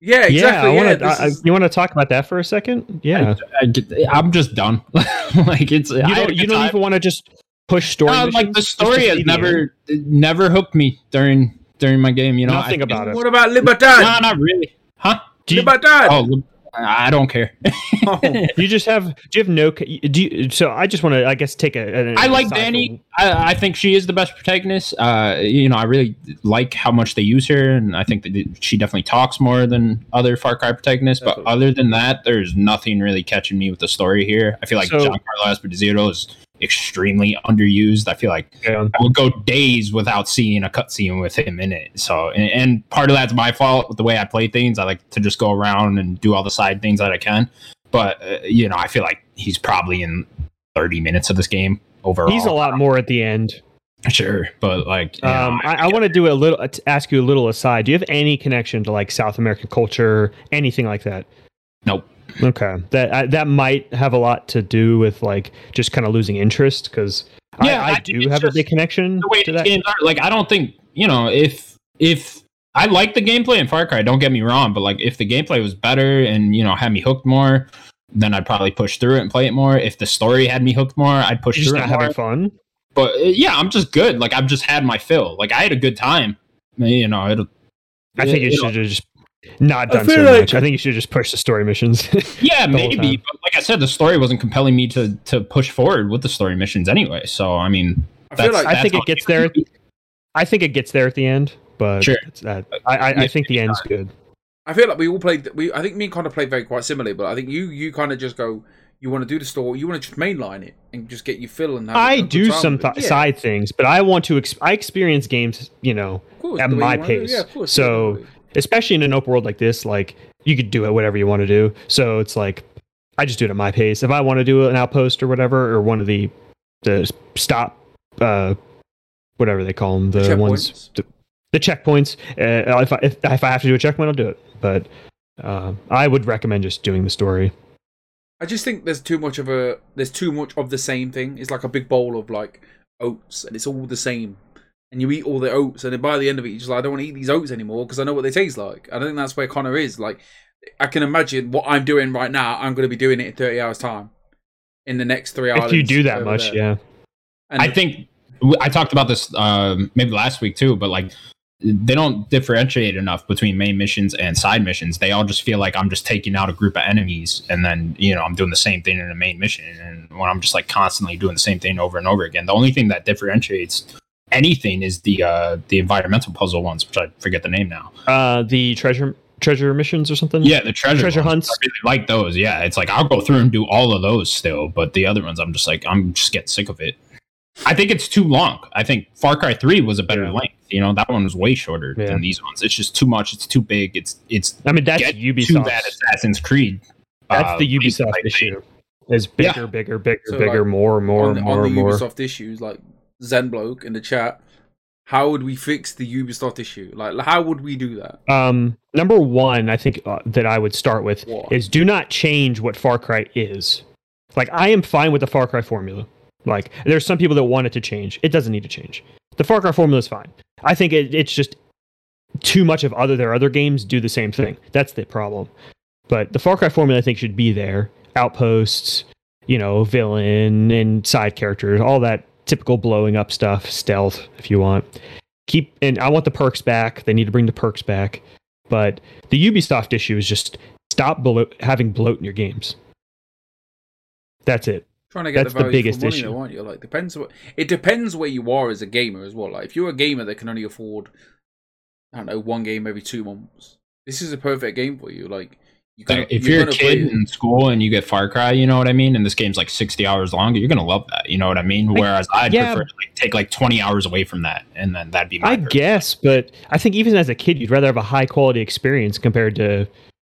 C: Yeah, exactly.
B: Yeah, I
C: Yeah,
B: wanna,
C: this
B: I- I-
C: is-
B: you want to talk about that for a second? Yeah.
A: I get- I'm just done. like it's
B: you don't. You don't even want to just push story.
A: No, like
B: missions?
A: the
B: Just to
A: story
B: see
A: has
B: the end?
A: never it never hooked me during during my game. You know,
B: Nothing
A: I-
B: about it.
C: what about
A: No,
C: Libertad?
A: not really. Huh?
B: Do you,
C: Libertad.
A: Oh, look, I don't care.
B: you just have. Do you have no? c- Do you, so I just want to. I guess take a. an-
A: I like
B: aside
A: Danny. I, I think she is the best protagonist. Uh, you know, I really like how much they use her, and I think that she definitely talks more than other Far Cry protagonists. But
C: Definitely.
A: other than that, there's nothing really catching me with the story here. I feel like
B: So-
A: John Carlos Esposito is extremely underused. I feel like
B: from-
A: I would go days without seeing a cutscene with him in it. So, and, and part of that's my fault with the way I play things. I like to just go around and do all the side things that I can. But uh, you know, I feel like he's probably in 30 minutes of this game overall.
B: He's a lot more at the end.
A: sure, but like, you know,
B: Um, I, I want to do a little. uh, t- Ask you a little aside. Do you have any connection to like South American culture, anything like that?
A: Nope.
B: Okay, that I, that might have a lot to do with like just kind of losing interest because
A: Yeah,
B: I,
A: I
B: I,
A: think
B: do
A: it's
B: have a
A: just
B: big connection
A: the way
B: to
A: these
B: that.
A: games are, like I don't think you know if if I like the gameplay in Far Cry. Don't get me wrong, but like if the gameplay was better and you know had me hooked more, then I'd probably push through it and play it more. If the story had me hooked more, I'd push
B: You're just
A: through it
B: not
A: more.
B: having fun.
A: but uh, yeah, I'm just good. Like I've just had my fill. Like I had a good time. You know, it'll,
B: I think
A: Yeah,
B: you
A: you
B: should have just not
C: I
B: done so
C: feel like-
B: much. I think you should just push the story missions.
A: yeah,
B: The whole
A: maybe.
B: time.
A: But like I said, the story wasn't compelling me to to push forward with the story missions anyway. So I mean,
C: I feel like
B: I think
A: how
B: it gets there. I think it gets there at the end, but
A: Sure.
B: it's, uh, I, I, I think the end's good.
C: I feel like we all played. We I think me and Connor played very quite similarly, but I think you you kind of just go. You want to do the store. You want to just mainline it and just get your fill and. Have a
B: I
C: good
B: do
C: time
B: some
C: with it.
B: th- side things, but I want to. Ex- I experience games, you know,
C: of course,
B: at
C: the way you
B: my
C: wanna do it.
B: pace.
C: Yeah, of course,
B: So-
C: definitely.
B: especially in an open world like this. Like you could do it whatever you want to do. So it's like I just do it at my pace. If I want to do an outpost or whatever, or one of the the stop, uh, whatever they call them, the, ones
C: checkpoints.
B: the checkpoints. Uh, if I if, if I have to do a checkpoint, I'll do it. But uh, I would recommend just doing the story.
C: I just think there's too much of a there's too much of the same thing. It's like a big bowl of like oats, and it's all the same. And you eat all the oats, and then by the end of it, you're just like, I don't want to eat these oats anymore because I know what they taste like. And I think that's where Connor is. Like, I can imagine what I'm doing right now. I'm going to be doing it in 30 hours time, in the next three hours.
B: if you do that much, yeah.
C: And
A: I think w- I talked about this um maybe last week too, but like they don't differentiate enough between main missions and side missions. They all just feel like I'm just taking out a group of enemies and then, you know, I'm doing the same thing in a main mission. And when I'm just like constantly doing the same thing over and over again, the only thing that differentiates anything is the uh the environmental puzzle ones, which I forget the name now.
B: Uh, the treasure treasure missions or something?
A: Yeah, the treasure,
B: Treasure
A: ones.
B: hunts.
A: I really like those. Yeah, it's like I'll go through and do all of those still, but the other ones I'm just like I'm just getting sick of it. I think it's too long. I think Far Cry Three was a better
B: Yeah.
A: length. You know, that one was way shorter
B: Yeah.
A: than these ones. It's just too much. It's too big. It's it's
B: I mean that's
A: get to
B: Ubisoft.
A: that Assassin's Creed.
B: That's the
A: uh,
B: Ubisoft
A: like,
B: issue. Is
A: Yeah.
B: bigger, bigger, bigger,
C: So,
B: bigger,
C: like,
B: more, more,
C: on the,
B: more,
C: on the
B: more.
C: Ubisoft issues, like Zen bloke in the chat. How would we fix the Ubisoft issue? Like, how would we do that?
B: Um, number one, I think uh, that I would start with
C: What?
B: is do not change what Far Cry is. Like I am fine with the Far Cry formula. Like there's some people that want it to change. It doesn't need to change. The Far Cry formula is fine. I think it, it's just too much of other their other games do the same thing. That's the problem. But the Far Cry formula I think should be there. Outposts, you know, villain and side characters, all that typical blowing up stuff, stealth if you want. Keep and I want the perks back. They need to bring the perks back. But the Ubisoft issue is just stop blo- having bloat in your games. That's it.
C: Trying to get
B: That's
C: the
B: the
C: value
B: biggest
C: for money,
B: issue.
C: though, aren't you? Like, depends what it depends where you are as a gamer as well. Like, if you're a gamer that can only afford, I don't know, one game every two months, this is a perfect game for you. Like, you
A: Like, if you're, a kid in school and you get Far Cry, you know what I mean, and this game's like 60 hours long, you're gonna love that. You know what I mean? Whereas I'd
B: yeah.
A: prefer to like, take like 20 hours away from that, and then that'd be my
B: I
A: perfect.
B: guess, but I think even as a kid, you'd rather have a high quality experience compared to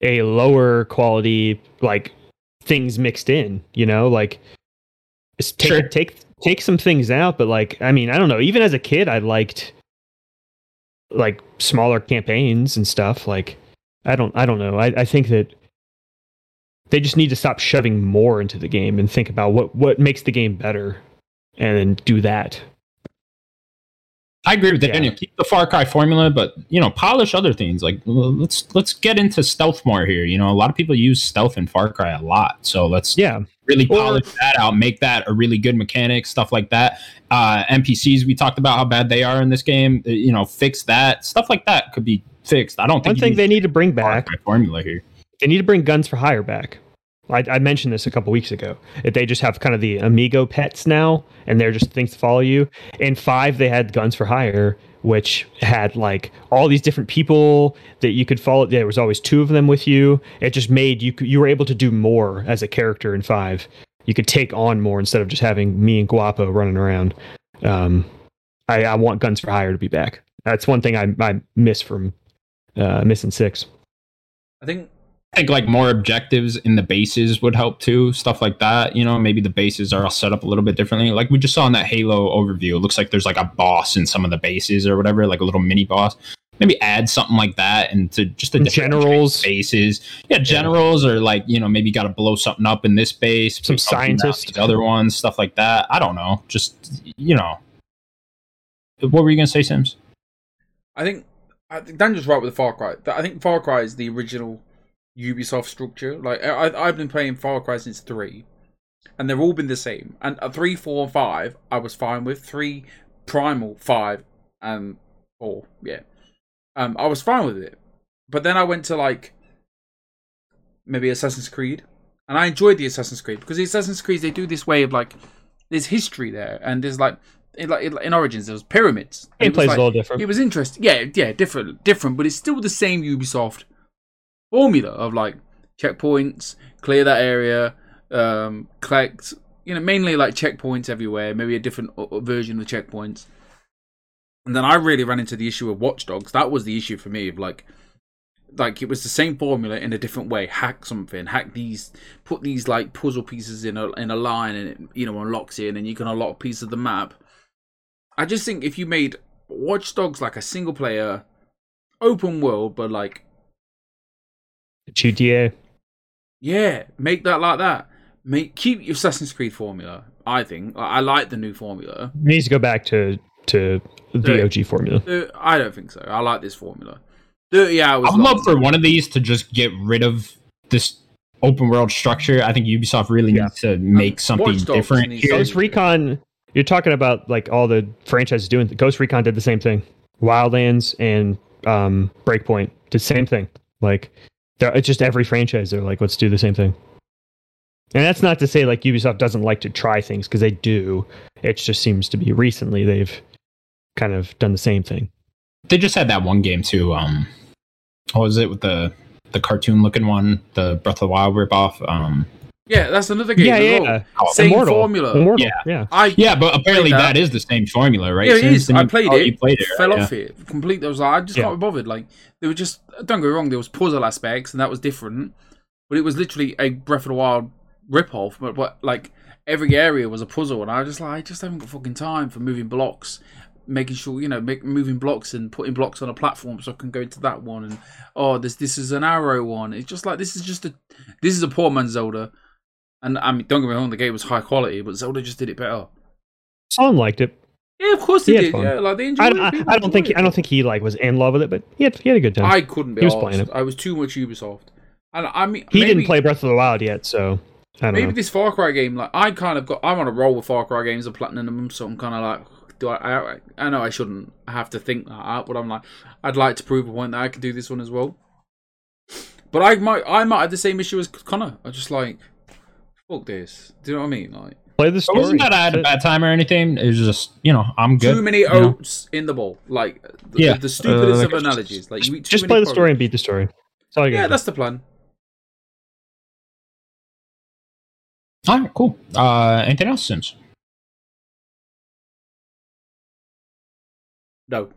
B: a lower quality, like things mixed in, you know, like just take,
A: Sure.
B: take, take some things out. But like, I mean, I don't know. Even as a kid, I liked like smaller campaigns and stuff. Like, I don't, I don't know. I, I think that they just need to stop shoving more into the game and think about what, what makes the game better and then do that.
A: I agree with
B: Yeah.
A: Daniel. Keep the Far Cry formula, but you know, polish other things. Like l- let's let's get into stealth more here. You know, a lot of people use stealth in Far Cry a lot, so let's
B: Yeah.
A: really
B: Or-
A: polish that out, make that a really good mechanic, stuff like that. Uh, NPCs, we talked about how bad they are in this game. Uh, You know, fix that stuff like that could be fixed. I don't think
B: One
A: you
B: thing
A: use
B: they need to bring
A: the Far
B: back,
A: Cry formula here.
B: they need to bring guns for hire back. I, I mentioned this a couple weeks ago. That they just have kind of the amigo pets now, and they're just things to follow you. In five, they had guns for hire, which had like all these different people that you could follow. There was always two of them with you. It just made you c- you were able to do more as a character in five. You could take on more instead of just having me and Guapo running around. Um, I, I want guns for hire to be back. That's one thing I, I miss from uh, missing six.
C: I think
A: I think like more objectives in the bases would help too, stuff like that. You know, maybe the bases are all set up a little bit differently. Like we just saw in that Halo overview, it looks like there's like a boss in some of the bases or whatever, like a little mini boss. Maybe add something like that and to just the
B: Generals.
A: bases. Yeah, generals or like you know maybe got to blow something up in this base.
B: Some
A: blow something down
B: scientist.
A: these other ones, stuff like that. I don't know. Just you know, what were you gonna say, Sims?
C: I think I think Daniel's right with the Far Cry. Th- I think Far Cry is the original Ubisoft structure. Like I, I- I've been playing Far Cry since three, and they've all been the same. And uh, three, four, and five, I was fine with. Three, Primal, five, um, and four. Yeah, um, I was fine with it. But then I went to like maybe Assassin's Creed, and I enjoyed the Assassin's Creed because the Assassin's Creed they do this way of like there's history there, and there's like in, like in Origins there was pyramids. And it was,
B: Gameplay's
C: like,
B: a little different.
C: it was interesting. Yeah, yeah, different, different, but it's still the same Ubisoft formula of like checkpoints, clear that area, um, collect. You know, mainly like checkpoints everywhere. Maybe a different o- o- version of checkpoints. And then I really ran into the issue of Watchdogs. That was the issue for me. Of like, like it was the same formula in a different way. Hack something, hack these, put these like puzzle pieces in a in a line, and it you know unlocks it, and then you can unlock a piece of the map. I just think if you made Watch Dogs like a single player, open world, but like
B: GTA.
C: yeah, make that like that. Make keep your Assassin's Creed formula. I think I, I like the new formula.
B: It needs to go back to to the
C: Right.
B: OG formula.
C: Uh, I don't think so. I like this formula. Thirty hours.
A: I'd love
C: long.
A: for one of these to just get rid of this open world structure. I think Ubisoft really
B: Yeah.
A: needs to make
C: Watch
A: something
C: Dogs
A: different
C: needs
A: here.
C: to-
B: Ghost Recon. You're talking about like all the franchises doing. Ghost Recon did the same thing. Wildlands and um, Breakpoint did the same thing. Like, they're, it's just every franchise. They're like, let's do the same thing. And that's not to say like Ubisoft doesn't like to try things because they do. It just seems to be recently they've kind of done the same thing.
A: They just had that one game too. Um, what was it with the the cartoon looking one, the Breath of the Wild ripoff? Um,
C: Yeah, that's another game.
B: yeah,
C: as
B: yeah,
C: well.
B: yeah.
C: Same
B: Oh, Immortal.
C: formula.
B: Immortal.
A: Yeah.
B: yeah.
C: I
A: yeah, but apparently
C: Played that.
A: that is the same formula, right?
C: Yeah, it
A: Since
C: is.
A: then
C: I
A: you-
C: played
A: oh,
C: it.
A: You played it.
C: fell
A: right?
C: off it completely. I was like, I just
B: Yeah.
C: can't be bothered. Like there were just don't get me wrong, there was puzzle aspects and that was different, but it was literally a Breath of the Wild ripoff. But but like every area was a puzzle, and I was just like, I just haven't got fucking time for moving blocks, making sure you know make, moving blocks and putting blocks on a platform so I can go to that one. And oh, this this is an arrow one. It's just like this is just a this is a poor man's Zelda. And I mean, don't get me wrong, the game was high quality, but Zelda just did it better.
B: Someone liked it.
C: Yeah, of course they
B: Yeah, it's
C: did.
B: fun.
C: Yeah, like they
B: I,
C: enjoyed
B: I,
C: it. People
B: I don't think
C: enjoyed
B: I
C: it.
B: don't think he like was in love with it, but he had, he had a good time.
C: I couldn't be
B: He was
C: arsed.
B: playing it.
C: I was too much Ubisoft, and I mean,
B: he
C: maybe,
B: didn't play Breath of the Wild yet, so I don't
C: Maybe
B: know.
C: this Far Cry game, like I kind of got, I'm on a roll with Far Cry games of platinum, so I'm kind of like, do I, I? I know I shouldn't have to think that out, but I'm like, I'd like to prove a point that I could do this one as well. But I might, I might have the same issue as Connor. I just like, fuck this. Do you know what I mean? Like
B: play the
A: It
B: story.
A: wasn't that
C: uh,
A: I had a
B: That's
A: bad time or anything. It was just you know I'm good.
C: too many
A: you know?
C: oats in the bowl. Like the,
A: Yeah.
C: the, stupidest
A: Uh,
C: of analogies. Like you eat
B: it.
C: too
B: Just
C: many
B: play the
C: porridge.
B: story and beat the story. That's all I
C: Yeah,
B: got.
C: that's the plan.
A: All right, cool. Uh, anything else, Sims?
C: No.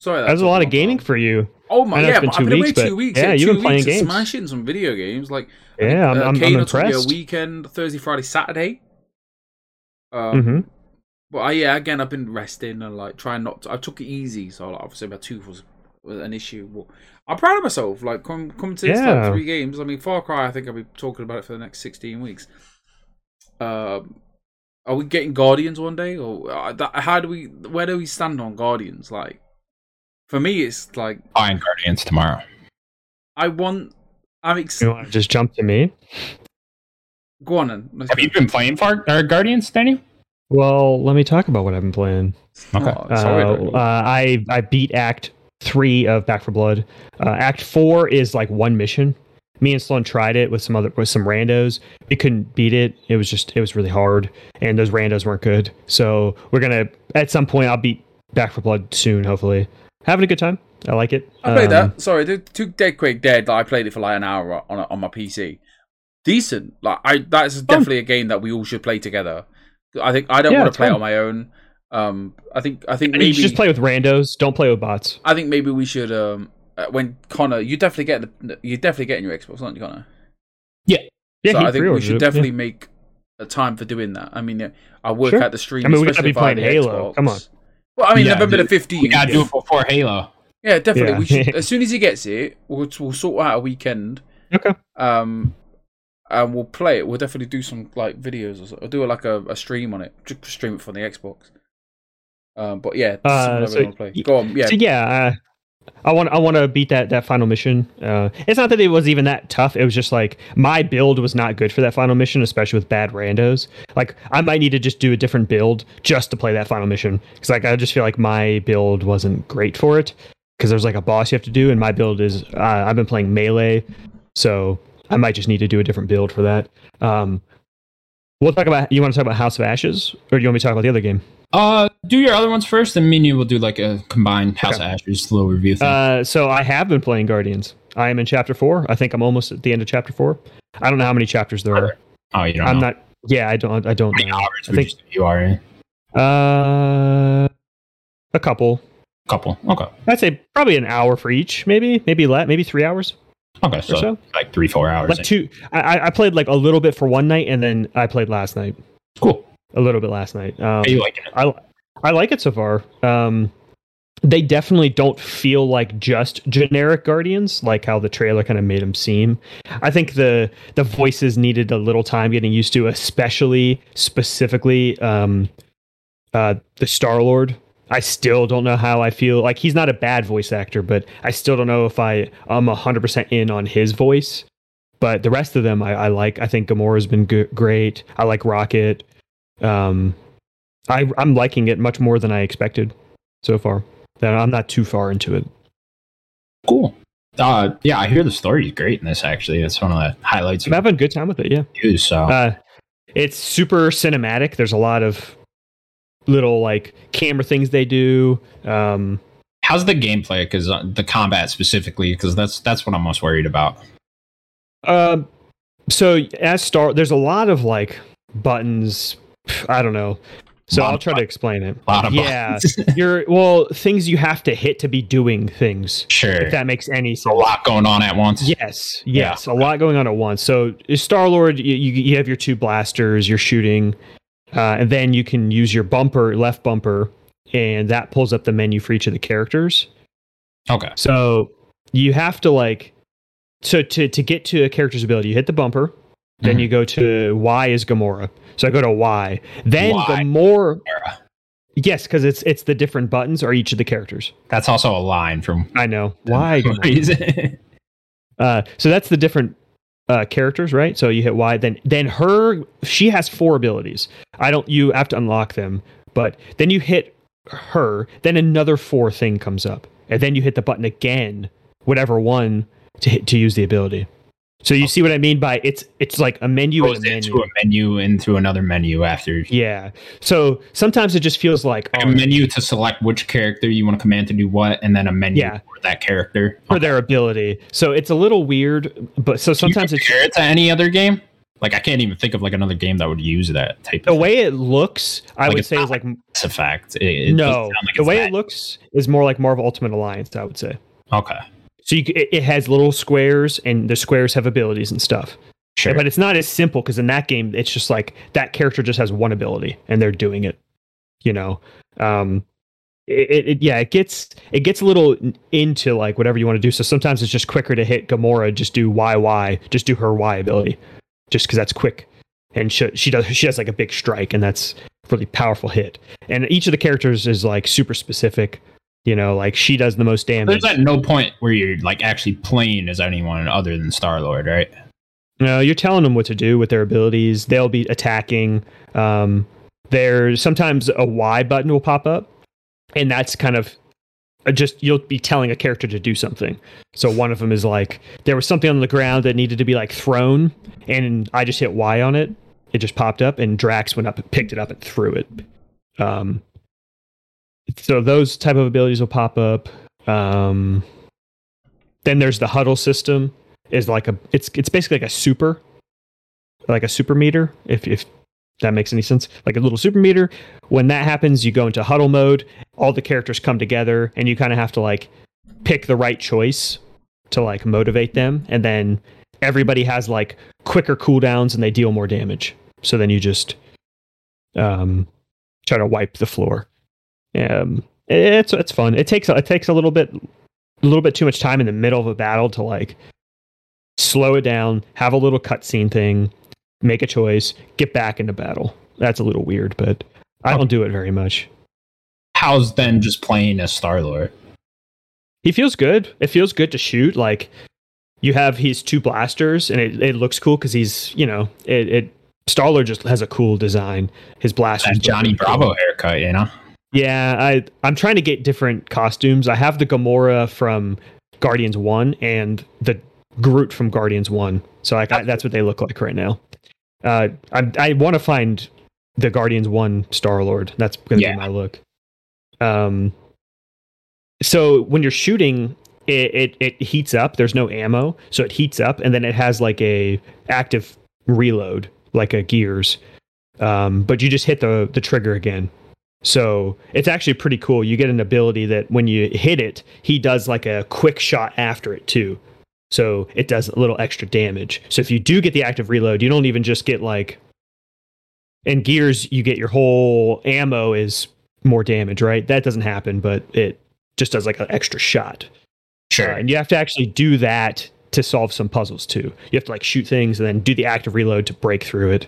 C: Sorry, that
B: That's a
C: took
B: lot of
C: long.
B: gaming for you.
C: Oh my
B: I know
C: yeah,
B: it's been
C: but I've
B: two
C: been away
B: weeks, but-
C: two weeks.
B: yeah,
C: Yeah,
B: you've
C: two
B: been playing
C: weeks of
B: games.
C: smashing some video games. Like
B: Yeah, I'm,
C: uh,
B: I'm, I'm
C: Kena took me
B: impressed.
C: A weekend, Thursday, Friday, Saturday. Um,
B: hmm
C: But I, yeah, again, I've been resting and like trying not. to... I took it easy, so like, obviously my tooth was was an issue. But I'm proud of myself. Like come come to this, like,
B: Yeah.
C: three games. I mean, Far Cry. I think I'll be talking about it for the next 16 weeks. Um, are we getting Guardians one day, or uh, that, how do we? Where do we stand on Guardians? Like for me, it's like
A: Iron Guardians tomorrow.
C: I want. I'm ex-
B: You want to just jump to me?
C: Go on then. Let's
A: Have
C: go.
A: you been playing Far uh, Guardians, Daniel?
B: Well, let me talk about what I've been playing.
A: Okay.
C: Oh, sorry,
B: uh,
C: Daniel.
B: uh, I I beat Act Three of Back for Blood. Uh, Act Four is like one mission. Me and Sloan tried it with some other with some randos. We couldn't beat it. It was just it was really hard, and those randos weren't good. So we're gonna at some point I'll beat Back for Blood soon. Hopefully, having a good time. I like it.
C: I played
B: Um,
C: that. Sorry, the two Dead Quick Dead. I played it for like an hour on on my PC. Decent. Like I, that's definitely a game that we all should play together. I think I don't
B: Yeah,
C: want to
B: it's
C: play it
B: fun.
C: on my own. Um, I think I think
B: and You
C: maybe
B: should just play with randos. Don't play with bots.
C: I think maybe we should. Um, uh, when Connor, you definitely get the you definitely getting your Xbox, aren't you, Connor?
B: Yeah,
C: so
B: he
C: I think we
B: pre-ordered
C: should
B: it, yeah.
C: definitely make a time for doing that. I mean, yeah, I work
B: Sure.
C: out the stream.
B: I mean, we
C: especially
B: gotta be
C: via
B: playing
C: the
B: Halo.
C: Xbox.
B: Come on.
C: Well, I mean,
A: Yeah,
C: November the
A: dude. We
C: fifteenth.
A: gotta do it before Halo.
C: Yeah, definitely.
B: Yeah.
C: We should, as soon as he gets it, we'll we'll sort out a weekend.
B: Okay.
C: Um, and we'll play it. We'll definitely do some like videos or so. I'll do like a, a stream on it. Just stream it from the Xbox. Um, but yeah, this is
B: Uh,
C: something I
B: so
C: really wanna play.
B: y-
C: Go on. Yeah,
B: So yeah, uh, I want I want to beat that that final mission. Uh, it's not that it was even that tough. It was just like my build was not good for that final mission, especially with bad randos. Like I might need to just do a different build just to play that final mission because like I just feel like my build wasn't great for it because there's like a boss you have to do, and my build is uh, I've been playing melee, so I might just need to do a different build for that. Um, we'll talk about you want to talk about House of Ashes, or do you want me to talk about the other game?
A: Uh, do your other ones first, then me and you will do like a combined House of Ashes little review thing.
B: Uh, so I have been playing Guardians. I am in chapter four. I think I'm almost at the end of chapter four. I don't know how many chapters there are.
A: oh, you don't
B: I'm
A: know.
B: not. Yeah, I don't. I don't
A: How many
B: know.
A: hours
B: I
A: would
B: think-
A: you, say you are in?
B: Uh, a couple.
A: A couple. Okay.
B: I'd say probably an hour for each. Maybe, maybe less. Maybe three hours
A: Okay.
B: or
A: So,
B: so.
A: like three, four hours.
B: Like two. I, I- I played like a little bit for one night, and then I played last night.
A: cool.
B: A little bit last night. Um,
A: Are you liking it?
B: I I like it so far. Um, they definitely don't feel like just generic guardians, like how the trailer kind of made them seem. I think the the voices needed a little time getting used to, especially specifically um, uh, the Star Lord. I still don't know how I feel. Like he's not a bad voice actor, but I still don't know if I I'm hundred percent in on his voice. But the rest of them, I, I like. I think Gamora's been good, great. I like Rocket. Um, I, I'm liking it much more than I expected so far. Then I'm not too far into it.
A: Cool. Uh, yeah, I hear the story is great in this. Actually, it's one of the highlights
B: I'm
A: of
B: having a good time with it. Yeah,
A: the news. So,
B: uh, it's super cinematic. There's a lot of little like camera things they do. Um,
A: How's the gameplay? Because uh, the combat specifically, because that's that's what I'm most worried about.
B: Um, so as Star, there's a lot of like buttons. I don't know. So
A: Lot
B: I'll
A: of
B: try to explain it.
A: A lot of
B: yeah,
A: buttons.
B: you're well things you have to hit to be doing things.
A: sure,
B: If that makes any
A: a
B: sense.
A: lot going on at once.
B: Yes, yes, a lot going on at once. So Star Lord, you, you you have your two blasters, you're shooting, uh, and then you can use your bumper, left bumper, and that pulls up the menu for each of the characters.
A: Okay.
B: So you have to like, so to to get to a character's ability, you hit the bumper, then
A: Mhm.
B: you go to Y is Gamora. So I go to Y, then
A: Y.
B: Gamora. Yes, because it's it's the different buttons are each of the characters.
A: That's also a line from
B: I know Y. Gamora. Uh, so that's the different uh, characters, right? So you hit Y, then then her she has four abilities. I don't you have to unlock them, but then you hit her, then another four thing comes up, and then you hit the button again, whatever one to hit to use the ability. So you see what I mean by it's it's like a menu and
A: goes
B: a
A: into
B: menu.
A: a menu into another menu after.
B: Yeah. So sometimes it just feels like
A: Like a
B: oh,
A: menu to select which character you want to command to do what, and then a menu
B: Yeah.
A: for that character.
B: for their ability. So it's a little weird, but so
A: Can you
B: sometimes it's
A: compare it to any other game. Like I can't even think of like another game that would use that type
B: the
A: of
B: way it looks. I
A: Like,
B: would
A: it's
B: say
A: not
B: is like
A: effect. It, it
B: no,
A: doesn't sound like
B: the
A: it's
B: way
A: that.
B: it looks is more like Marvel Ultimate Alliance, I would say.
A: okay,
B: So you, c- it, it has little squares, and the squares have abilities and stuff.
A: sure.
B: But it's not as simple because in that game, it's just like that character just has one ability, and they're doing it. You know, um, it, it, it yeah, it gets it gets a little n- into like whatever you want to do. So sometimes it's just quicker to hit Gamora, just do YY, just do her Y ability, just because that's quick, and she she does she has like a big strike, and that's really powerful hit. And each of the characters is like super specific. You know, like she does the most damage.
A: There's at no point where you're like actually playing as anyone other than Star Lord, right?
B: No, you're telling them what to do with their abilities. They'll be attacking. Um, there's sometimes a Y button will pop up, and that's kind of uh, just you'll be telling a character to do something. So one of them is like there was something on the ground that needed to be like thrown, and I just hit Y on it. It just popped up, and Drax went up and picked it up and threw it. Um, so those type of abilities will pop up. Um, then there's the huddle system is like a it's it's basically like a super like a super meter if if that makes any sense like a little super meter when that happens you go into huddle mode all the characters come together and you kind of have to like pick the right choice to like motivate them and then everybody has like quicker cooldowns and they deal more damage so then you just um try to wipe the floor um it's it's fun it takes it takes a little bit a little bit too much time in the middle of a battle to like slow it down, have a little cutscene thing, make a choice, get back into battle. That's a little weird, but I don't do it very much.
A: How's then just playing as Star Lord?
B: He feels good. It feels good to shoot. Like you have his two blasters, and it, it looks cool because he's you know it. it Starler just has a cool design. His blasters,
A: That
B: look
A: Johnny
B: really cool.
A: Bravo haircut, you know?
B: Yeah, I I'm trying to get different costumes. I have the Gamora from Guardians One and the Groot from Guardians One. So like I, that's what they look like right now. Uh, I I want to find the Guardians One Star Lord. That's gonna
A: Yeah.
B: be my look. Um. So when you're shooting, it, it it heats up. There's no ammo, so it heats up, and then it has like a active reload, like a gears. Um, but you just hit the the trigger again. So it's actually pretty cool. You get an ability that when you hit it, he does like a quick shot after it too. So it does a little extra damage. So if you do get the active reload, you don't even just get like in gears you get your whole ammo is more damage, right? That doesn't happen, but it just does like an extra shot.
A: Sure.
B: Uh, and you have to actually do that to solve some puzzles too. You have to like shoot things and then do the active reload to break through it.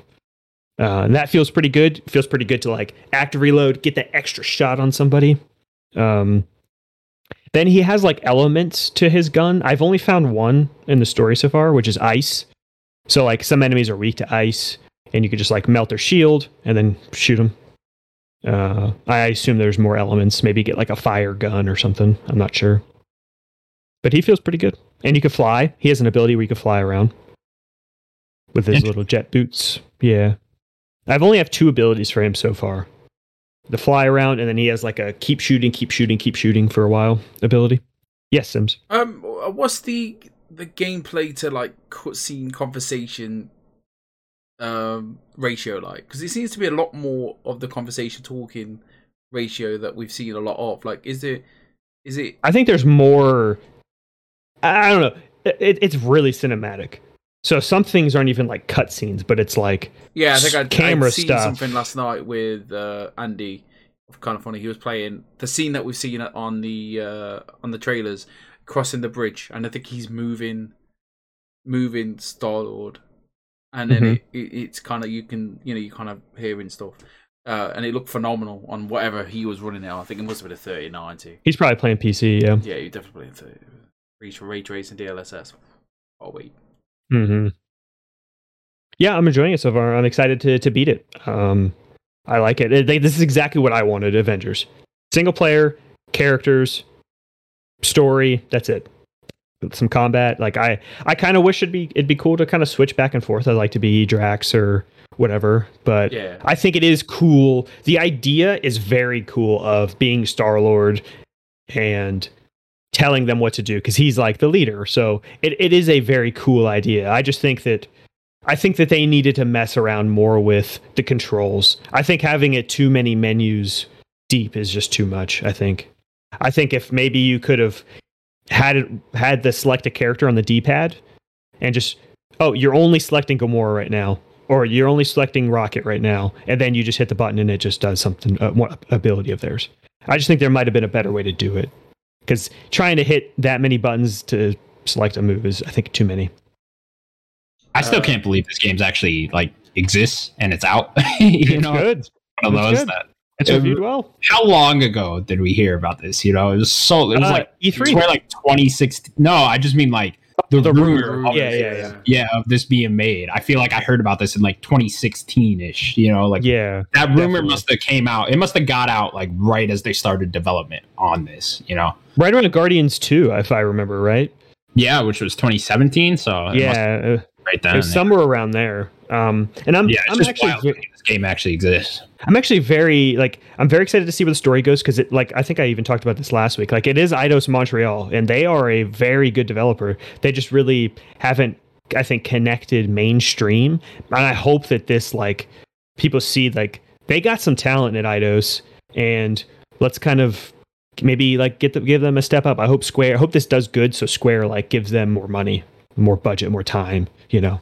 B: Uh, and that feels pretty good. Feels pretty good to like active reload, get that extra shot on somebody. Um, then he has like elements to his gun. I've only found one in the story so far, which is ice. So like some enemies are weak to ice, and you could just like melt their shield and then shoot them. Uh, I assume there's more elements. Maybe get like a fire gun or something. I'm not sure but he feels pretty good. And you can fly. He has an ability where you can fly around with his
A: Interesting.
B: little jet boots. Yeah, I've only have two abilities for him so far. the fly around, and then he has like a keep shooting, keep shooting, keep shooting for a while ability. Yes, Sims.
C: Um, what's the the gameplay to like cutscene conversation um ratio like? Because it seems to be a lot more of the conversation talking ratio that we've seen a lot of. Like, is it is it
B: I think there's more. I I don't know. It, it's really cinematic. So some things aren't even like cutscenes, but it's like
C: Yeah, I think I'd,
B: camera
C: I'd seen
B: stuff.
C: something last night with uh, Andy. Kind of funny. He was playing the scene that we've seen on the uh, on the trailers, crossing the bridge, and I think he's moving, moving Star Lord, and then
B: Mhm.
C: it, it, it's kind of you can you know you kind of hearing stuff, uh, and it looked phenomenal on whatever he was running now. I think it must have been a thirty ninety.
B: he's probably playing PC. Yeah.
C: Yeah, you definitely playing thirty. Reach ray tracing DLSS. Oh wait,
B: Mm-hmm. Yeah, I'm enjoying it so far. I'm excited to to beat it. Um, I like it. It- they- this is exactly what I wanted. Avengers, single player, characters, story. That's it. With Some combat. Like I, I kind of wish it'd be it'd be cool to kind of switch back and forth. I'd like to be Drax or whatever, but
C: yeah,
B: I think it is cool. The idea is very cool of being Star Lord and telling them what to do because he's like the leader. So it, it is a very cool idea. I just think that I think that they needed to mess around more with the controls. I think having it too many menus deep is just too much. I think. I think if maybe you could have had it had the select a character on the D-pad and just oh you're only selecting Gamora right now or you're only selecting Rocket right now and then you just hit the button and it just does something uh, one ability of theirs. I just think there might have been a better way to do it because trying to hit that many buttons to select a move is I think too many.
A: I still
C: Uh,
A: can't believe this game's actually like exists and it's out. you
B: it's
A: know,
B: good.
A: one of
B: it's
A: those
B: good.
A: that.
B: It's
A: Um,
B: reviewed well.
A: How long ago did we hear about this? You know, it was so. It was
B: Uh,
A: like it was
B: E3.
A: more like 2016. No, I just mean like the,
B: the
A: rumor.
B: rumor.
A: of
B: Yeah,
A: this-
B: yeah, yeah.
A: yeah, of this being made. I feel like I heard about this in like 2016 ish. You know, like
B: yeah.
A: that rumor
B: definitely.
A: must have came out. It must have got out like right as they started development on this. You know,
B: Right around Guardians 2 if I remember right.
A: yeah, which was 2017. So it must have
B: yeah. uh,
A: been right
B: it
A: then.
B: was somewhere around there. Um and I'm
A: yeah, it's
B: I'm
A: just
B: actually
A: wild that this game actually exists.
B: I'm actually very like I'm very excited to see where the story goes because it like I think I even talked about this last week. Like it is Idos Montreal and they are a very good developer. They just really haven't I think connected mainstream. And I hope that this like people see like they got some talent at Idos and let's kind of maybe like get them give them a step up. I hope Square I hope this does good so Square like gives them more money, more budget, more time, you know.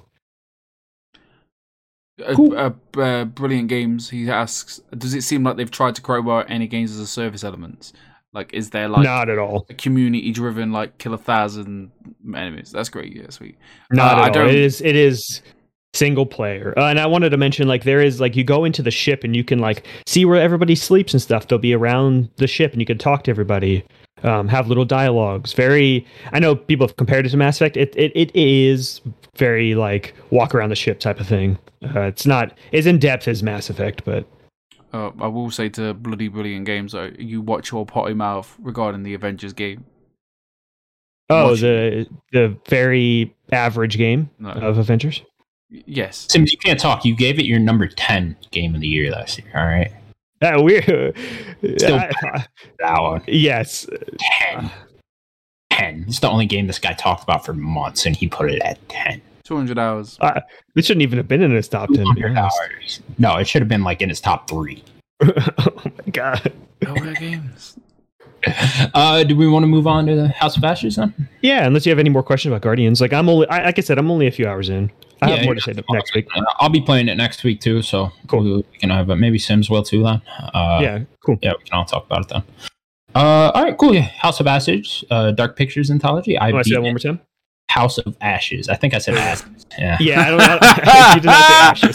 C: uh, uh, uh, brilliant games. He asks, does it seem like they've tried to crowbar any games as a service elements? Like, is there like
B: Not at all.
C: a community-driven like kill a thousand enemies? That's great. Yeah, sweet.
B: Not
C: Uh,
B: at
C: I
B: all.
C: don't-
B: It is it is single player. Uh, and I wanted to mention like there is like you go into the ship and you can like see where everybody sleeps and stuff. They'll be around the ship and you can talk to everybody. Um, have little dialogues. Very I know people have compared it to Mass Effect. It it, it is very like walk around the ship type of thing. Uh, it's not as in depth as Mass Effect, but
C: Uh, I will say to bloody brilliant games though, you watch your potty mouth regarding the Avengers game.
B: oh
C: Much-
B: the the very average game
C: No.
B: of Avengers.
C: yes.
A: Sims, you can't talk. You gave it your number 10 game of the year last year. All right.
B: Uh, we're
A: Still
B: I- I-
A: That one.
B: yes,
A: 10. 10. It's the only game this guy talked about for months, and he put it at 10.
C: Two hundred hours.
B: It shouldn't even have been in his top ten. to be
A: 200
B: honest.
A: hours. No, it should have been like in his top three.
B: oh my god.
C: Nowhere games.
A: Uh, do we want to move on to the House of Ashes then?
B: Yeah, unless you have any more questions about Guardians, like I'm only, I, like I said, I'm only a few hours in. I
A: Yeah,
B: have more to
A: yeah.
B: say th- next week.
A: Uh, I'll be playing it next week too, so
B: Cool.
A: we can have it. Maybe Sims will too then. Uh,
B: yeah, cool.
A: yeah, we can all talk about it then. Uh, all right, cool. Yeah, House of Ashes, uh, Dark Pictures anthology. I
B: Oh, I want to
A: beat
B: say that one
A: it.
B: more time.
A: House of Ashes. I think I said Ashes. Yeah.
B: Yeah, I don't. I, you did not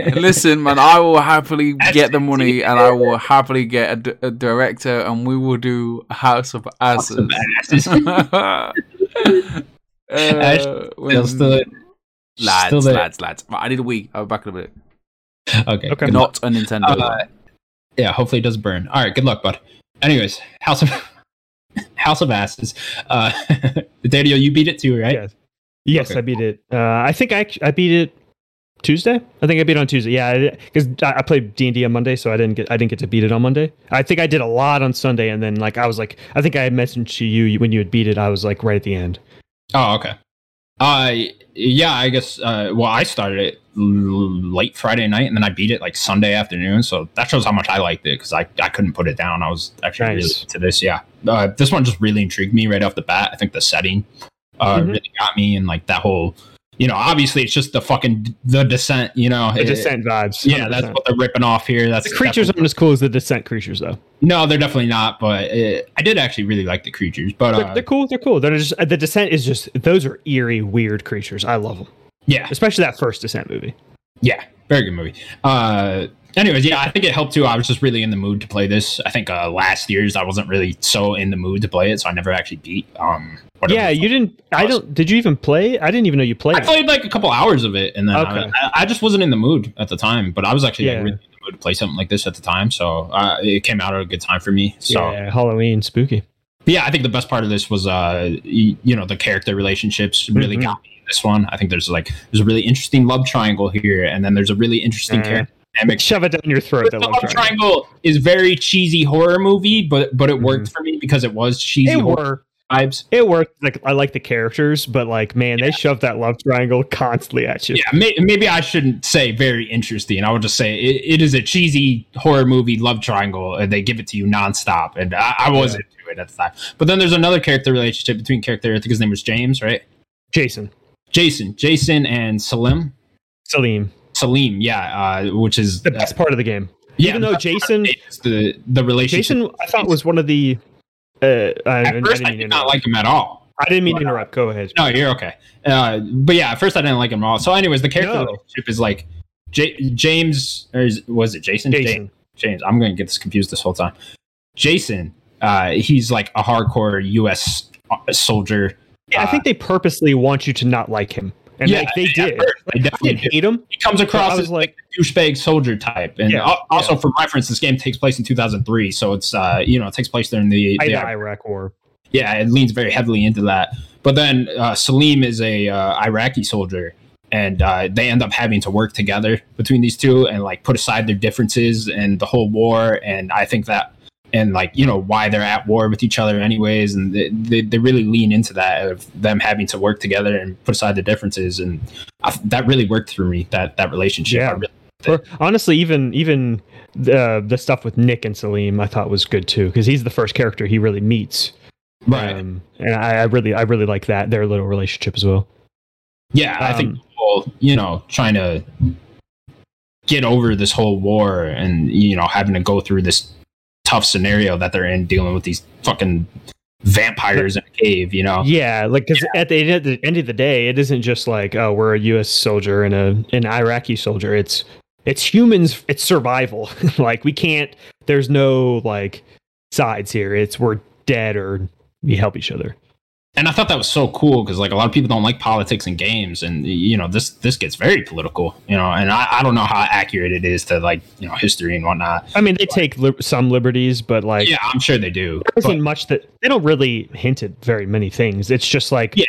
B: ashes.
C: Listen, man, I will happily
A: That's-
C: get the money, and I will happily get a, d- a director, and we will do House of
A: House
C: Asses.
A: of Ashes.
C: uh,
A: Still, still,
C: lads,
A: still there.
C: lads, lads. Right, I need a Wii. I'll be back in a minute.
A: Okay.
B: Okay.
A: good luck.
C: Not a Nintendo.
A: Uh, yeah, hopefully it doesn't burn. All right, good luck, bud. Anyways, House of House of Asses. Uh, Daniel, you beat it too, right?
B: Yes, yes,
A: Okay.
B: I beat it. Uh, I think I act- I beat it Tuesday. I think I beat it on Tuesday. Yeah, because I, I played D and D on Monday, so I didn't get I didn't get to beat it on Monday. I think I did a lot on Sunday, and then like I was like I think I had mentioned to you when you had beat it. I was like right at the end.
A: Oh, okay. Uh, yeah, I guess. Uh, well, I started it l- late Friday night, and then I beat it like Sunday afternoon. So that shows how much I liked it because I, I couldn't put it down. I was actually
B: Nice.
A: really into this. Yeah, uh, this one just really intrigued me right off the bat. I think the setting uh,
B: Mhm.
A: really got me, and like that whole, you know, obviously it's just the fucking the descent. You know,
B: The
A: It-
B: Descent vibes.
A: Yeah, that's
B: 100%.
A: what they're ripping off here. That's
B: the creatures
A: definitely-
B: aren't as cool as the Descent creatures though.
A: no, they're definitely not. But uh I did actually really like the creatures. But
B: They're,
A: uh,
B: they're cool. They're cool. They're just the Descent is just those are eerie, weird creatures. I love them,
A: yeah,
B: especially that first Descent movie.
A: Yeah, very good movie. Uh, anyways, yeah, I think it helped too. I was just really in the mood to play this. I think uh, last year's I wasn't really so in the mood to play it, so I never actually beat. Um, whatever
B: Yeah,
A: the
B: you
A: fuck-
B: didn't. I
A: was-
B: don't. Did you even play? I didn't even know you played.
A: I
B: it.
A: played like a couple hours of it, and then I-
B: Okay.
A: I, I just wasn't in the mood at the time. But I was actually like,
B: Yeah.
A: really in the mood to play something like this at the time, so uh, it came out at a good time for me. So
B: Yeah, Halloween spooky.
A: yeah i think the best part of this was uh y- you know the character relationships really
B: Mhm.
A: got me in this one i think there's like there's a really interesting love triangle here and then there's a really interesting
B: Mhm.
A: character dynamic
B: Shove it down your throat.
A: the
B: That
A: love,
B: love triangle.
A: triangle. is very cheesy horror movie but but it worked for me because it was cheesy
B: Mm-hmm. It
A: horror
B: worked.
A: vibes
B: It worked. Like I like the characters, but like man, they shoved that love triangle constantly at you.
A: yeah may, maybe i shouldn't say very interesting i would just say it, it is a cheesy horror movie love triangle and they give it to you nonstop and i, I was into it at the time but then there's another character relationship between character i think his name was james right
B: Jason,
A: Jason, Jason, and Salim,
B: Salim,
A: Salim, yeah, uh, which is
B: the best part of the game.
A: yeah,
B: Even though Jason,
A: it's the the relationship.
B: Jason, I thought was one of the. Uh, I, I
A: at
B: didn't
A: first, I
B: mean to
A: did
B: interrupt.
A: not like him at all.
B: I didn't mean to interrupt. Go ahead.
A: No, you're okay. Uh, but yeah, at first I didn't like him at all. So, anyways, the character
B: No.
A: relationship is like J- James, or is, was it Jason?
B: Jason.
A: James. I'm going to get this confused this whole time. Jason, uh, he's like a hardcore U.S. soldier.
B: Yeah, I think they purposely want you to not like him, and
A: Yeah,
B: like they
A: at
B: did.
A: first, I
B: Like, I
A: definitely
B: didn't hate him.
A: He comes
B: but I
A: across
B: was
A: as
B: like,
A: douchebag soldier type. And
B: Yeah,
A: al- also, for reference, this game takes place in 2003, so it's uh, you know it takes place during the,
B: I
A: the-
B: the Iraq War.
A: yeah, it leans very heavily into that. But then uh, Salim is a uh, Iraqi soldier, and uh, they end up having to work together between these two and like put aside their differences and the whole war. And I think that and like you know why they're at war with each other anyways and they, they, they really lean into that of them having to work together and put aside the differences and I, that really worked through me that that relationship
B: Yeah.
A: I really
B: Or honestly, even even the the stuff with Nick and Salim, I thought was good too, because he's the first character he really meets. Um, and I, I really I really like that their little relationship as well.
A: Yeah, I think
B: Um,
A: people, you know, trying to get over this whole war and you know having to go through this tough scenario that they're in, dealing with these fucking vampires in a cave. You know,
B: Yeah, like because at, the, at the end of the day, it isn't just like oh we're a U.S. soldier and a an Iraqi soldier. It's it's humans. It's survival. like we can't. There's no like sides here. It's we're dead or we help each other.
A: and I thought that was so cool because like a lot of people don't like politics and games, and you know this this gets very political. You know, and I, I don't know how accurate it is to like you know history and whatnot.
B: I mean, they take li- some liberties, but like
A: yeah, I'm sure they do.
B: there
A: but-
B: isn't much that they don't really hint at very many things. It's just like
A: Yeah.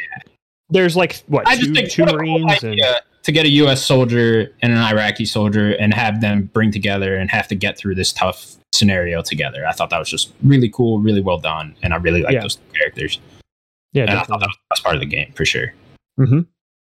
B: there's like what
A: I
B: two,
A: just think
B: two
A: what a cool
B: Marines and
A: idea to get a U.S. soldier and an Iraqi soldier and have them bring together and have to get through this tough scenario together. I thought that was just really cool, really well done, and I really like
B: Yeah.
A: those characters.
B: yeah,
A: and I thought
B: definitely.
A: that was
B: Mm-hmm.
A: the best part of the game for sure.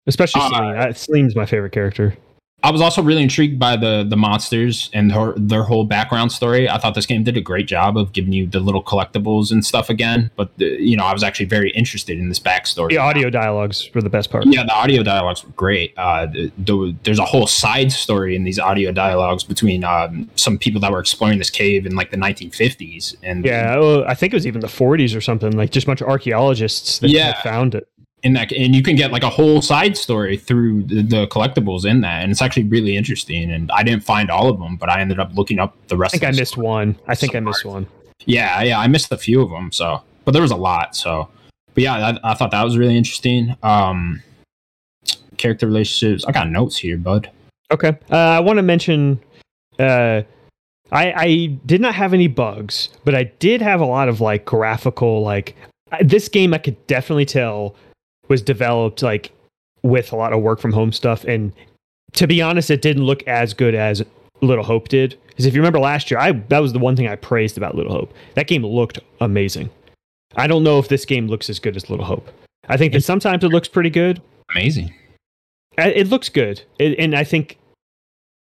B: especially
A: Uh,
B: Celine. I, Celine's my favorite character.
A: I was also really intrigued by the the monsters and her, their whole background story. I thought this game did a great job of giving you the little collectibles and stuff again. But the, you know, I was actually very interested in this backstory.
B: The audio dialogues were the best part.
A: Yeah, the audio dialogues were great. Uh, th- th- there's a whole side story in these audio dialogues between um, some people that were exploring this cave in like the 1950s. And
B: Yeah, well, I think it was even the 40s or something. Like just a bunch of archaeologists that
A: Yeah.
B: had found it.
A: in that, and you can get like a whole side story through the, the collectibles in that, and it's actually really interesting. And I didn't find all of them, but I ended up looking up the
B: I
A: rest.
B: think I
A: of the
B: missed one. I think I
A: Some
B: missed one.
A: Yeah, yeah, I missed a few of them. So, but there was a lot. So, but yeah, I, I thought that was really interesting. Um, character relationships. I got notes here, bud.
B: Okay, uh, I want to mention. Uh, I, I did not have any bugs, but I did have a lot of like graphical like I, this game. I could definitely tell was developed like with a lot of work from home stuff and to be honest, it didn't look as good as Little Hope did. Because if you remember last year, I that was the one thing I praised about Little Hope. That game looked amazing. I don't know if this game looks as good as Little Hope. I think that sometimes it looks pretty good.
A: Amazing.
B: I- It looks good, it, and I think,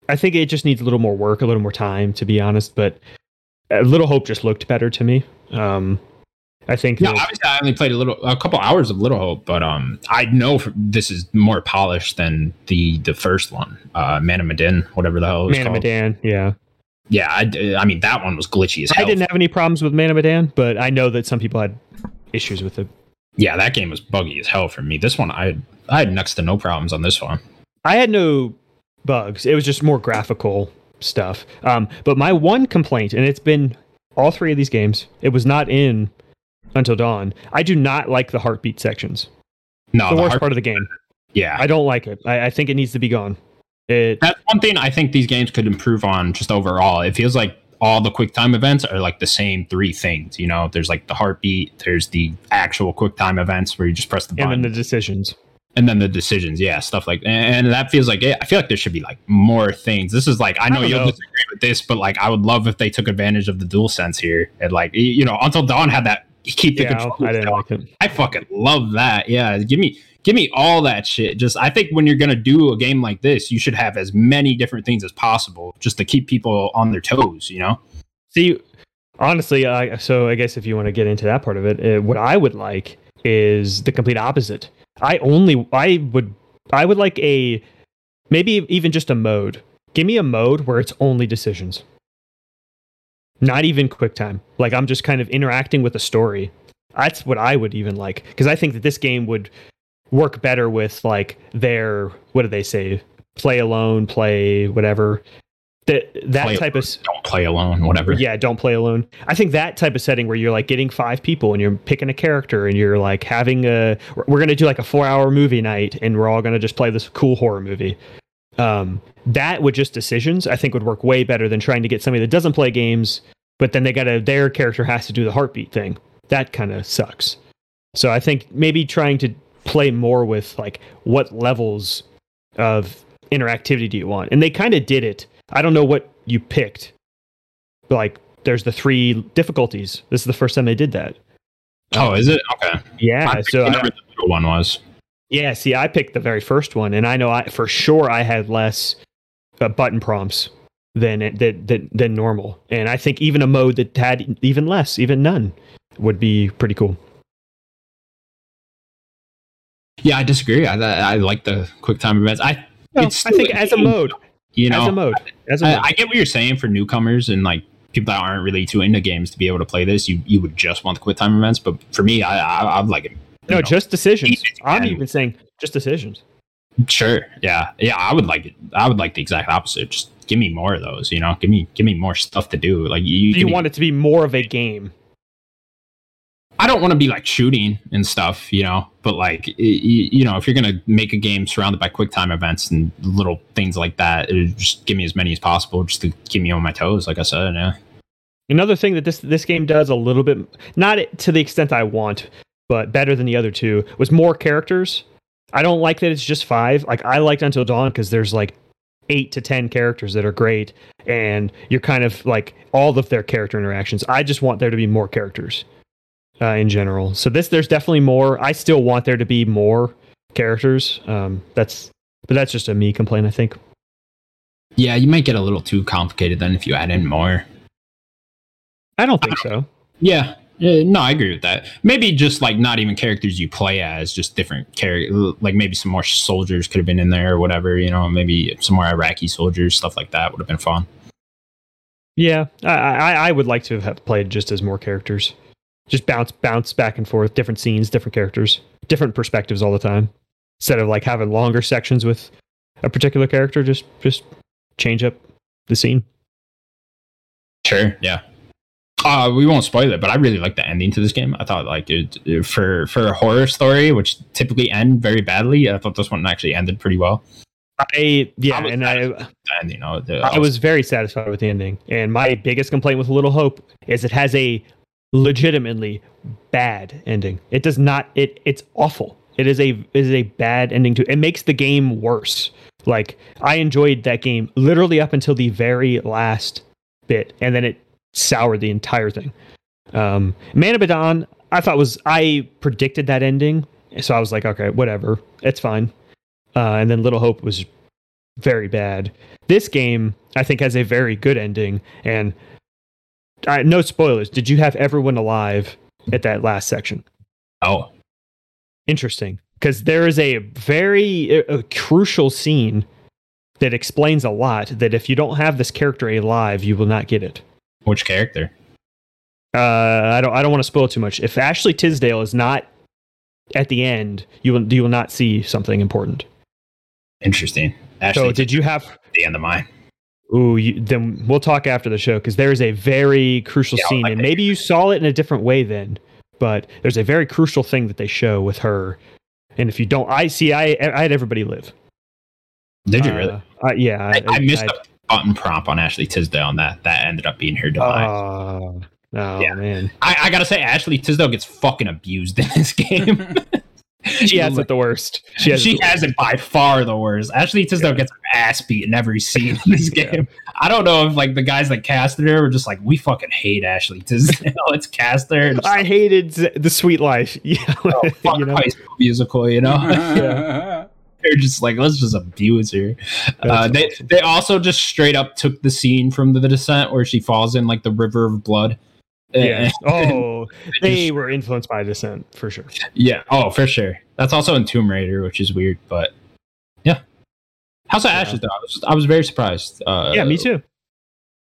B: I think it just needs a little more work, a little more time, to be honest. But uh, Little Hope just looked better to me. Um, I think.
A: Yeah,
B: that-
A: obviously I only played a little, a couple hours of Little Hope, but um, I know f- this is more polished than the the first one, uh, Man of Medan, whatever the hell it was
B: Man of
A: called.
B: Medan, yeah.
A: Yeah, I, d- I mean that one was glitchy as
B: I
A: hell.
B: didn't have any problems with Man of Medan, but I know that some people had issues with it.
A: yeah, that game was buggy as hell for me. This one, I had, I had next to no problems on this one.
B: I had no bugs. It was just more graphical stuff. Um, but my one complaint, and it's been all three of these games, it was not in Until Dawn. I do not like the heartbeat sections.
A: No,
B: the,
A: Oh, the
B: worst
A: hard-
B: part of the game.
A: yeah,
B: I don't like it. I, I think it needs to be gone. It
A: that's one thing I think these games could improve on just overall. It feels like all the quick time events are like the same three things. You know, there's like the heartbeat, there's the actual quick time events where you just press the
B: and
A: button,
B: then the decisions.
A: and then the decisions, yeah, stuff like and and that feels like it. I feel like there should be like more things. This is like I know
B: don't
A: you'll
B: know.
A: disagree with this, but like I would love if they took advantage of the dual sense here and like y- you know until dawn had that keep the
B: Yeah,
A: control.
B: I didn't like it.
A: I fucking love that. Yeah, give me give me all that shit. Just I think when you're gonna do a game like this, you should have as many different things as possible just to keep people on their toes. You know?
B: See, honestly, I, so I guess if you want to get into that part of it, uh, what I would like is the complete opposite. I only, I would, I would like a, maybe even just a mode. Give me a mode where it's only decisions. Not even QuickTime. Like I'm just kind of interacting with a story. That's what I would even like because I think that this game would work better with like their what do they say? Play alone, play whatever. That that
A: Play
B: type of s-
A: Don't play alone, whatever.
B: yeah, don't play alone. I think that type of setting where you're like getting five people and you're picking a character and you're like having a we're- we're gonna do like a four hour movie night and we're all gonna just play this cool horror movie. Um, that with just decisions, I think would work way better than trying to get somebody that doesn't play games, but then they gotta their character has to do the heartbeat thing. That kind of sucks. So I think maybe trying to play more with like what levels of interactivity do you want? And they kind of did it. I don't know what you picked. Like there's the three difficulties. This is the first time they did that.
A: Oh, is it okay?
B: Yeah,
A: I
B: so I,
A: remember the middle one was.
B: yeah, see I picked the very first one and I know I for sure I had less uh, button prompts than it- than, than than normal. And I think even a mode that had even less, even none would be pretty cool.
A: Yeah, I disagree. I I, I like the quick time events. I
B: No,
A: It's
B: I think
A: still a
B: as a
A: game,
B: mode,
A: you know
B: as a mode, as a
A: I,
B: mode.
A: I get what you're saying for newcomers and like people that aren't really too into games to be able to play this. You you would just want the quick time events, but for me, I I, I like it. you
B: no,
A: know,
B: just decisions.
A: Even-
B: I'm even saying just decisions.
A: Sure. Yeah. Yeah. I would like it. I would like the exact opposite. Just give me more of those. You know, give me give me more stuff to do. Like you,
B: Do you
A: give me-
B: want it to be more of a game?
A: I don't want to be like shooting and stuff. You know, but like y- y- you know, if you're gonna make a game surrounded by quick time events and little things like that, it- just give me as many as possible, just to keep me on my toes. Like I said, yeah.
B: Another thing that this this game does a little bit, not to the extent I want, but better than the other two, was more characters. I don't like that it's just five. Like I liked Until Dawn because there's like eight to ten characters that are great, and you're kind of like all of their character interactions. I just want there to be more characters uh, in general. So this there's definitely more. I still want there to be more characters. Um, that's but that's just a me complaint, I think.
A: Yeah, you might get a little too complicated then if you add in more.
B: I don't think so.
A: Yeah. Yeah, no, I agree with that. Maybe just like not even characters you play as, just different characters. Like maybe some more soldiers could have been in there or whatever. You know, maybe some more Iraqi soldiers, stuff like that would have been fun.
B: Yeah, I, I, I would like to have played just as more characters, just bounce bounce back and forth, different scenes, different characters, different perspectives all the time, instead of like having longer sections with a particular character. Just just change up the scene.
A: Sure. Yeah. Uh, we won't spoil it, but I really like the ending to this game. I thought like it, it- for for a horror story, which typically end very badly, I thought this one actually ended pretty well.
B: I yeah,
A: I was-
B: and I
A: And you know, the-
B: I was very satisfied with the ending. And my biggest complaint with Little Hope is it has a legitimately bad ending. It does not it it's awful. It is a it is a bad ending to it makes the game worse. Like I enjoyed that game literally up until the very last bit, and then it soured the entire thing. Um, Man of Medan, I thought was I predicted that ending, so I was like, okay, whatever, it's fine. Uh, and then Little Hope was very bad. This game, I think, has a very good ending. And uh, no spoilers. Did you have everyone alive at that last section?
A: Oh,
B: Interesting, because there is a very uh, a crucial scene that explains a lot. That if you don't have this character alive, you will not get it.
A: which character?
B: Uh, I don't. I don't want to spoil too much. If Ashley Tisdale is not at the end, you will you will not see something important.
A: Interesting. Ashley,
B: so, did you have
A: the end of mine.
B: Ooh, you, then we'll talk after the show because there is a very crucial
A: Yeah, I'll
B: scene,
A: like
B: and
A: that.
B: maybe you saw it in a different way then. But there's a very crucial thing that they show with her, and if you don't, I see. I I had everybody live.
A: Did you really?
B: Uh, I- yeah,
A: I, I missed the button promp on Ashley Tisdale, and that that ended up being
B: Uh,
A: her demise.
B: Oh, oh
A: Yeah.
B: man,
A: I, I gotta say, Ashley Tisdale gets fucking abused in this game.
B: she has it the worst. She
A: She
B: has.
A: has,
B: it the worst.
A: it by far the worst. Ashley Tisdale
B: Yeah.
A: gets her ass beat in every scene in this game. I don't know if like the guys that casted her were just like, we fucking hate Ashley Tisdale. Let's cast her. And just,
B: I hated Z- the Sweet Life. Yeah,
A: oh, fuck
B: you know?
A: High School musical, you know? They're just like, let's just abuse her. Uh,
B: That's
A: they they also just straight up took the scene from The Descent where she falls in like the river of blood. Eh,
B: yeah. Oh, they
A: just-
B: were influenced by Descent for sure.
A: Yeah. Oh, for sure. That's also in Tomb Raider, which is weird, but yeah. House of
B: Yeah.
A: Ashes, though, I was, I was very surprised. Uh,
B: yeah, me too.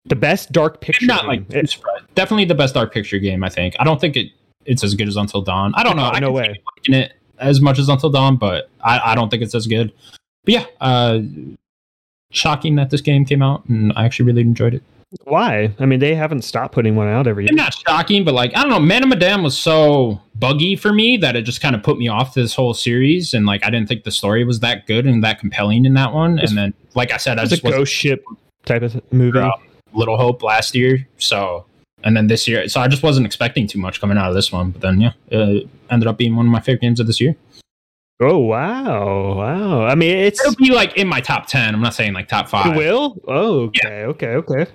B: The best dark
A: I'm
B: picture.
A: Not like
B: game. Eh,
A: too surprised. Definitely the best art picture game, I think. I don't think it it's as good as Until Dawn. I don't know.
B: No,
A: I
B: no
A: can
B: way.
A: keep liking it as much as Until Dawn, but I, I don't think it's as good. But yeah, uh, shocking that this game came out, and I actually really enjoyed it.
B: Why? I mean, they haven't stopped putting one out every year.
A: not shocking, but like I don't know, Man of Madame was so buggy for me that it just kind of put me off this whole series, and like I didn't think the story was that good and that compelling in that one.
B: It's-
A: And then, like I said, I
B: It's a
A: just was
B: ghost ship type of th- movie.
A: Yeah. Little Hope last year, so and then this year, so I just wasn't expecting too much coming out of this one. But then, yeah, uh, ended up being one of my favorite games of this year.
B: Oh wow, wow. I mean, it's
A: It'll be like in my top ten. I'm not saying like top five.
B: it will. Oh, okay, okay, okay.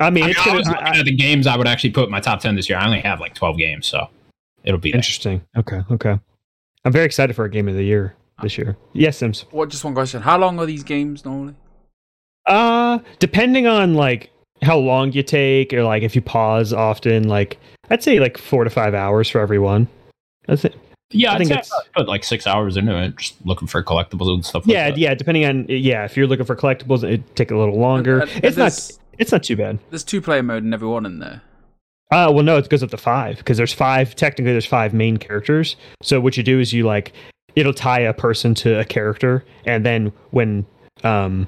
B: I mean,
A: I, mean,
B: it's
A: I
B: gonna,
A: was looking
B: I- I-
A: at the games I would actually put in my top ten this year. I only have like 12 games, so it'll be. there.
B: interesting. Okay, okay. I'm very excited for our game of the year this year. Yes, Sims.
C: What? Just one question. How long are these games normally?
B: Uh, depending on like how long you take, or like if you pause often, like I'd say like four to five hours for everyone. That's it.
A: Yeah,
B: I
A: I
B: think
A: think
B: it's-
A: I put like six hours into it, just looking for collectibles and stuff.
B: Yeah,
A: like that.
B: yeah. Depending on yeah, if you're looking for collectibles, it'd take a little longer.
C: And- and
B: it's not.
C: there's-
B: It's not too bad.
C: There's two player mode in every one in there.
B: Uh, well, no, it goes up to five because there's five. Technically, there's five main characters. So what you do is you like it'll tie a person to a character, and then when um,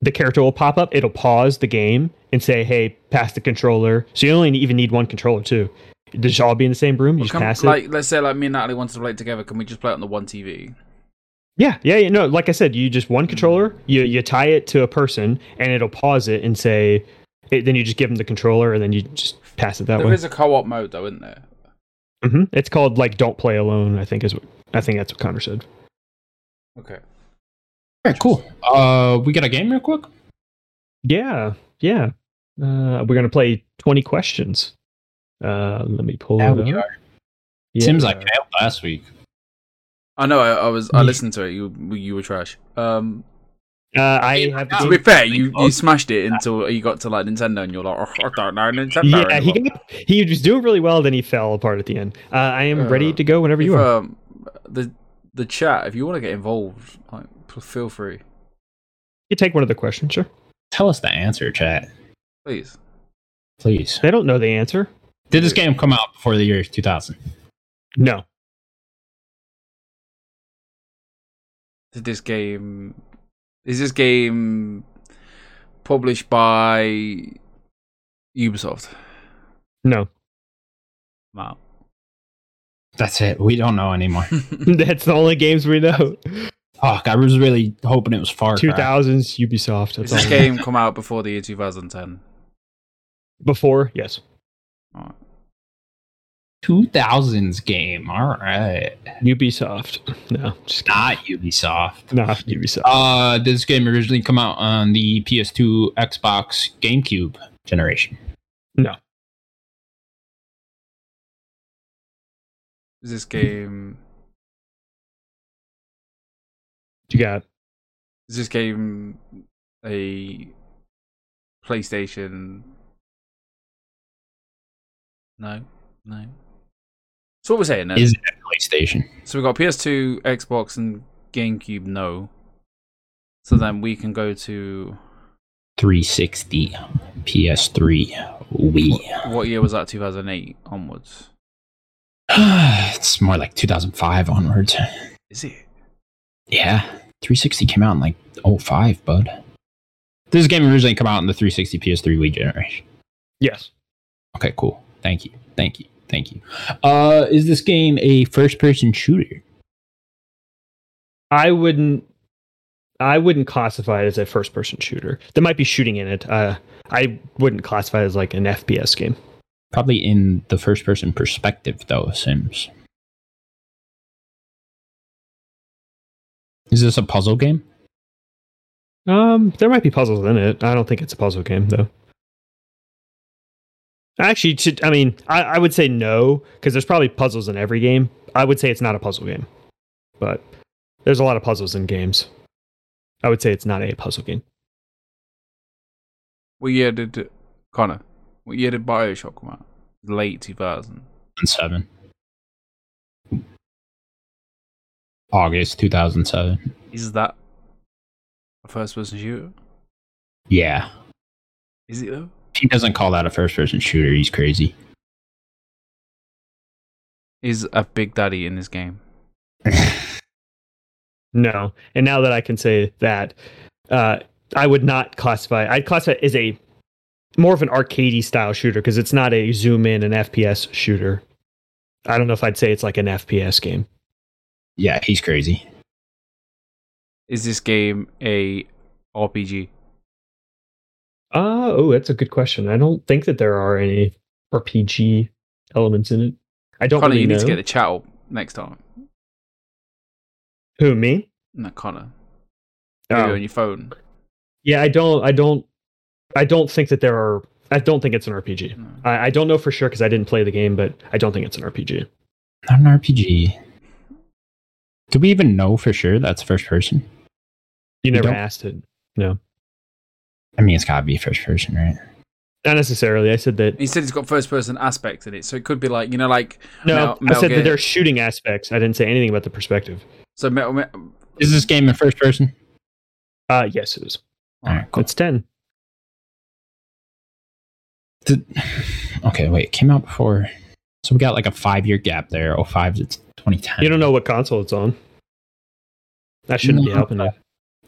B: the character will pop up, it'll pause the game and say, "Hey, pass the controller." So you only even need one controller too. They should all be in the same room. You just
C: Can-
B: pass it.
C: like, let's say like me and Natalie wanted to play it together. Can we just play it on the one TV?
B: Yeah, yeah, you know, like I said, you just one controller, you you tie it to a person, and it'll pause it and say, it, then you just give them the controller, and then you just pass it that
C: There
B: way.
C: is a co-op mode though, isn't there?
B: hmm It's called like "Don't Play Alone." I think is what I think that's what Connor said.
C: Okay.
A: Alright, cool. Uh, we got a game real quick.
B: Yeah, yeah. Uh, we're gonna play twenty questions. Uh, let me pull it up.
A: are.
B: Yeah.
A: Seems like failed last week.
C: I know. I, I was. I
B: Yeah.
C: listened to it. You you were trash. Um.
B: uh, I have.
C: To
B: The
C: be
B: game.
C: fair, you, you smashed it until you got to like Nintendo, and you're like, oh, I don't know Nintendo.
B: Yeah, he
C: anymore."
B: got- he was doing really well. Then he fell apart at the end. Uh, I am
C: Uh,
B: ready to go whenever you
C: If,
B: are.
C: Um, the the chat. If you want to get involved, like, p- feel free,
B: You take one of the questions, sure.
A: Tell us the answer, chat,
C: please.
A: please.
B: They don't know the answer.
A: Did this game come out before the year 2000?
B: No.
C: Did this game? Is this game published by Ubisoft?
B: No,
C: Wow.
A: That's it. We don't know anymore.
B: that's the only games we know.
A: Fuck, I was really hoping it was Far
B: Two
A: Cry.
B: thousands Ubisoft.
C: Did
B: That's
C: this
B: all. we know.
C: game come out before the year 2010?
B: Before, yes.
C: Alright.
A: 2000s game. All right.
B: Ubisoft. No, just kidding.
A: Not Ubisoft.
B: not Ubisoft.
A: Uh, this game originally come out on the PS2, Xbox, GameCube generation.
C: Is this game?
B: You got
C: Is this game a PlayStation? No, no. So what we're saying then?
A: Is it a PlayStation?
C: so we got PS2, Xbox, and GameCube. No. So then we can go to
A: 360, PS3, Wii.
C: what year was that? 2008 onwards.
A: it's more like 2005 onwards.
C: Is it?
A: Yeah, 360 came out in like 05, bud. This game originally come out in the 360, PS3, Wii generation.
B: yes.
A: Okay, cool. Thank you, thank you, thank you. Uh, is this game a first-person shooter?
B: I wouldn't. I wouldn't classify it as a first-person shooter. There might be shooting in it. Uh, I wouldn't classify it as like an FPS game.
A: Probably in the first-person perspective, though. Sims. Is this a puzzle game?
B: Um, there might be puzzles in it. I don't think it's a puzzle game though. Actually, to, I mean, I, I would say no because there's probably puzzles in every game. I would say it's not a puzzle game, but there's a lot of puzzles in games. I would say it's not a puzzle game.
C: What year did Connor? What year did Bioshock come out? Late 2000.
A: And Seven. August 2007.
C: Is that a first-person shooter?
A: Yeah.
C: Is it though?
A: If he doesn't call that a first-person shooter, he's crazy.
C: Is a Big Daddy in this game?
B: No. And now that I can say that, uh, I would not classify. I'd classify it as a more of an arcadey style shooter because it's not a zoom in an FPS shooter. I don't know if I'd say it's like an FPS game.
A: Yeah, he's crazy.
C: Is this game a RPG?
B: Uh, oh, that's a good question. I don't think that there are any RPG elements in it. I don't
C: Connor,
B: really
C: you
B: know.
C: need to get the chat up next time.
B: Who me?
C: No, Connor. You
B: Oh.
C: on your phone.
B: Yeah, I don't. I don't. I don't think that there are. I don't think it's an RPG.
C: No.
B: I, I don't know for sure because I didn't play the game, but I don't think it's an RPG.
A: Not an RPG. Do we even know for sure that's first person?
B: You never
A: don't-
B: asked it.
A: I mean, it's gotta be first person, right?
B: Not necessarily. I said that.
C: He said it's got first-person aspects in it, so it could be like you know, like
B: No,
C: Metal- Metal
B: I said
C: Gear.
B: that there are shooting aspects. I didn't say anything about the perspective.
C: so metal. Me-
A: Is this game in first person?
B: Uh, yes, it is.
A: All right, cool.
B: It's ten.
A: Did- okay, wait, it came out before. So we got like a five year gap there. Oh, five to 2010.
B: You don't know what console it's on. That shouldn't be
A: No.
B: helping. you.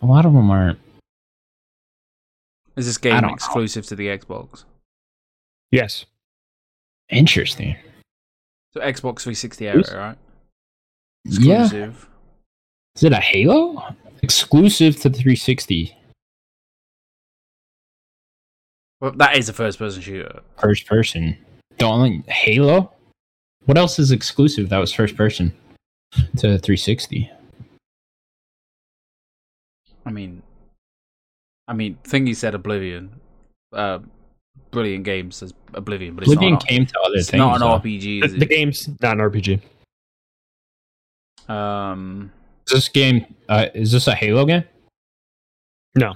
A: A lot of them aren't.
C: is this
A: I
C: game
A: don't know.
C: exclusive to the Xbox?
B: Yes.
A: Interesting.
C: So Xbox 360 era,
A: Yes.
C: right?
A: Yeah.
C: Exclusive.
A: Is it a Halo? Exclusive to 360.
C: Well, that is a first-person shooter.
A: First person. The only Halo? What else is exclusive that was first person to 360?
C: I mean, I mean, thing he said Oblivion, uh, brilliant game says Oblivion, but it's
A: Oblivion
C: not. An,
A: came to other
C: it's
A: things.
C: not an
A: though.
C: RPG.
B: The,
C: Is
B: the
C: it?
B: game's not an RPG.
C: Um,
A: Is this game uh, is this a Halo game?
B: No.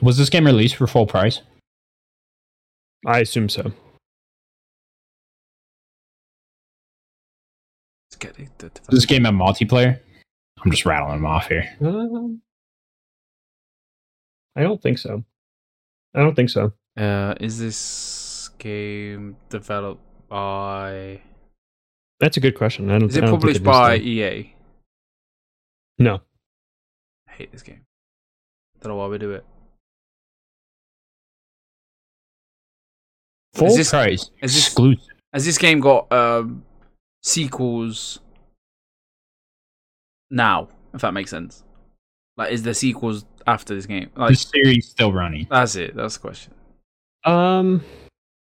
A: Was this game released for full price?
B: I assume so.
C: let's get it- the- the-
A: Is this game a multiplayer? I'm just rattling them off here.
B: Um, I don't think so. I don't think so.
C: Uh, is this game developed by?
B: That's a good question. I don't.
C: Is it
B: I don't think
C: published
B: is,
C: by E
B: though.
C: EA?
B: No.
C: I hate this game. Don't know why we do it.
A: Full
C: Is this-
A: price.
C: is this-
A: exclusive.
C: Has this game got um sequels now? If that makes sense. Like, is there sequels after this game? Like,
A: the series still running.
C: that's it. That's the question.
B: Um,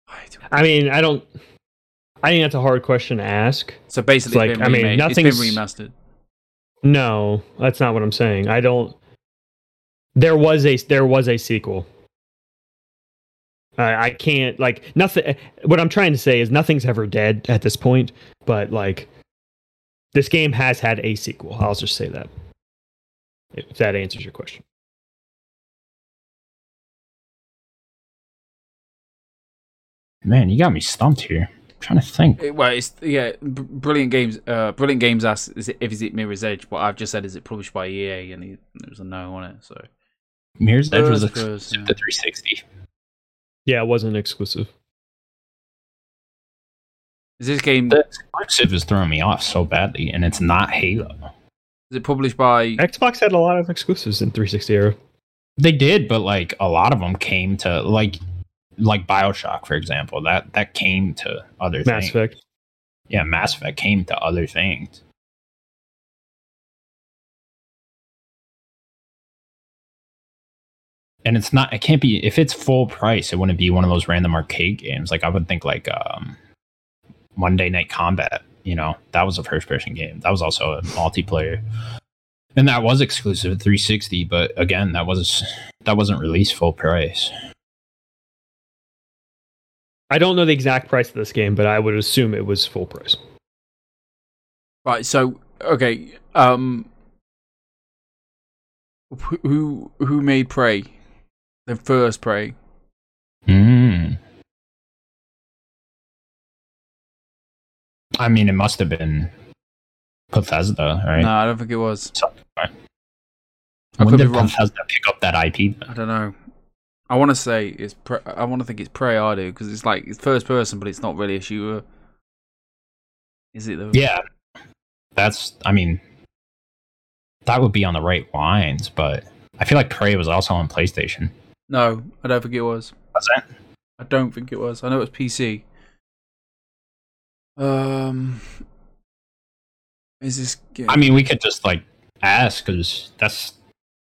C: I don't-
B: I mean, I don't. I think that's a hard question to ask.
C: So basically,
B: It's
C: it's
B: like, I
C: been
B: mean,
C: remade. it's been
B: nothing's-
C: remastered.
B: No, that's not what I'm saying. I don't. There was a there was a sequel. I, I can't like nothing. What I'm trying to say is nothing's ever dead at this point. But like, this game has had a sequel. I'll just say that. If that answers your question.
A: Man, you got me stumped here. I'm trying to think.
C: It- well, it's yeah, br- brilliant games. Uh, brilliant games asks is it, if is it Mirror's Edge, but I've just said is it published by EA, and he, it was a no on it. So
A: Mirror's Edge was
C: Uh,
A: exclusive
C: because,
A: to
C: yeah.
A: 360.
B: Yeah, it wasn't exclusive.
C: is this game
A: The exclusive is throwing me off so badly, and it's not Halo.
C: is it published by?
B: Xbox had a lot of exclusives in 360 era.
A: They did, but like a lot of them came to like like BioShock, for example. That that came to other
B: Mass
A: things.
B: Effect.
A: Yeah, Mass Effect came to other things. And it's not it can't be if it's full price, it wouldn't be one of those random arcade games. Like I would think like um Monday Night Combat, you know, that was a first person game. That was also a multiplayer. And that was exclusive at 360, but again, that was that wasn't released full price.
B: I don't know the exact price of this game, but I would assume it was full price.
C: Right. So okay. Um. wh- Who who made Prey? The first Prey.
A: Mm. I mean, it must have been Bethesda, right?
C: No, I don't think it was. I
A: when
C: could
A: did
C: be wrong.
A: Bethesda pick up that IP?
C: I don't know. I want to say it's. Pre- I want to think it's Prey. I do because it's like it's first person, but it's not really a shooter. Is it though?
A: Yeah, that's. I mean, that would be on the right lines, but I feel like Prey was also on PlayStation.
C: No, I don't think it was.
A: Was it?
C: I don't think it was. I know it was PC. Um, is this? Game?
A: I mean, we could just like ask because that's.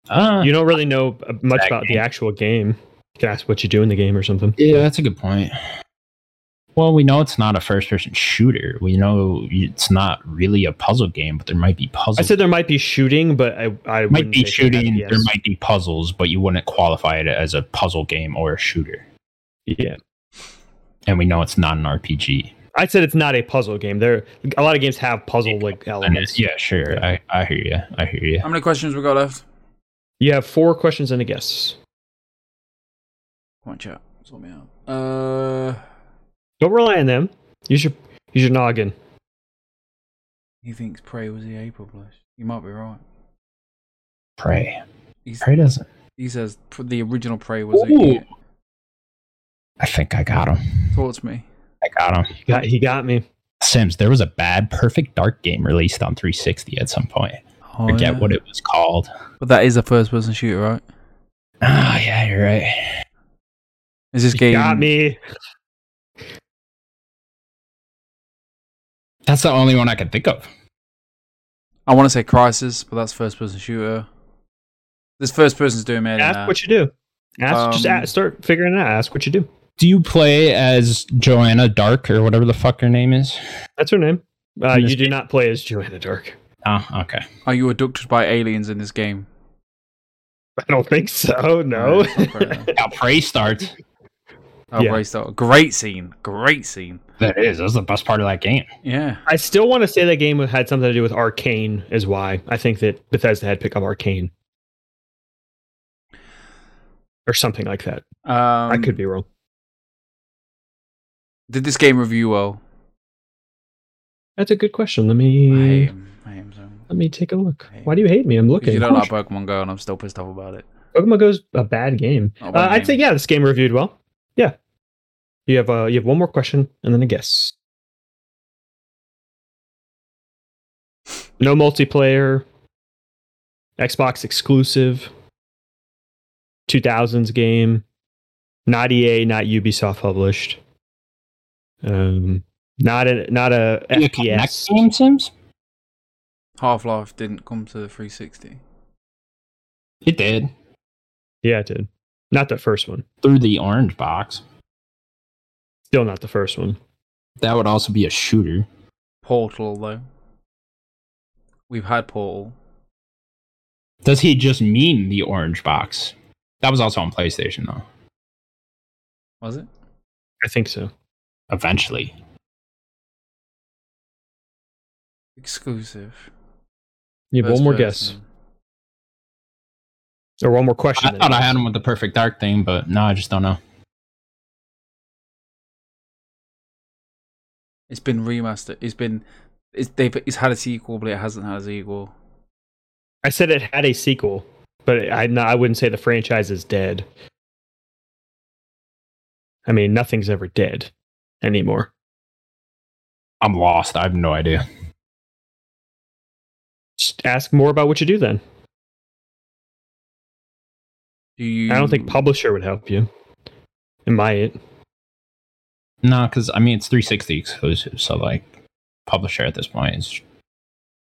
A: Uh,
B: You don't really know uh, much
A: That
B: about the
A: game.
B: actual game. You can ask what you do in the game or something.
A: Yeah, that's a good point. Well, we know it's not a first-person shooter. We know it's not really a puzzle game, but there might be puzzles.
B: I said there might be shooting, but I, I
A: might
B: wouldn't
A: be
B: make it
A: shooting.
B: FPS.
A: There might be puzzles, but you wouldn't qualify it as a puzzle game or a shooter.
B: Yeah,
A: And we know it's not an RPG.
B: I said it's not a puzzle game. There, a lot of games have puzzle like
A: And
B: elements.
A: it's, yeah, sure. I, I hear you. I hear you.
C: how many questions we got left?
B: You have four questions and a guess.
C: Come on, chat. Sort me out. Uh,
B: Don't rely on them. Use your use your noggin.
C: he thinks Prey was EA published. You might be right.
A: Prey.
C: He's,
A: Prey doesn't.
C: he says pr- the original Prey was. E
A: Ooh.
C: EA.
A: I think I got him.
C: Talk to me.
A: I got him.
B: He got, he got me.
A: Sims, there was a bad Perfect Dark game released on 360 at some point.
C: Oh,
A: Forget
C: yeah.
A: what it was called.
C: But that is a first-person shooter, right?
A: Ah, yeah, you're right.
C: Is this
B: He
C: game?
B: got me.
A: That's the only one I can think of.
C: I want to say Crisis, but that's first-person shooter. This first person's doing me.
A: uh,
B: Ask what you do. Ask just
C: Um,
B: ask, start figuring it out. Ask what you do.
A: Do you play as Joanna Dark or whatever the fuck her name is?
B: That's her name. Uh,
A: In this
B: you do not play as Joanna Dark.
A: Oh, okay.
C: Are you abducted by aliens in this game?
B: I don't think so. No.
C: it's not Prey, though.
A: Now Prey starts.
C: Oh,
B: Yeah.
C: Prey Star. Great scene. Great scene.
A: That is. That's the best part of that game.
C: Yeah.
B: I still want to say that game had something to do with Arcane, is why I think that Bethesda had picked up Arcane or something like that.
C: Um,
B: I could be wrong.
C: Did this game review well?
B: That's a good question. Let me
C: I am. I am so.
B: let me take a look.
C: Hey.
B: Why do you hate me? I'm
C: Because
B: looking.
C: You don't
B: Gosh,
C: like Pokemon Go, and I'm still pissed off about it.
B: Pokemon Go's a bad game.
C: Not a
B: Uh,
C: bad
B: I'd say
C: game.
B: yeah, this game reviewed well. Yeah. You have uh, you have one more question and then a guess. No multiplayer. Xbox exclusive. 2000s game. Not EA, not Ubisoft published. Um, not a not a
A: Next
B: FPS.
A: game, Sims?
C: Half Life didn't come to the 360.
A: It did.
B: Yeah, it did. Not the first one.
A: Through the orange box.
B: Still not the first one.
A: That would also be a shooter.
C: Portal though. We've had Portal.
A: Does he just mean the orange box? That was also on PlayStation though.
C: Was it?
B: I think so.
A: Eventually.
C: Exclusive.
B: You have
C: First
B: one more guess
C: person.
B: or one more question.
A: I
B: then.
A: thought I had him with the perfect dark thing, but no, I just don't know.
C: It's been remastered. It's been. It's they've. It's had a sequel, but it hasn't had a sequel.
B: I said it had a sequel, but I no, I wouldn't say the franchise is dead. I mean, nothing's ever dead anymore.
A: I'm lost. I have no idea.
B: Just ask more about what you do then.
C: Do you?
B: I don't think publisher would help you. In my
A: No, because I mean it's 360 exclusive, so like publisher at this point is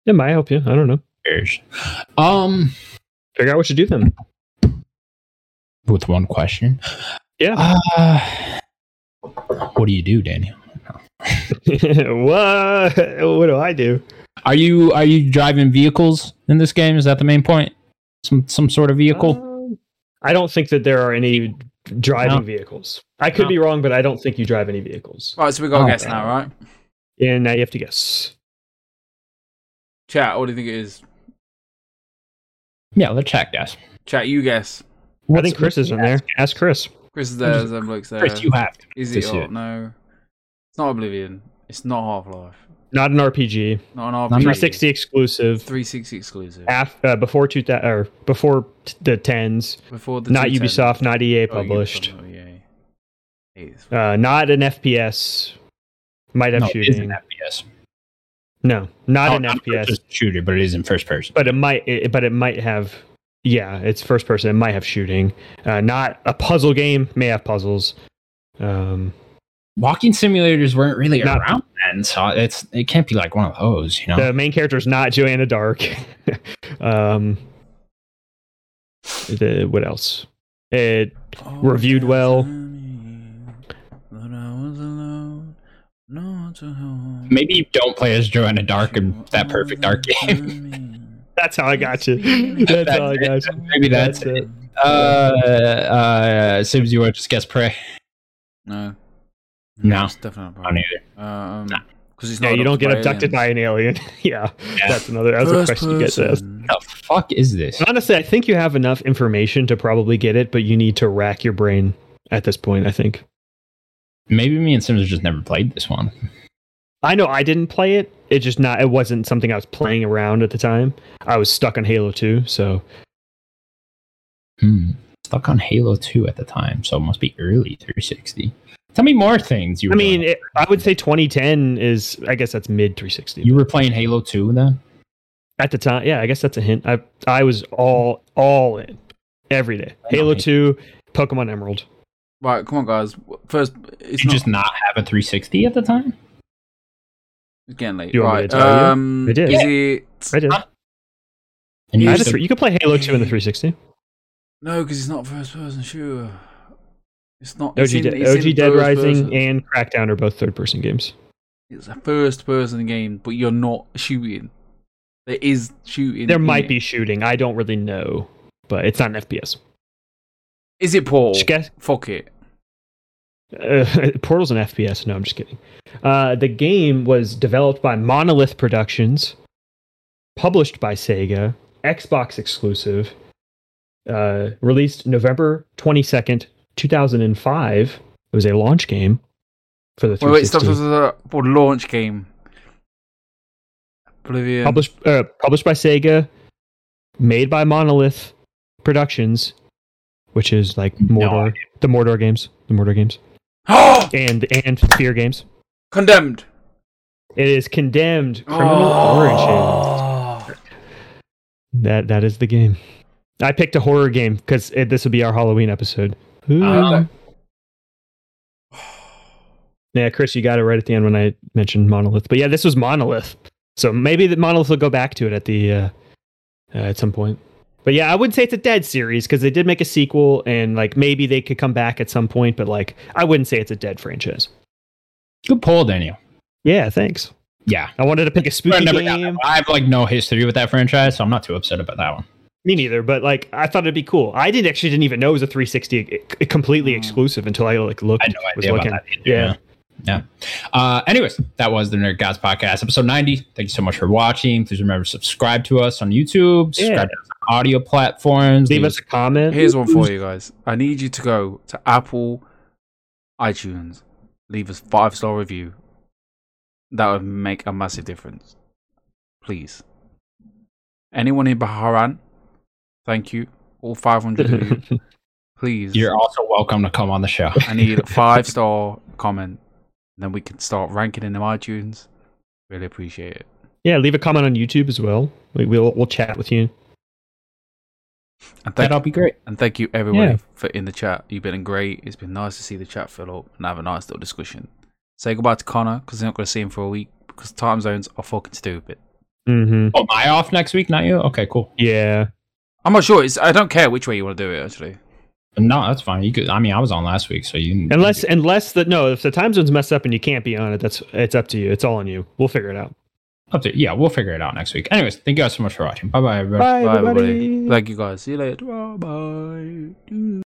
B: it might help you. I don't know.
A: cherished. Um,
B: Figure out what you do then.
A: with one question.
B: Yeah.
A: Uh, what do you do, Daniel?
B: what? What do I do?
A: Are you are you driving vehicles in this game? Is that the main point? Some some sort of vehicle?
B: Um, I don't think that there are any driving
A: No.
B: vehicles. I could
C: No.
B: be wrong, but I don't think you drive any vehicles.
C: Right, so we got
A: Oh,
C: a guess now,
A: God.
C: right?
B: And now you have to guess.
C: Chat. What do you think it is?
A: yeah, let's check, guys.
C: Chat. You guess.
B: I think Chris isn't there. Ask Chris.
C: Chris is there. Zemblix there.
A: Chris, you have to.
C: Is
A: This
C: it
A: year.
C: or no? It's not Oblivion. It's not Half Life.
B: Not an RPG.
C: Not an
A: Number
C: RPG.
B: 360 exclusive.
C: 360 exclusive.
B: Af, uh, before two thou- or before t- the tens.
C: Before the
B: not
C: 210.
B: Ubisoft. Not EA
C: Oh, Ubisoft,
B: published.
C: not EA. It's-
B: Uh, not an FPS. Might have
A: No, it is
B: shooting.
A: an FPS.
B: no, not
A: Oh,
B: an
A: not
B: FPS.
A: just shooter, but it is in first person.
B: but it might it, but it might have yeah it's first person it might have shooting uh, not a puzzle game may have puzzles um
A: Walking simulators weren't really
B: Not-
A: around then, so it's it can't be like one of those, you know.
B: the main character is not joanna dark um the, what else it Reviewed
C: Oh,
B: well.
C: tell me that I was alone, not to hold
A: Maybe you don't play as Joanna Dark
C: you
A: in that perfect dark
C: all
A: game.
C: the time.
B: that's how i got you that's how i got you
A: Maybe that's, it. Uh, uh, Sims, you want to just guess prey?
C: No.
A: No.
C: It's definitely
A: I don't
C: not
A: either.
C: Um,
A: Nah.
C: because it's
B: yeah
C: not
B: you don't get abducted by
C: aliens.
B: an alien yeah,
A: Yeah.
B: that's another that's a
C: First
B: question you get to ask.
C: person.
A: The fuck is this?
B: honestly i think you have enough information to probably get it but you need to rack your brain at this point i think
A: Maybe me and Sims have just never played this one.
B: I know I didn't play it. It just not. It wasn't something I was playing around at the time. I was stuck on Halo Two, so
A: Hmm. Stuck on Halo 2 at the time, so it must be early 360. Tell me more things you were
B: I mean,
A: doing.
B: it, I would say 2010 is. I guess that's mid 360
A: you were playing Halo 2 then?
B: at the time. Yeah, I guess that's a hint. I I was all all in every day.
A: I know.
B: Halo Two, Pokemon Emerald.
C: Right, come on, guys. First, it's
A: Did you
C: not,
A: just not have a 360 at the time?
C: it's getting late.
B: You want me
C: right,
B: to tell you?
C: um,
B: I did.
C: Is it
B: I did.
A: Huh? And
B: I
A: you
B: had a
A: just
B: three- you could play Halo Two in the 360.
C: no? Because it's not first person shooter. It's
B: OG,
C: not. it's in,
B: Dead-
C: it's in
B: OG Dead
C: first
B: Rising
C: person.
B: and Crackdown are both third person games.
C: It's a first person game, but you're not shooting. There is shooting.
B: There
C: in
B: might
C: it.
B: be shooting. I don't really know, but it's not an FPS.
C: Is it Paul?
B: Just guess-
C: Fuck it.
B: Uh, Portal's an FPS. No, I'm just kidding. Uh, the game was developed by Monolith Productions, published by Sega, Xbox exclusive, uh, released November 22nd, 2005. It was a launch game for the
C: Wait, wait, stop,
B: 360.
C: stop, stop, stop. uh, For launch game. Oblivion.
B: published, uh, published by Sega, made by Monolith Productions, which is like
A: No
B: Mordor, the Mordor games, the Mordor games,
C: Oh,
B: and and Fear games.
C: condemned.
B: It is condemned criminal origin.
C: Oh.
B: That that is the game. I picked a horror game because this will be our Halloween episode. Ooh.
A: Um,
B: yeah, Chris, you got it right at the end when I mentioned Monolith. But yeah, this was Monolith. So maybe that Monolith will go back to it at the uh, uh, at some point. But yeah, I wouldn't say it's a dead series because they did make a sequel and like maybe they could come back at some point. But like, I wouldn't say it's a dead franchise.
A: Good poll, Daniel.
B: Yeah, thanks.
A: Yeah.
B: I wanted to pick a
A: I
B: spooky
A: never got that
B: game.
A: one. I have like no history with that franchise, so I'm not too upset about that one.
B: Me neither, but like I thought it'd be cool. I didn't actually didn't even know it was a 360 e- e- completely
C: Mm.
B: exclusive until I like looked.
A: Hmm. I had no
B: was
A: idea about
B: looking.
A: that. either,
B: Yeah.
A: Yeah. Uh, anyways, that was the Nerd Gods podcast, episode 90. Thank you so much for watching. Please remember to subscribe to us on YouTube,
B: Yeah.
A: subscribe to us on audio platforms.
B: Leave us a comment.
C: Here's one for you guys. I need you to go to Apple iTunes, leave us five star review. That would make a massive difference. Please. Anyone in Bahrain, thank you. All 500 of you, please.
A: You're also welcome to come on the show.
C: I need a five star comment. Then we can start ranking in the iTunes. Really appreciate it.
B: yeah, leave a comment on YouTube as well. We, we'll we'll chat with you.
C: And thank,
A: That'll be great.
C: and thank you everybody
B: Yeah.
C: for in the chat. You've been great. It's been nice to see the chat fill up and have a nice little discussion. Say goodbye to Connor because you're not going to see him for a week because time zones are fucking stupid.
B: Mm-hmm.
A: Oh, am I off next week? Not you? Okay, cool.
B: Yeah.
C: I'm not sure. It's, I don't care which way you want to do it actually.
A: No, that's fine. You could. I mean, I was on last week, so you. can-
B: Unless unless the no, if the time zone's messed up and you can't be on it, that's it's up to you. It's all on you. We'll figure it out.
A: up to, yeah, we'll figure it out next week. Anyways, thank you guys so much for watching. Bye bye, everybody.
B: Bye, everybody.
C: Thank you guys. See you later. Bye bye.